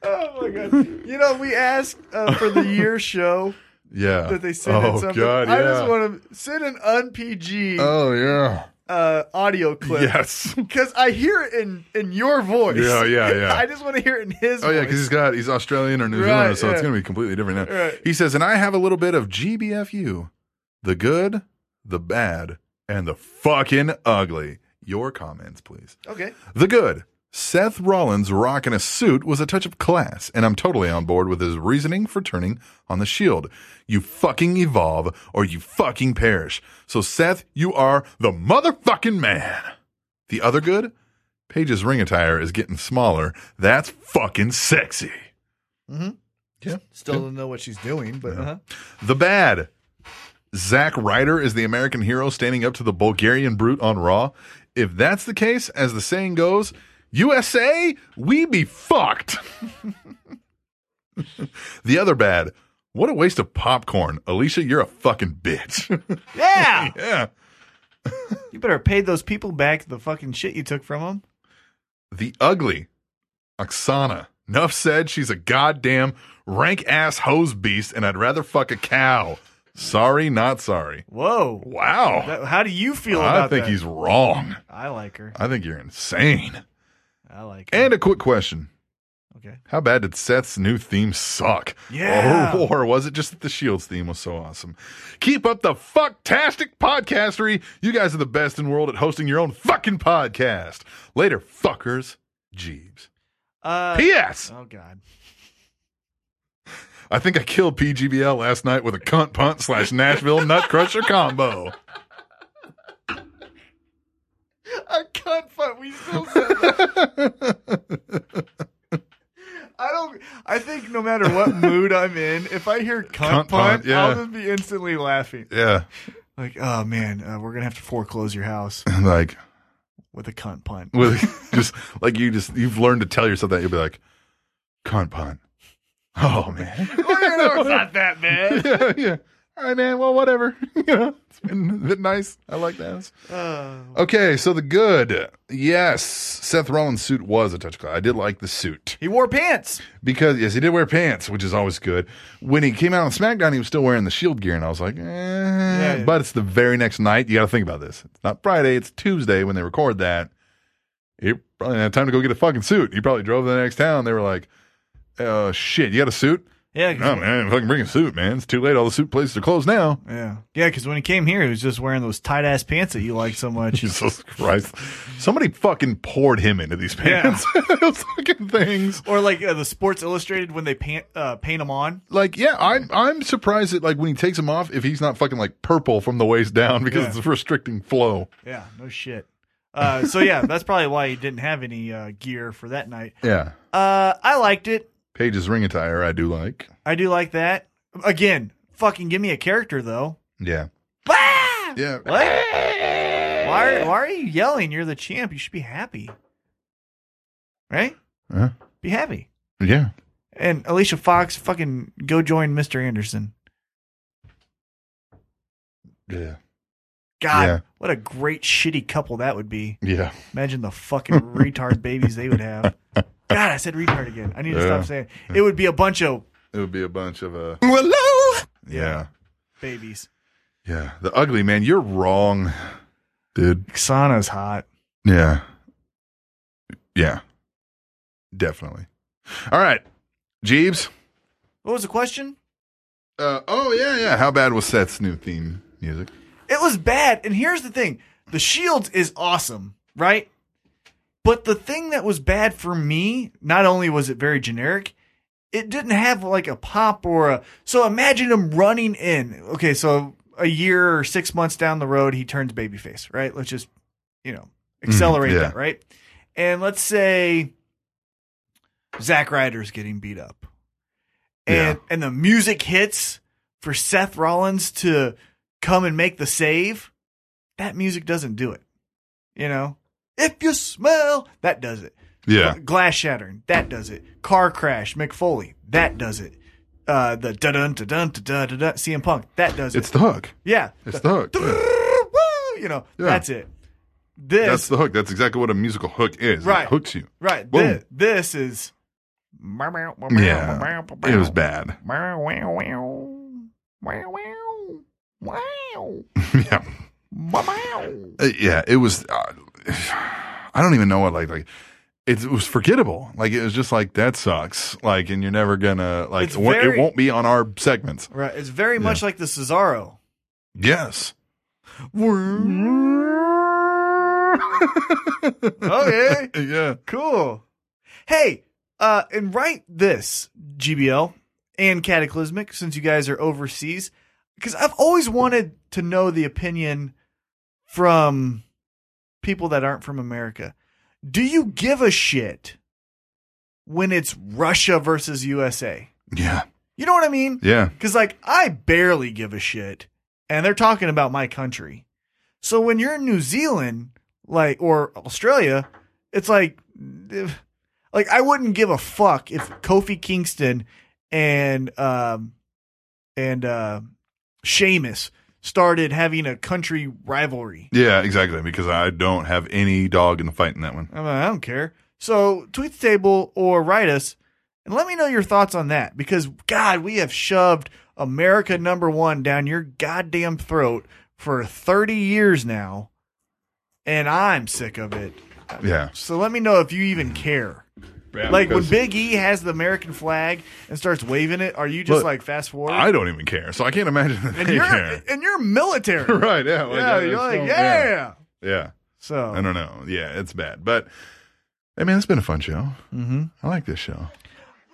[SPEAKER 2] Oh, my God. [laughs] you know, we asked uh, for the
[SPEAKER 1] [laughs]
[SPEAKER 2] year show.
[SPEAKER 1] Yeah.
[SPEAKER 2] that they send in
[SPEAKER 1] oh,
[SPEAKER 2] something.
[SPEAKER 1] God,
[SPEAKER 2] I
[SPEAKER 1] yeah.
[SPEAKER 2] just want to send an unpg
[SPEAKER 1] Oh, yeah.
[SPEAKER 2] uh, audio clip [laughs]
[SPEAKER 1] Yes.
[SPEAKER 2] because I hear it in in your voice.
[SPEAKER 1] Yeah,
[SPEAKER 2] [laughs]
[SPEAKER 1] yeah, yeah.
[SPEAKER 2] I just want to hear it in his.
[SPEAKER 1] Oh yeah,
[SPEAKER 2] voice.
[SPEAKER 1] because he's got he's Australian or New
[SPEAKER 2] Right,
[SPEAKER 1] Zealand, so it's
[SPEAKER 2] yeah.
[SPEAKER 1] going to be completely different now.
[SPEAKER 2] Right.
[SPEAKER 1] He says, and I have a little bit of GBFU, the good, the bad, and the fucking ugly. Your comments, please.
[SPEAKER 2] okay.
[SPEAKER 1] The good. Seth Rollins rocking a suit was a touch of class, and I'm totally on board with his reasoning for turning on the shield. You fucking evolve or you fucking perish. So, Seth, you are the motherfucking man. The other good? Paige's ring attire is getting smaller. That's fucking sexy.
[SPEAKER 2] Still don't know what she's doing, but uh-huh.
[SPEAKER 1] The bad. Zack Ryder is the American hero standing up to the Bulgarian brute on Raw. If that's the case, as the saying goes, USA, we be fucked. [laughs] the other bad. What a waste of popcorn. Alicia, you're a fucking bitch.
[SPEAKER 5] [laughs] Yeah.
[SPEAKER 1] yeah.
[SPEAKER 5] You better pay those people back the fucking shit you took from them.
[SPEAKER 1] The ugly. Oksana. Nuff said she's a goddamn rank ass hose beast, and I'd rather fuck a cow. Sorry, not sorry.
[SPEAKER 5] Whoa.
[SPEAKER 1] Wow.
[SPEAKER 5] That- how do you feel
[SPEAKER 1] I
[SPEAKER 5] about
[SPEAKER 1] think
[SPEAKER 5] that?
[SPEAKER 1] he's wrong.
[SPEAKER 5] I like her.
[SPEAKER 1] I think you're insane.
[SPEAKER 5] I like her.
[SPEAKER 1] And a quick question.
[SPEAKER 5] Okay.
[SPEAKER 1] How bad did Seth's new theme suck? Oh,
[SPEAKER 5] Yeah.
[SPEAKER 1] [laughs] Or, or was it just that the Shields theme was so awesome? Keep up the fucktastic podcastery. You guys are the best in the world at hosting your own fucking podcast. Later, fuckers. Jeeves.
[SPEAKER 5] Uh,
[SPEAKER 1] P.S.
[SPEAKER 5] oh God.
[SPEAKER 1] I think I killed PGBL last night with a cunt punt slash Nashville nut crusher combo.
[SPEAKER 2] I can't fuck. We still said that. I don't. I think no matter what mood I'm in, if I hear
[SPEAKER 1] Cunt
[SPEAKER 2] cunt,
[SPEAKER 1] punt,
[SPEAKER 2] punt,
[SPEAKER 1] yeah.
[SPEAKER 2] I'll just be instantly laughing.
[SPEAKER 1] Yeah. [laughs]
[SPEAKER 5] Like, oh man, uh, we're gonna have to foreclose your house
[SPEAKER 1] Like,
[SPEAKER 5] with a cunt punt.
[SPEAKER 1] with [laughs] just like you just you've learned to tell yourself that you'll be like cunt Oh, pun oh man
[SPEAKER 2] Or, you know, it's not that
[SPEAKER 1] [laughs]
[SPEAKER 2] bad.
[SPEAKER 1] yeah yeah all right, man. Well, whatever. [laughs] you know, it's been, [laughs] been nice. I like that.
[SPEAKER 2] Oh.
[SPEAKER 1] okay, so the good. Yes, Seth Rollins' suit was a touch cloud. I did like the suit
[SPEAKER 11] He wore pants.
[SPEAKER 1] because yes, he did wear pants, which is always good. When he came out on SmackDown, he was still wearing the Shield gear, and I was like, eh.
[SPEAKER 2] yeah.
[SPEAKER 1] but it's the very next night. You got to think about this. It's not Friday; it's Tuesday when they record that. He probably didn't have time to go get a fucking suit. He probably drove to the next town. They were like, "Uh, shit, you got a suit?
[SPEAKER 2] Yeah,
[SPEAKER 1] No, man, I didn't fucking bring a suit, man. It's too late. All the suit places are closed now." [laughs]
[SPEAKER 2] yeah, yeah. Because when he came here, he was just wearing those tight ass pants that you like so much. [laughs]
[SPEAKER 1] Jesus Christ! Somebody fucking poured him into these pants. [laughs] Those fucking things.
[SPEAKER 2] or like uh, the Sports Illustrated when they paint uh, paint them on.
[SPEAKER 1] like yeah i'm i'm surprised that like when he takes them off if he's not fucking like purple from the waist down [laughs] because
[SPEAKER 2] Yeah.
[SPEAKER 1] it's restricting flow
[SPEAKER 2] Yeah, no shit. Uh, so yeah, that's probably why he didn't have any uh, gear for that night.
[SPEAKER 1] yeah
[SPEAKER 2] Uh, I liked it.
[SPEAKER 1] paige's ring attire i do like
[SPEAKER 2] I do like that. Again, fucking give me a character though.
[SPEAKER 1] yeah yeah
[SPEAKER 2] What? Why are, why are you yelling? You're the champ. You should be happy. Right?
[SPEAKER 1] Huh?
[SPEAKER 2] Be happy.
[SPEAKER 1] yeah
[SPEAKER 2] And Alicia Fox, fucking go join Mr. Anderson.
[SPEAKER 1] yeah
[SPEAKER 2] God,
[SPEAKER 1] Yeah.
[SPEAKER 2] what a great shitty couple that would be.
[SPEAKER 1] yeah
[SPEAKER 2] Imagine
[SPEAKER 1] [laughs]
[SPEAKER 2] the fucking retard babies they would have. God, I said retard again. I need to
[SPEAKER 1] Yeah.
[SPEAKER 2] stop saying it. It would be a bunch of
[SPEAKER 1] it would be a bunch of uh
[SPEAKER 12] Hello?
[SPEAKER 1] yeah
[SPEAKER 2] babies.
[SPEAKER 1] yeah the ugly man you're wrong dude
[SPEAKER 2] Xana's hot.
[SPEAKER 1] yeah yeah definitely all right jeeves
[SPEAKER 2] What was the question?
[SPEAKER 1] uh oh yeah yeah how bad was seth's new theme music
[SPEAKER 2] It was bad. And here's the thing The Shields is awesome, right? But the thing that was bad for me, not only was it very generic, it didn't have like a pop or a. So imagine him running in. Okay, so a year or six months down the road, he turns babyface, right? Let's just, you know, accelerate
[SPEAKER 1] yeah.
[SPEAKER 2] that, right? And let's say Zack Ryder's getting beat up. And and the music hits for Seth Rollins to come and make the save. That music doesn't do it. You know? If you smell, that does it.
[SPEAKER 1] yeah
[SPEAKER 2] Glass shattering, that does it. Car crash, McFoley, that does it. Uh, the da dun da dun da da da da CM Punk, that does
[SPEAKER 1] it's
[SPEAKER 2] it.
[SPEAKER 1] the hook
[SPEAKER 2] yeah,
[SPEAKER 1] it's the hook yeah.
[SPEAKER 2] [laughs] Woo, you know,
[SPEAKER 1] Yeah.
[SPEAKER 2] that's it. This
[SPEAKER 1] That's the hook. That's exactly what a musical hook is.
[SPEAKER 2] Right.
[SPEAKER 1] It hooks you.
[SPEAKER 2] right,
[SPEAKER 1] Boom.
[SPEAKER 2] thi- this is
[SPEAKER 1] Yeah. It was bad. [laughs] yeah. Uh, Yeah. It was. Uh, [sighs] I don't even know what like like. It, it was forgettable. Like it was just like that sucks. Like and you're never gonna like
[SPEAKER 2] It's
[SPEAKER 1] it won't-
[SPEAKER 2] very-
[SPEAKER 1] it won't be on our segments.
[SPEAKER 2] Right. It's very much like
[SPEAKER 1] [laughs]
[SPEAKER 2] the Cesaro. [laughs]
[SPEAKER 1] Yes.
[SPEAKER 2] okay.
[SPEAKER 1] Yeah.
[SPEAKER 2] Cool. Hey, uh, and write this, GBL and Cataclysmic, since you guys are overseas, because I've always wanted to know the opinion from people that aren't from America. Do you give a shit when it's Russia versus USA?
[SPEAKER 1] Yeah.
[SPEAKER 2] You know what I mean?
[SPEAKER 1] Yeah.
[SPEAKER 2] Because, like, I barely give a shit. And they're talking about my country. So when you're in New Zealand, like, or Australia, it's like, if- like, I wouldn't give a fuck if Kofi Kingston and, um, and, uh, Seamus started having a country rivalry.
[SPEAKER 1] Yeah. Exactly. Because I don't have any dog in the fight in that one.
[SPEAKER 2] I'm like, I don't care. So tweet the table or write us and let me know your thoughts on that because God, we have shoved America number one down your goddamn throat for 30 years now, and I'm sick of it.
[SPEAKER 1] Yeah.
[SPEAKER 2] So let me know if you even care. Like when Big E has the American flag and starts waving it, are you just
[SPEAKER 1] Look,
[SPEAKER 2] like fast forward?
[SPEAKER 1] I don't even care, so I can't imagine that
[SPEAKER 2] and
[SPEAKER 1] they
[SPEAKER 2] you're [laughs]
[SPEAKER 1] care.
[SPEAKER 2] and you're military.
[SPEAKER 1] [laughs] right. Yeah. like,
[SPEAKER 2] Yeah,
[SPEAKER 1] uh,
[SPEAKER 2] you're
[SPEAKER 1] so-
[SPEAKER 2] like, yeah.
[SPEAKER 1] Yeah.
[SPEAKER 2] So
[SPEAKER 1] I don't know. Yeah, it's bad. But I mean, it's been a fun show. Mm-hmm. I like this show.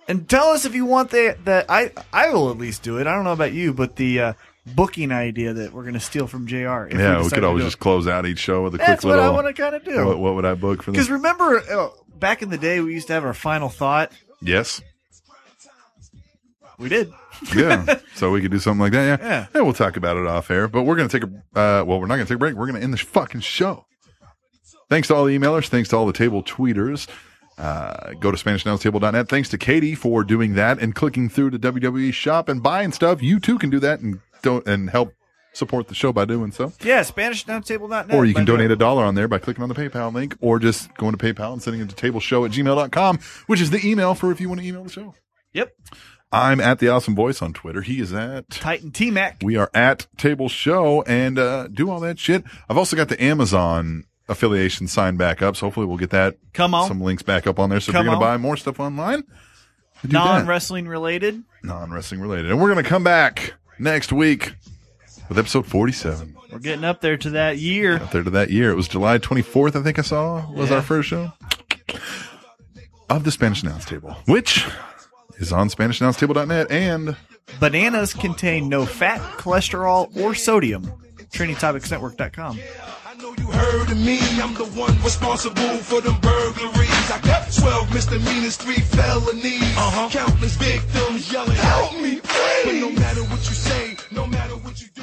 [SPEAKER 2] And tell us if you want the that I I will at least do it. I don't know about you, but the uh, booking idea that we're going to steal from Jr. if
[SPEAKER 1] yeah, we
[SPEAKER 2] decide
[SPEAKER 1] could
[SPEAKER 2] to
[SPEAKER 1] always
[SPEAKER 2] do it.
[SPEAKER 1] just close out each show with a
[SPEAKER 2] That's
[SPEAKER 1] quick
[SPEAKER 2] what
[SPEAKER 1] little.
[SPEAKER 2] I want to kind of
[SPEAKER 1] what,
[SPEAKER 2] do.
[SPEAKER 1] what would I book for
[SPEAKER 2] Because
[SPEAKER 1] this?
[SPEAKER 2] remember, uh, back in the day, we used to have our final thought.
[SPEAKER 1] Yes. [laughs]
[SPEAKER 2] We did.
[SPEAKER 1] Yeah. so we could do something like that. Yeah.
[SPEAKER 2] Yeah.
[SPEAKER 1] We'll talk about it off air. But we're gonna take a. Uh, well, we're not gonna take a break. We're gonna end this fucking show. Thanks to all the emailers. Thanks to all the table tweeters. Uh, go to SpanishNowsTable.net. E Thanks to Katie for doing that and clicking through to WWE Shop and buying stuff. You too can do that and don't and help support the show by doing so.
[SPEAKER 2] Yeah, SpanishNounTable.net.
[SPEAKER 1] Or you can
[SPEAKER 2] By the way.
[SPEAKER 1] donate a dollar on there by clicking on the PayPal link or just going to PayPal and sending it to tableshow at gmail.com, which is the email for if you want to email the show.
[SPEAKER 2] Yep.
[SPEAKER 1] I'm at the awesome voice on Twitter. He is at
[SPEAKER 2] Titan T Mac.
[SPEAKER 1] we are at table show and uh, do all that shit. I've also got the Amazon affiliation signed back up, so hopefully we'll get that
[SPEAKER 2] Come on.
[SPEAKER 1] some links back up on there. So
[SPEAKER 2] Come
[SPEAKER 1] if you're gonna
[SPEAKER 2] on.
[SPEAKER 1] buy more stuff online,
[SPEAKER 2] Non wrestling related.
[SPEAKER 1] non wrestling related. And we're gonna come back next week with episode forty seven.
[SPEAKER 2] We're getting up there to that year.
[SPEAKER 1] out there to that year. It was July 24th, I think I saw, was
[SPEAKER 2] Yeah.
[SPEAKER 1] our first show of the Spanish Announce Table, which is on SpanishAnnounceTable.net. And
[SPEAKER 2] Bananas contain no fat, cholesterol, or sodium. TrainingTopicsNetwork.com.
[SPEAKER 3] I know you heard of me. I'm the one responsible for them burglaries. I got 12 misdemeanors, three felonies. Countless victims yelling, Help me, please! But no matter what you say, no matter what you do.